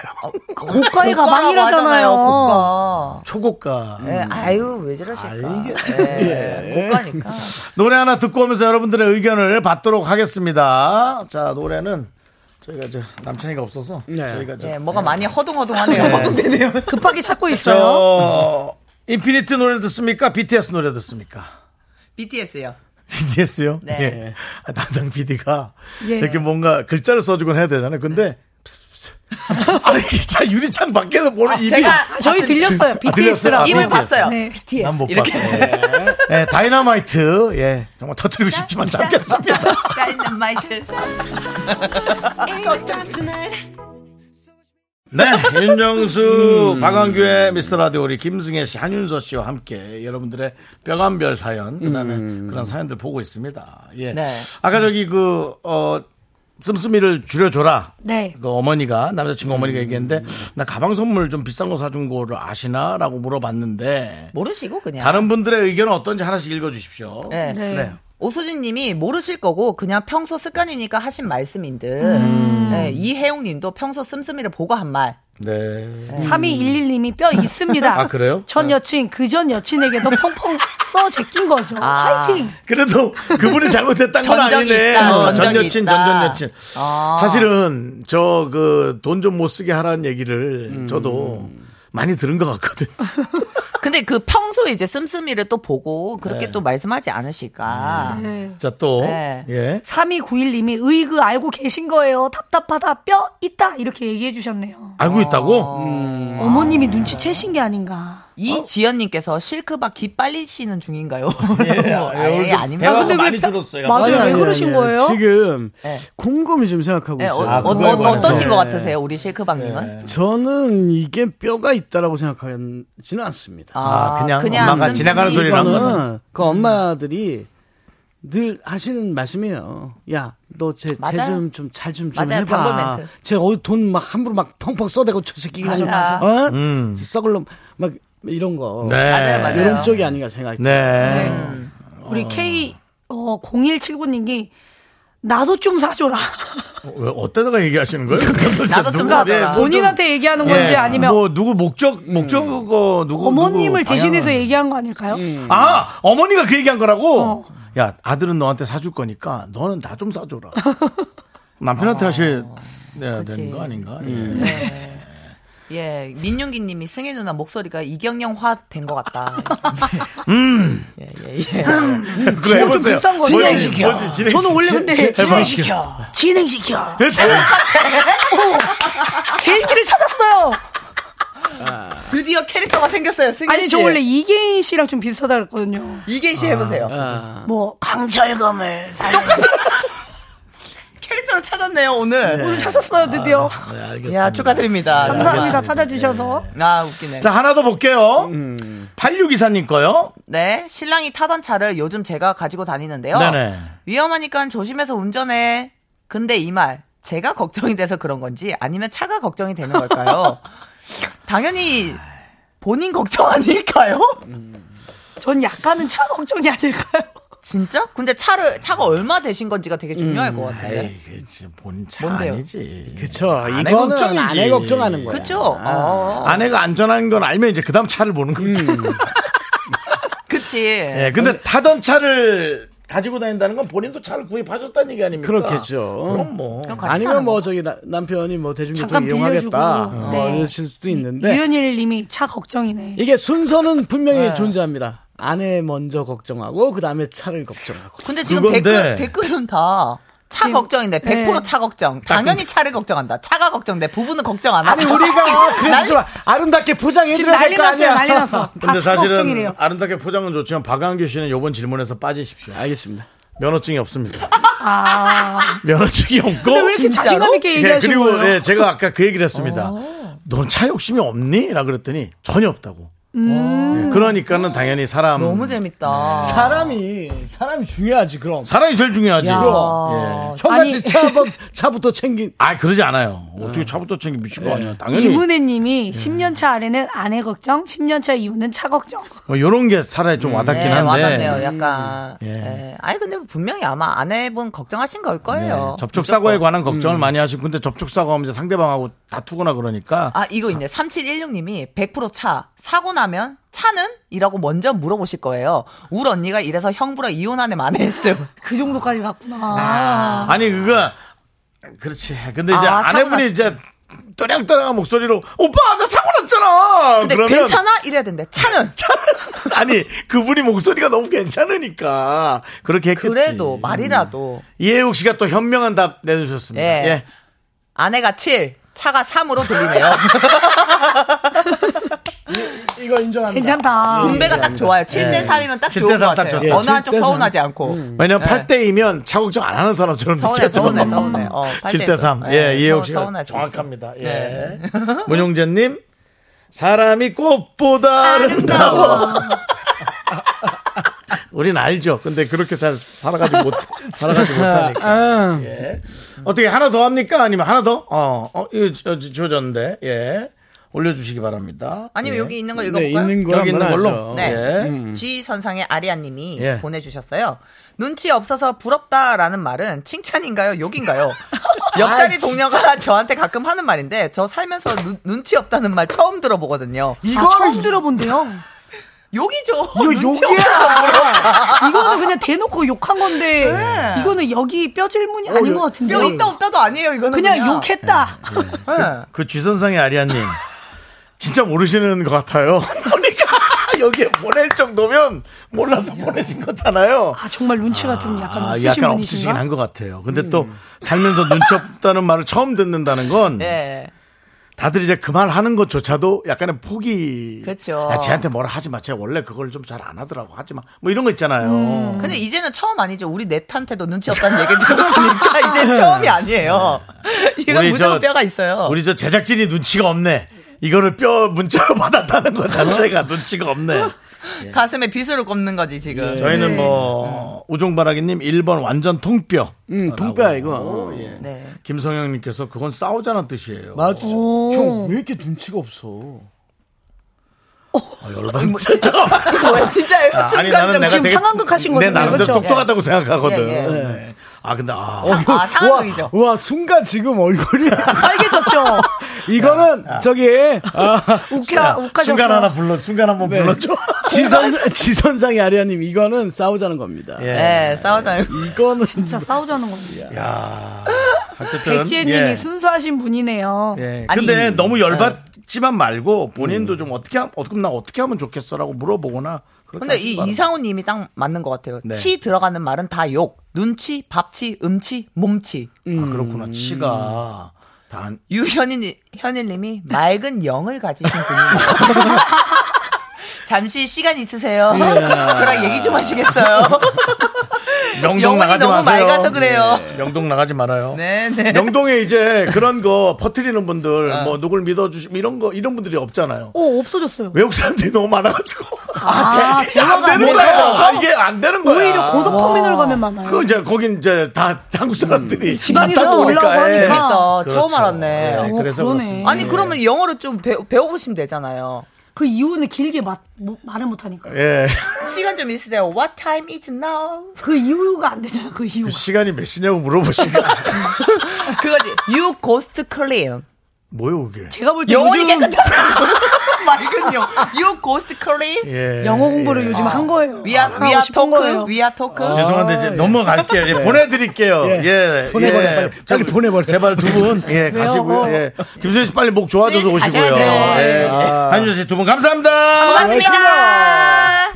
Speaker 9: 고가의
Speaker 11: 고가라고
Speaker 9: 가방이라잖아요.
Speaker 11: 하잖아요, 고가.
Speaker 1: 초고가
Speaker 11: 예, 아유, 왜 저러실까. 예, 고가니까.
Speaker 1: 노래 하나 듣고 오면서 여러분들의 의견을 받도록 하겠습니다. 자 노래는 저희가 저 남창이가 없어서
Speaker 9: 네.
Speaker 1: 저희가 저
Speaker 11: 예, 뭐가 많이 허둥허둥하네요. 허둥대네요.
Speaker 9: 급하게 찾고 있어요.
Speaker 1: 저 인피니트 노래 듣습니까? BTS 노래 듣습니까?
Speaker 11: BTS요.
Speaker 1: BTS요?
Speaker 11: 네.
Speaker 1: 예. 아, 담당 PD가
Speaker 11: 예.
Speaker 1: 이렇게 뭔가 글자를 써주곤 해야 되잖아요.
Speaker 11: 네.
Speaker 1: 근데 아니 진짜 유리창 밖에서
Speaker 11: 아,
Speaker 1: 보는 입이
Speaker 9: 제가 저희 들렸어요.
Speaker 1: 아, 들렸어요? 아,
Speaker 9: BTS라고.
Speaker 1: BTS.
Speaker 9: 네, BTS.
Speaker 1: 난못 봤어요. 예. 예, 다이너마이트 예 정말 터뜨리고 싶지만 잡겠습니다.
Speaker 11: 다이너마이트.
Speaker 1: 네, 윤정수, 박완규의 미스터 라디오 우리 김승혜 씨, 한윤서 씨와 함께 여러분들의 뼈감별 사연, 그다음에 그런 사연들 보고 있습니다. 예,
Speaker 11: 네.
Speaker 1: 아까 저기 그 어. 씀씀이를 줄여줘라.
Speaker 9: 네.
Speaker 1: 그 어머니가 남자친구 어머니가 얘기했는데 나 가방 선물 좀 비싼 거 사준 거를 아시나라고 물어봤는데
Speaker 11: 모르시고, 그냥.
Speaker 1: 다른 분들의 의견은 어떤지 하나씩 읽어주십시오.
Speaker 11: 예.
Speaker 1: 네.
Speaker 11: 오수진 님이 모르실 거고 그냥 평소 습관이니까 하신 말씀인 듯.
Speaker 1: 음.
Speaker 11: 예, 이혜영 님도 평소 씀씀이를 보고 한 말.
Speaker 1: 네.
Speaker 9: 3211님이 뼈 있습니다.
Speaker 1: 아, 그래요?
Speaker 9: 전 여친, 그 전 여친에게도 펑펑 써 제낀 거죠. 화이팅!
Speaker 1: 그래도 그분이 잘못했다는 건
Speaker 11: 전적이
Speaker 1: 아니네.
Speaker 11: 있다,
Speaker 1: 어, 전
Speaker 11: 전적이
Speaker 1: 여친,
Speaker 11: 있다.
Speaker 1: 전전 여친.
Speaker 11: 아.
Speaker 1: 사실은 저 그 돈 좀 못 쓰게 하라는 얘기를 저도 많이 들은 것 같거든.
Speaker 11: 근데 그 평소에 이제 씀씀이를 또 보고
Speaker 1: 네.
Speaker 11: 그렇게 또 말씀하지 않으실까.
Speaker 1: 자, 또.
Speaker 11: 네.
Speaker 1: 예.
Speaker 9: 3291님이 의그 알고 계신 거예요. 답답하다. 뼈 있다. 이렇게 얘기해 주셨네요.
Speaker 1: 알고 있다고?
Speaker 9: 어머님이 눈치채신 게 아닌가.
Speaker 1: 어?
Speaker 11: 이지연님께서 실크바 기 빨리시는 중인가요? 뭐,
Speaker 1: 오늘
Speaker 11: 아예
Speaker 1: 좀
Speaker 11: 아닙니다.
Speaker 1: 대화가
Speaker 9: 아, 근데 왜
Speaker 1: 많이
Speaker 9: 펴-
Speaker 1: 줄었어요. 네.
Speaker 9: 맞아요.
Speaker 2: 아니,
Speaker 9: 왜
Speaker 2: 아니,
Speaker 9: 그러신
Speaker 2: 아니,
Speaker 9: 거예요?
Speaker 2: 지금
Speaker 11: 네.
Speaker 2: 곰곰이 지금 생각하고
Speaker 11: 네, 어,
Speaker 2: 있어요.
Speaker 1: 아, 그거에 관해서. 네.
Speaker 11: 떠신것
Speaker 2: 네.
Speaker 11: 같으세요, 우리 실크방님은?
Speaker 2: 저는 이게 뼈가 있다라고 생각하지는 않습니다.
Speaker 1: 아, 그냥
Speaker 11: 그냥
Speaker 1: 엄마가
Speaker 11: 씀씀이.
Speaker 1: 지나가는 소리. 소리라는
Speaker 2: 이거는 그
Speaker 1: 음.
Speaker 2: 엄마들이 늘 하시는 말씀이에요. 야, 너 쟤 쟤
Speaker 11: 맞아요.
Speaker 2: 좀 좀 잘 좀 좀
Speaker 11: 맞아요.
Speaker 2: 해봐.
Speaker 11: 단골 멘트.
Speaker 2: 쟤 어디 돈 막 함부로 막 펑펑 써대고 저 새끼가 좀
Speaker 11: 맞아.
Speaker 2: 어?
Speaker 1: 음.
Speaker 2: 썩을 놈막 이런 거.
Speaker 1: 네.
Speaker 11: 맞아요, 맞아요.
Speaker 2: 이런 쪽이 아닌가 생각이
Speaker 1: 네.
Speaker 9: 우리 K 어, 0179님이 나도 좀 사줘라.
Speaker 1: 어, 왜 어디다가 얘기하시는 거예요?
Speaker 11: 나도 좀
Speaker 1: 누구-
Speaker 11: 사줘라.
Speaker 1: 예, 뭐 좀-
Speaker 9: 본인한테 얘기하는 건지
Speaker 1: 예,
Speaker 9: 아니면
Speaker 1: 뭐 누구 목적 목적 거 누구
Speaker 9: 어머님을
Speaker 1: 누구
Speaker 9: 대신해서
Speaker 1: 방향을-
Speaker 9: 얘기한 거 아닐까요?
Speaker 1: 아 어머니가 그 얘기한 거라고
Speaker 9: 어.
Speaker 1: 야 아들은 너한테 사줄 거니까 너는 나 좀 사줘라
Speaker 9: 어.
Speaker 1: 남편한테 하실 네, 되는 거 아닌가 예.
Speaker 9: 음.
Speaker 11: 예, 민윤기 님이 승혜 누나 목소리가 이경영화 된 것 같다. 음. 예, 예, 예.
Speaker 1: 그래 해보세요
Speaker 9: 비슷한 거
Speaker 1: 뭐지,
Speaker 9: 진행시켜.
Speaker 1: 뭐지, 진행시켜.
Speaker 9: 저는 원래 근데
Speaker 1: 해봐. 네,
Speaker 9: 진행시켜. 진행시켜. 개인기를 찾았어요.
Speaker 11: 드디어 캐릭터가 생겼어요, 승혜 씨.
Speaker 9: 아니 저 원래 아, 이계인 씨랑 좀 비슷하다 그랬거든요.
Speaker 11: 이계시 해보세요.
Speaker 9: 뭐 강철검을 사는
Speaker 11: 캐릭터 진짜로 찾았네요 오늘.
Speaker 9: 오늘 찾았어요 드디어.
Speaker 1: 네, 알겠습니다.
Speaker 11: 야 축하드립니다.
Speaker 9: 감사합니다 찾아주셔서.
Speaker 11: 아 웃기네.
Speaker 1: 자, 하나 더 볼게요.
Speaker 2: 음,
Speaker 1: 8624님 거요.
Speaker 11: 네, 신랑이 타던 차를 요즘 제가 가지고
Speaker 9: 어.
Speaker 11: 다니는데요.
Speaker 1: 네네.
Speaker 11: 위험하니까 조심해서 운전해. 근데 이 말, 제가 걱정이 돼서 그런 건지 아니면 차가 걱정이 되는 걸까요? 당연히 본인 걱정 아닐까요?
Speaker 9: 전 약간은 차 걱정이 아닐까요?
Speaker 11: 진짜? 근데 차를 차가 얼마 되신 건지가 되게 중요할 것
Speaker 9: 네.
Speaker 11: 같아요.
Speaker 1: 에이, 그치, 본인 차
Speaker 11: 뭔데요?
Speaker 1: 아니지.
Speaker 2: 그쵸. 이거는 아내 걱정하는 거야.
Speaker 11: 그쵸? 어.
Speaker 1: 아내가 안전한 건 알면 이제 그 다음 차를 보는 거지.
Speaker 11: 그치.
Speaker 1: 예, 근데 타던 차를 가지고 다닌다는 건 본인도 차를 구입하셨다는 얘기 아닙니까?
Speaker 2: 그렇겠죠.
Speaker 1: 그럼 뭐.
Speaker 2: 아니면 뭐 저기 나- 남편이 뭐 대중교통
Speaker 9: 잠깐
Speaker 2: 이용하겠다
Speaker 9: 빌려주고.
Speaker 2: 뭐
Speaker 9: 네.
Speaker 2: 이러실 수도 있는데
Speaker 9: 유연일 님이 차 걱정이네.
Speaker 2: 이게 순서는 분명히
Speaker 9: 네.
Speaker 2: 존재합니다. 아내 먼저 걱정하고 그 다음에 차를 걱정하고.
Speaker 11: 근데 지금
Speaker 2: 그건데.
Speaker 11: 댓글, 댓글은 다. 차 걱정인데 100% 차 걱정. 당연히 차를 걱정한다. 차가 걱정돼. 부부는 걱정 안 하고.
Speaker 2: 아니 우리가
Speaker 11: 난-
Speaker 2: 그래서 아름답게 포장해드려야 될 거 아니야.
Speaker 1: 근데 사실은 아름답게 포장은 좋지만 박한규 씨는 요번 질문에서 빠지십시오.
Speaker 2: 알겠습니다.
Speaker 1: 면허증이 없습니다.
Speaker 9: 아.
Speaker 1: 면허증이 없고.
Speaker 9: 근데 왜 이렇게 진짜로? 자신감 있게
Speaker 1: 예,
Speaker 9: 얘기하신
Speaker 1: 그리고
Speaker 9: 거예요? 어.
Speaker 1: 예, 제가 아까 그 얘기를 했습니다. 넌 차 욕심이 없니? 라고 그랬더니 전혀 없다고.
Speaker 9: 음.
Speaker 1: 예, 그러니까는 당연히 사람.
Speaker 11: 너무 재밌다.
Speaker 2: 네. 사람이 사람이 중요하지 그럼.
Speaker 1: 사람이 제일 중요하지.
Speaker 2: 야.
Speaker 1: 예.
Speaker 2: 형같이 차 한번 차부터 챙긴.
Speaker 1: 아, 그러지 않아요. 어떻게 차부터 챙기 미친 거 아니야. 당연히.
Speaker 9: 네. 이문혜 님이 10년 차 아래는 아내 걱정, 10년 차 이후는 차 걱정.
Speaker 1: 뭐 요런 게 차라리 좀 와닿긴
Speaker 11: 네,
Speaker 1: 한데.
Speaker 11: 와닿네요, 약간.
Speaker 1: 예.
Speaker 11: 네. 아니, 근데 분명히 아마 아내분 걱정하신 걸
Speaker 1: 네,
Speaker 11: 거예요.
Speaker 1: 접촉사고에 관한 걱정을
Speaker 11: 음.
Speaker 1: 많이 하시고, 근데 접촉사고하면 이제 상대방하고 다투거나 그러니까.
Speaker 11: 아, 이거 있네. 3716님이 100% 차. 사고 나면 차는? 이라고 먼저 물어보실 거예요. 울 언니가 이래서 형부랑 이혼한 애 만회했어요.
Speaker 9: 그 정도까지 갔구나.
Speaker 1: 아니 그거 그렇지. 근데 이제
Speaker 11: 아,
Speaker 1: 아, 내분이 이제 또량또량한 목소리로 오빠 나 사고 났잖아.
Speaker 11: 근데
Speaker 1: 그러면
Speaker 11: 괜찮아? 이래야 된대. 차는?
Speaker 1: 아니 그분이 목소리가 너무 괜찮으니까 그렇게 했겠지.
Speaker 11: 그래도
Speaker 1: 음.
Speaker 11: 말이라도.
Speaker 1: 이해욱 씨가 또 현명한 답 내주셨습니다.
Speaker 11: 예.
Speaker 1: 예.
Speaker 11: 아내가 7, 차가 3으로 들리네요.
Speaker 2: 이거 인정합니다.
Speaker 9: 괜찮다.
Speaker 11: 분배가 딱 좋아요. 7대
Speaker 1: 예.
Speaker 11: 3이면 딱
Speaker 1: 칠대
Speaker 11: 좋은 것
Speaker 1: 삼딱
Speaker 11: 같아요.
Speaker 1: 좋다.
Speaker 11: 어느
Speaker 1: 칠대
Speaker 11: 한쪽
Speaker 1: 삼. 음.
Speaker 11: 서운하지 않고.
Speaker 1: 왜냐면
Speaker 2: 네.
Speaker 11: 예.
Speaker 1: 팔 8대이면 차 걱정 안 하는 사람처럼
Speaker 11: 서운해,
Speaker 1: 느껴져.
Speaker 11: 서운해, 서운해. 어, 팔
Speaker 1: 7대 3.
Speaker 11: 대에서.
Speaker 1: 예,
Speaker 11: 예,
Speaker 1: 이해욱
Speaker 11: 서-
Speaker 1: 씨가
Speaker 11: 서운할 수
Speaker 1: 정확합니다. 예.
Speaker 11: 있어요. 예.
Speaker 1: 문용재님 사람이 꽃보다 아름다워. 우린 알죠. 근데 그렇게 잘 살아가지 못 살아가지 못하니까.
Speaker 2: 아.
Speaker 1: 예. 어떻게 하나 더 합니까? 아니면 하나 더? 어, 어 이거 저- 저- 지워졌는데 예. 올려주시기 바랍니다.
Speaker 11: 아니면 여기 있는 거
Speaker 1: 네,
Speaker 11: 읽어볼까요?
Speaker 1: 있는 거 여기 있는
Speaker 2: 한번
Speaker 1: 걸로.
Speaker 2: 하죠.
Speaker 11: 네.
Speaker 1: 예.
Speaker 11: G 선상의 아리아님이
Speaker 1: 예.
Speaker 11: 보내주셨어요. 눈치 없어서 부럽다라는 말은 칭찬인가요? 욕인가요? 옆자리 동료가 저한테 가끔 하는 말인데 저 살면서 눈, 눈치 없다는 말 처음 들어보거든요.
Speaker 9: 이거 처음 들어본데요.
Speaker 11: 욕이죠.
Speaker 9: 이거
Speaker 11: 눈치
Speaker 9: 욕이야. 이거는 그냥 대놓고 욕한 건데 이거는 여기 뼈 질문이 아닌 것 같은데.
Speaker 11: 뼈 있다 없다도 아니에요. 이거는
Speaker 9: 그냥,
Speaker 11: 그냥,
Speaker 9: 욕했다.
Speaker 1: 그 쥐선상의 아리아님 진짜 모르시는 것 같아요. 그러니까 여기에 보낼 정도면 몰라서 보내신 거잖아요.
Speaker 9: 아 정말 눈치가 좀 약간
Speaker 1: 아,
Speaker 9: 없으신
Speaker 1: 약간
Speaker 9: 분이신가? 음.
Speaker 1: 없으시긴 한 것 같아요. 근데 또 살면서 눈치 없다는 말을 처음 듣는다는 건
Speaker 11: 네.
Speaker 1: 다들 이제 그 말 하는 것조차도 약간의 포기.
Speaker 11: 그렇죠.
Speaker 1: 야, 쟤한테 뭐라 하지 마. 쟤 원래 그걸 좀 잘 안 하더라고. 하지 마. 뭐 이런 거 있잖아요.
Speaker 11: 근데 이제는 처음 아니죠. 우리 넷한테도 눈치 없다는 얘기 들어보니까 이제 처음이 아니에요. 이건 무조건 뼈가 있어요.
Speaker 1: 네. 우리 저 제작진이 눈치가 없네. 이거를 뼈 문자로 받았다는 것 자체가
Speaker 9: 어?
Speaker 1: 눈치가 없네.
Speaker 11: 가슴에 비수를 꼽는 거지 지금.
Speaker 1: 네. 저희는 뭐
Speaker 11: 네.
Speaker 1: 우종바라기님 1번 완전 통뼈.
Speaker 2: 음, 동뼈야 이거. 어,
Speaker 11: 네.
Speaker 1: 김성형님께서 그건 싸우자는 뜻이에요.
Speaker 2: 예. 맞아. 형, 왜 이렇게 눈치가 없어?
Speaker 1: 아, 열받네. 진짜.
Speaker 11: 왜뭐 진짜예요?
Speaker 1: 아,
Speaker 11: 순간
Speaker 1: 아니 나는
Speaker 11: 좀
Speaker 1: 내가
Speaker 11: 지금
Speaker 1: 되게
Speaker 11: 상황극 하신 거죠.
Speaker 1: 내 나름대로 똑똑하다고 생각하거든.
Speaker 11: 예, 예.
Speaker 1: 네. 아 근데 아,
Speaker 11: 아, 상황극이죠.
Speaker 2: 와, 와, 순간 지금 얼굴이 아,
Speaker 9: 빨개졌죠.
Speaker 2: 이거는 저기 아,
Speaker 9: 웃기라 웃가졌어.
Speaker 1: 순간 하나 불러 순간 한번
Speaker 2: 네.
Speaker 1: 불러줘.
Speaker 2: 지선 지선상의 아리아님 이거는 싸우자는 겁니다.
Speaker 1: 예.
Speaker 11: 네, 싸우자는.
Speaker 2: 이거는
Speaker 9: 진짜 싸우자는 겁니다.
Speaker 1: 야. 어쨌든
Speaker 9: 백지혜님이
Speaker 1: 예.
Speaker 9: 순수하신 분이네요.
Speaker 1: 예.
Speaker 11: 아니,
Speaker 1: 근데
Speaker 11: 음.
Speaker 1: 너무 열받지만 말고 본인도 좀 어떻게 하, 어떻게 나 어떻게 하면 좋겠어라고 물어보거나. 그렇게
Speaker 11: 근데
Speaker 1: 하시기
Speaker 11: 이
Speaker 1: 바랍니다.
Speaker 11: 이상훈 님이 딱 맞는 것 같아요.
Speaker 1: 네.
Speaker 11: 치 들어가는 말은 다 욕. 눈치, 밥치, 음치, 몸치.
Speaker 1: 아, 그렇구나. 치가
Speaker 11: 음.
Speaker 1: 단
Speaker 11: 유현인 현일 님이 맑은 영을 가지신 분입니다.
Speaker 9: 예.
Speaker 11: 잠시 시간 있으세요? 저랑 얘기 좀 하시겠어요?
Speaker 1: 명동
Speaker 11: 영혼이
Speaker 1: 나가지
Speaker 11: 너무
Speaker 1: 마세요.
Speaker 11: 맑아서 그래요.
Speaker 1: 네. 명동 나가지 말아요.
Speaker 11: 네, 네.
Speaker 1: 명동에 이제 그런 거 퍼뜨리는 분들, 뭐 누굴 믿어주시고 이런 거 이런 분들이 없잖아요.
Speaker 9: 오 없어졌어요.
Speaker 1: 외국 사람들이 너무 많아가지고
Speaker 9: 아,
Speaker 1: 이게 안
Speaker 9: 별로가
Speaker 1: 되는
Speaker 9: 아니네요.
Speaker 1: 거예요. 아, 이게 안 되는 거야.
Speaker 9: 오히려 고속터미널 가면 많아요.
Speaker 1: 그 이제 거긴 이제 다 한국 사람들이
Speaker 11: 지방에서
Speaker 1: 갔다 오니까,
Speaker 11: 올라오고 하니까.
Speaker 1: 예.
Speaker 11: 그러니까. 처음 알았네.
Speaker 1: 예,
Speaker 11: 오,
Speaker 1: 그래서
Speaker 9: 그러네.
Speaker 1: 그렇습니다.
Speaker 11: 아니 그러면
Speaker 9: 예.
Speaker 11: 영어를 좀 배, 배워보시면 되잖아요.
Speaker 9: 그 이유는 길게 마- 뭐- 말을 못하니까.
Speaker 1: 예.
Speaker 11: 시간 좀 있으세요. What time is now?
Speaker 9: 그 이유가 안 되잖아, 그 이유가.
Speaker 1: 그 시간이 몇 시냐고 물어보시니까
Speaker 11: 그거지. You ghost clean.
Speaker 1: 뭐요 그게?
Speaker 9: 제가 볼때
Speaker 11: 영혼이
Speaker 9: 요즘
Speaker 11: 깨끗하다. 맑은 영. You ghost clean.
Speaker 1: 예.
Speaker 9: 영어 공부를 요즘 한 거예요.
Speaker 11: 위아
Speaker 9: 하고
Speaker 11: 위아
Speaker 9: 싶은 거예요.
Speaker 11: 토크. 위아 토크.
Speaker 1: 아, 죄송한데 이제 넘어갈게요. 예, 보내드릴게요.
Speaker 2: 예.
Speaker 1: 예,
Speaker 2: 보내버려,
Speaker 1: 예.
Speaker 2: 빨리. 빨리
Speaker 1: 제-
Speaker 2: 보내버려.
Speaker 1: 제발 두 분, 예,
Speaker 2: 왜요? 어.
Speaker 1: 가시고요. 예. 김수현 씨 빨리 목 좋아져서
Speaker 11: 수현 씨
Speaker 1: 오시고요.
Speaker 11: 가셔야 돼.
Speaker 1: 예.
Speaker 2: 아.
Speaker 1: 한준 씨 두 분 감사합니다.
Speaker 9: 아,
Speaker 11: 감사합니다.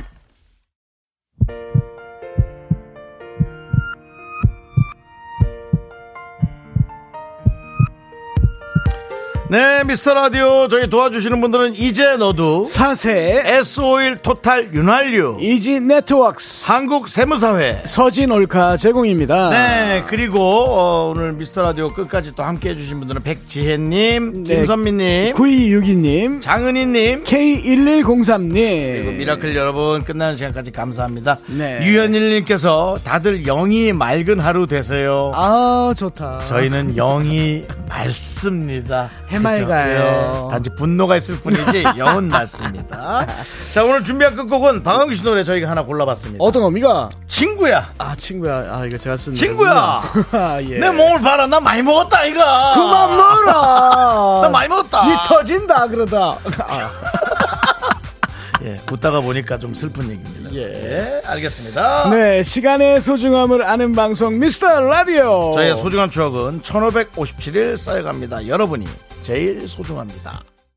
Speaker 1: 네, 미스터 라디오 저희 도와주시는 분들은 이제 너도
Speaker 2: 사세
Speaker 1: S5일 토탈 윤활유
Speaker 2: 이지 네트워크스
Speaker 1: 한국 세무사회
Speaker 2: 서진 올카 제공입니다.
Speaker 1: 네, 그리고 어, 오늘 미스터 라디오 끝까지 또 함께 해주신 분들은 백지혜님,
Speaker 2: 네.
Speaker 1: 김선미님,
Speaker 2: 9262님,
Speaker 1: 장은희님, 그리고
Speaker 2: K1103님,
Speaker 1: 미라클 여러분 끝나는 시간까지 감사합니다.
Speaker 2: 네.
Speaker 1: 유현일님께서 다들 영이 맑은 하루 되세요.
Speaker 2: 아, 좋다.
Speaker 1: 저희는 영이 맑습니다.
Speaker 2: 해맑아요.
Speaker 1: 그죠? 예, 단지 분노가 있을 뿐이지 영은 맑습니다. 자 오늘 준비한 끝곡은 방황규 씨 노래 저희가 하나 골라봤습니다.
Speaker 2: 어떤 겁니까?
Speaker 1: 친구야,
Speaker 2: 아, 친구야. 아, 이거 제가 쓴.
Speaker 1: 친구야.
Speaker 2: 노래구나. 아, 예.
Speaker 1: 내 몸을 봐라. 나 많이 먹었다 이가. 아.
Speaker 2: 그만 먹어라.
Speaker 1: 나 많이 먹었다.
Speaker 2: 니 터진다, 그러다. 아,
Speaker 1: 예, 웃다가 보니까 좀 슬픈 얘기입니다.
Speaker 2: 예.
Speaker 1: 예, 알겠습니다.
Speaker 2: 네, 시간의 소중함을 아는 방송, 미스터 라디오.
Speaker 1: 저희의 소중한 추억은 1557일 쌓여갑니다. 여러분이 제일 소중합니다.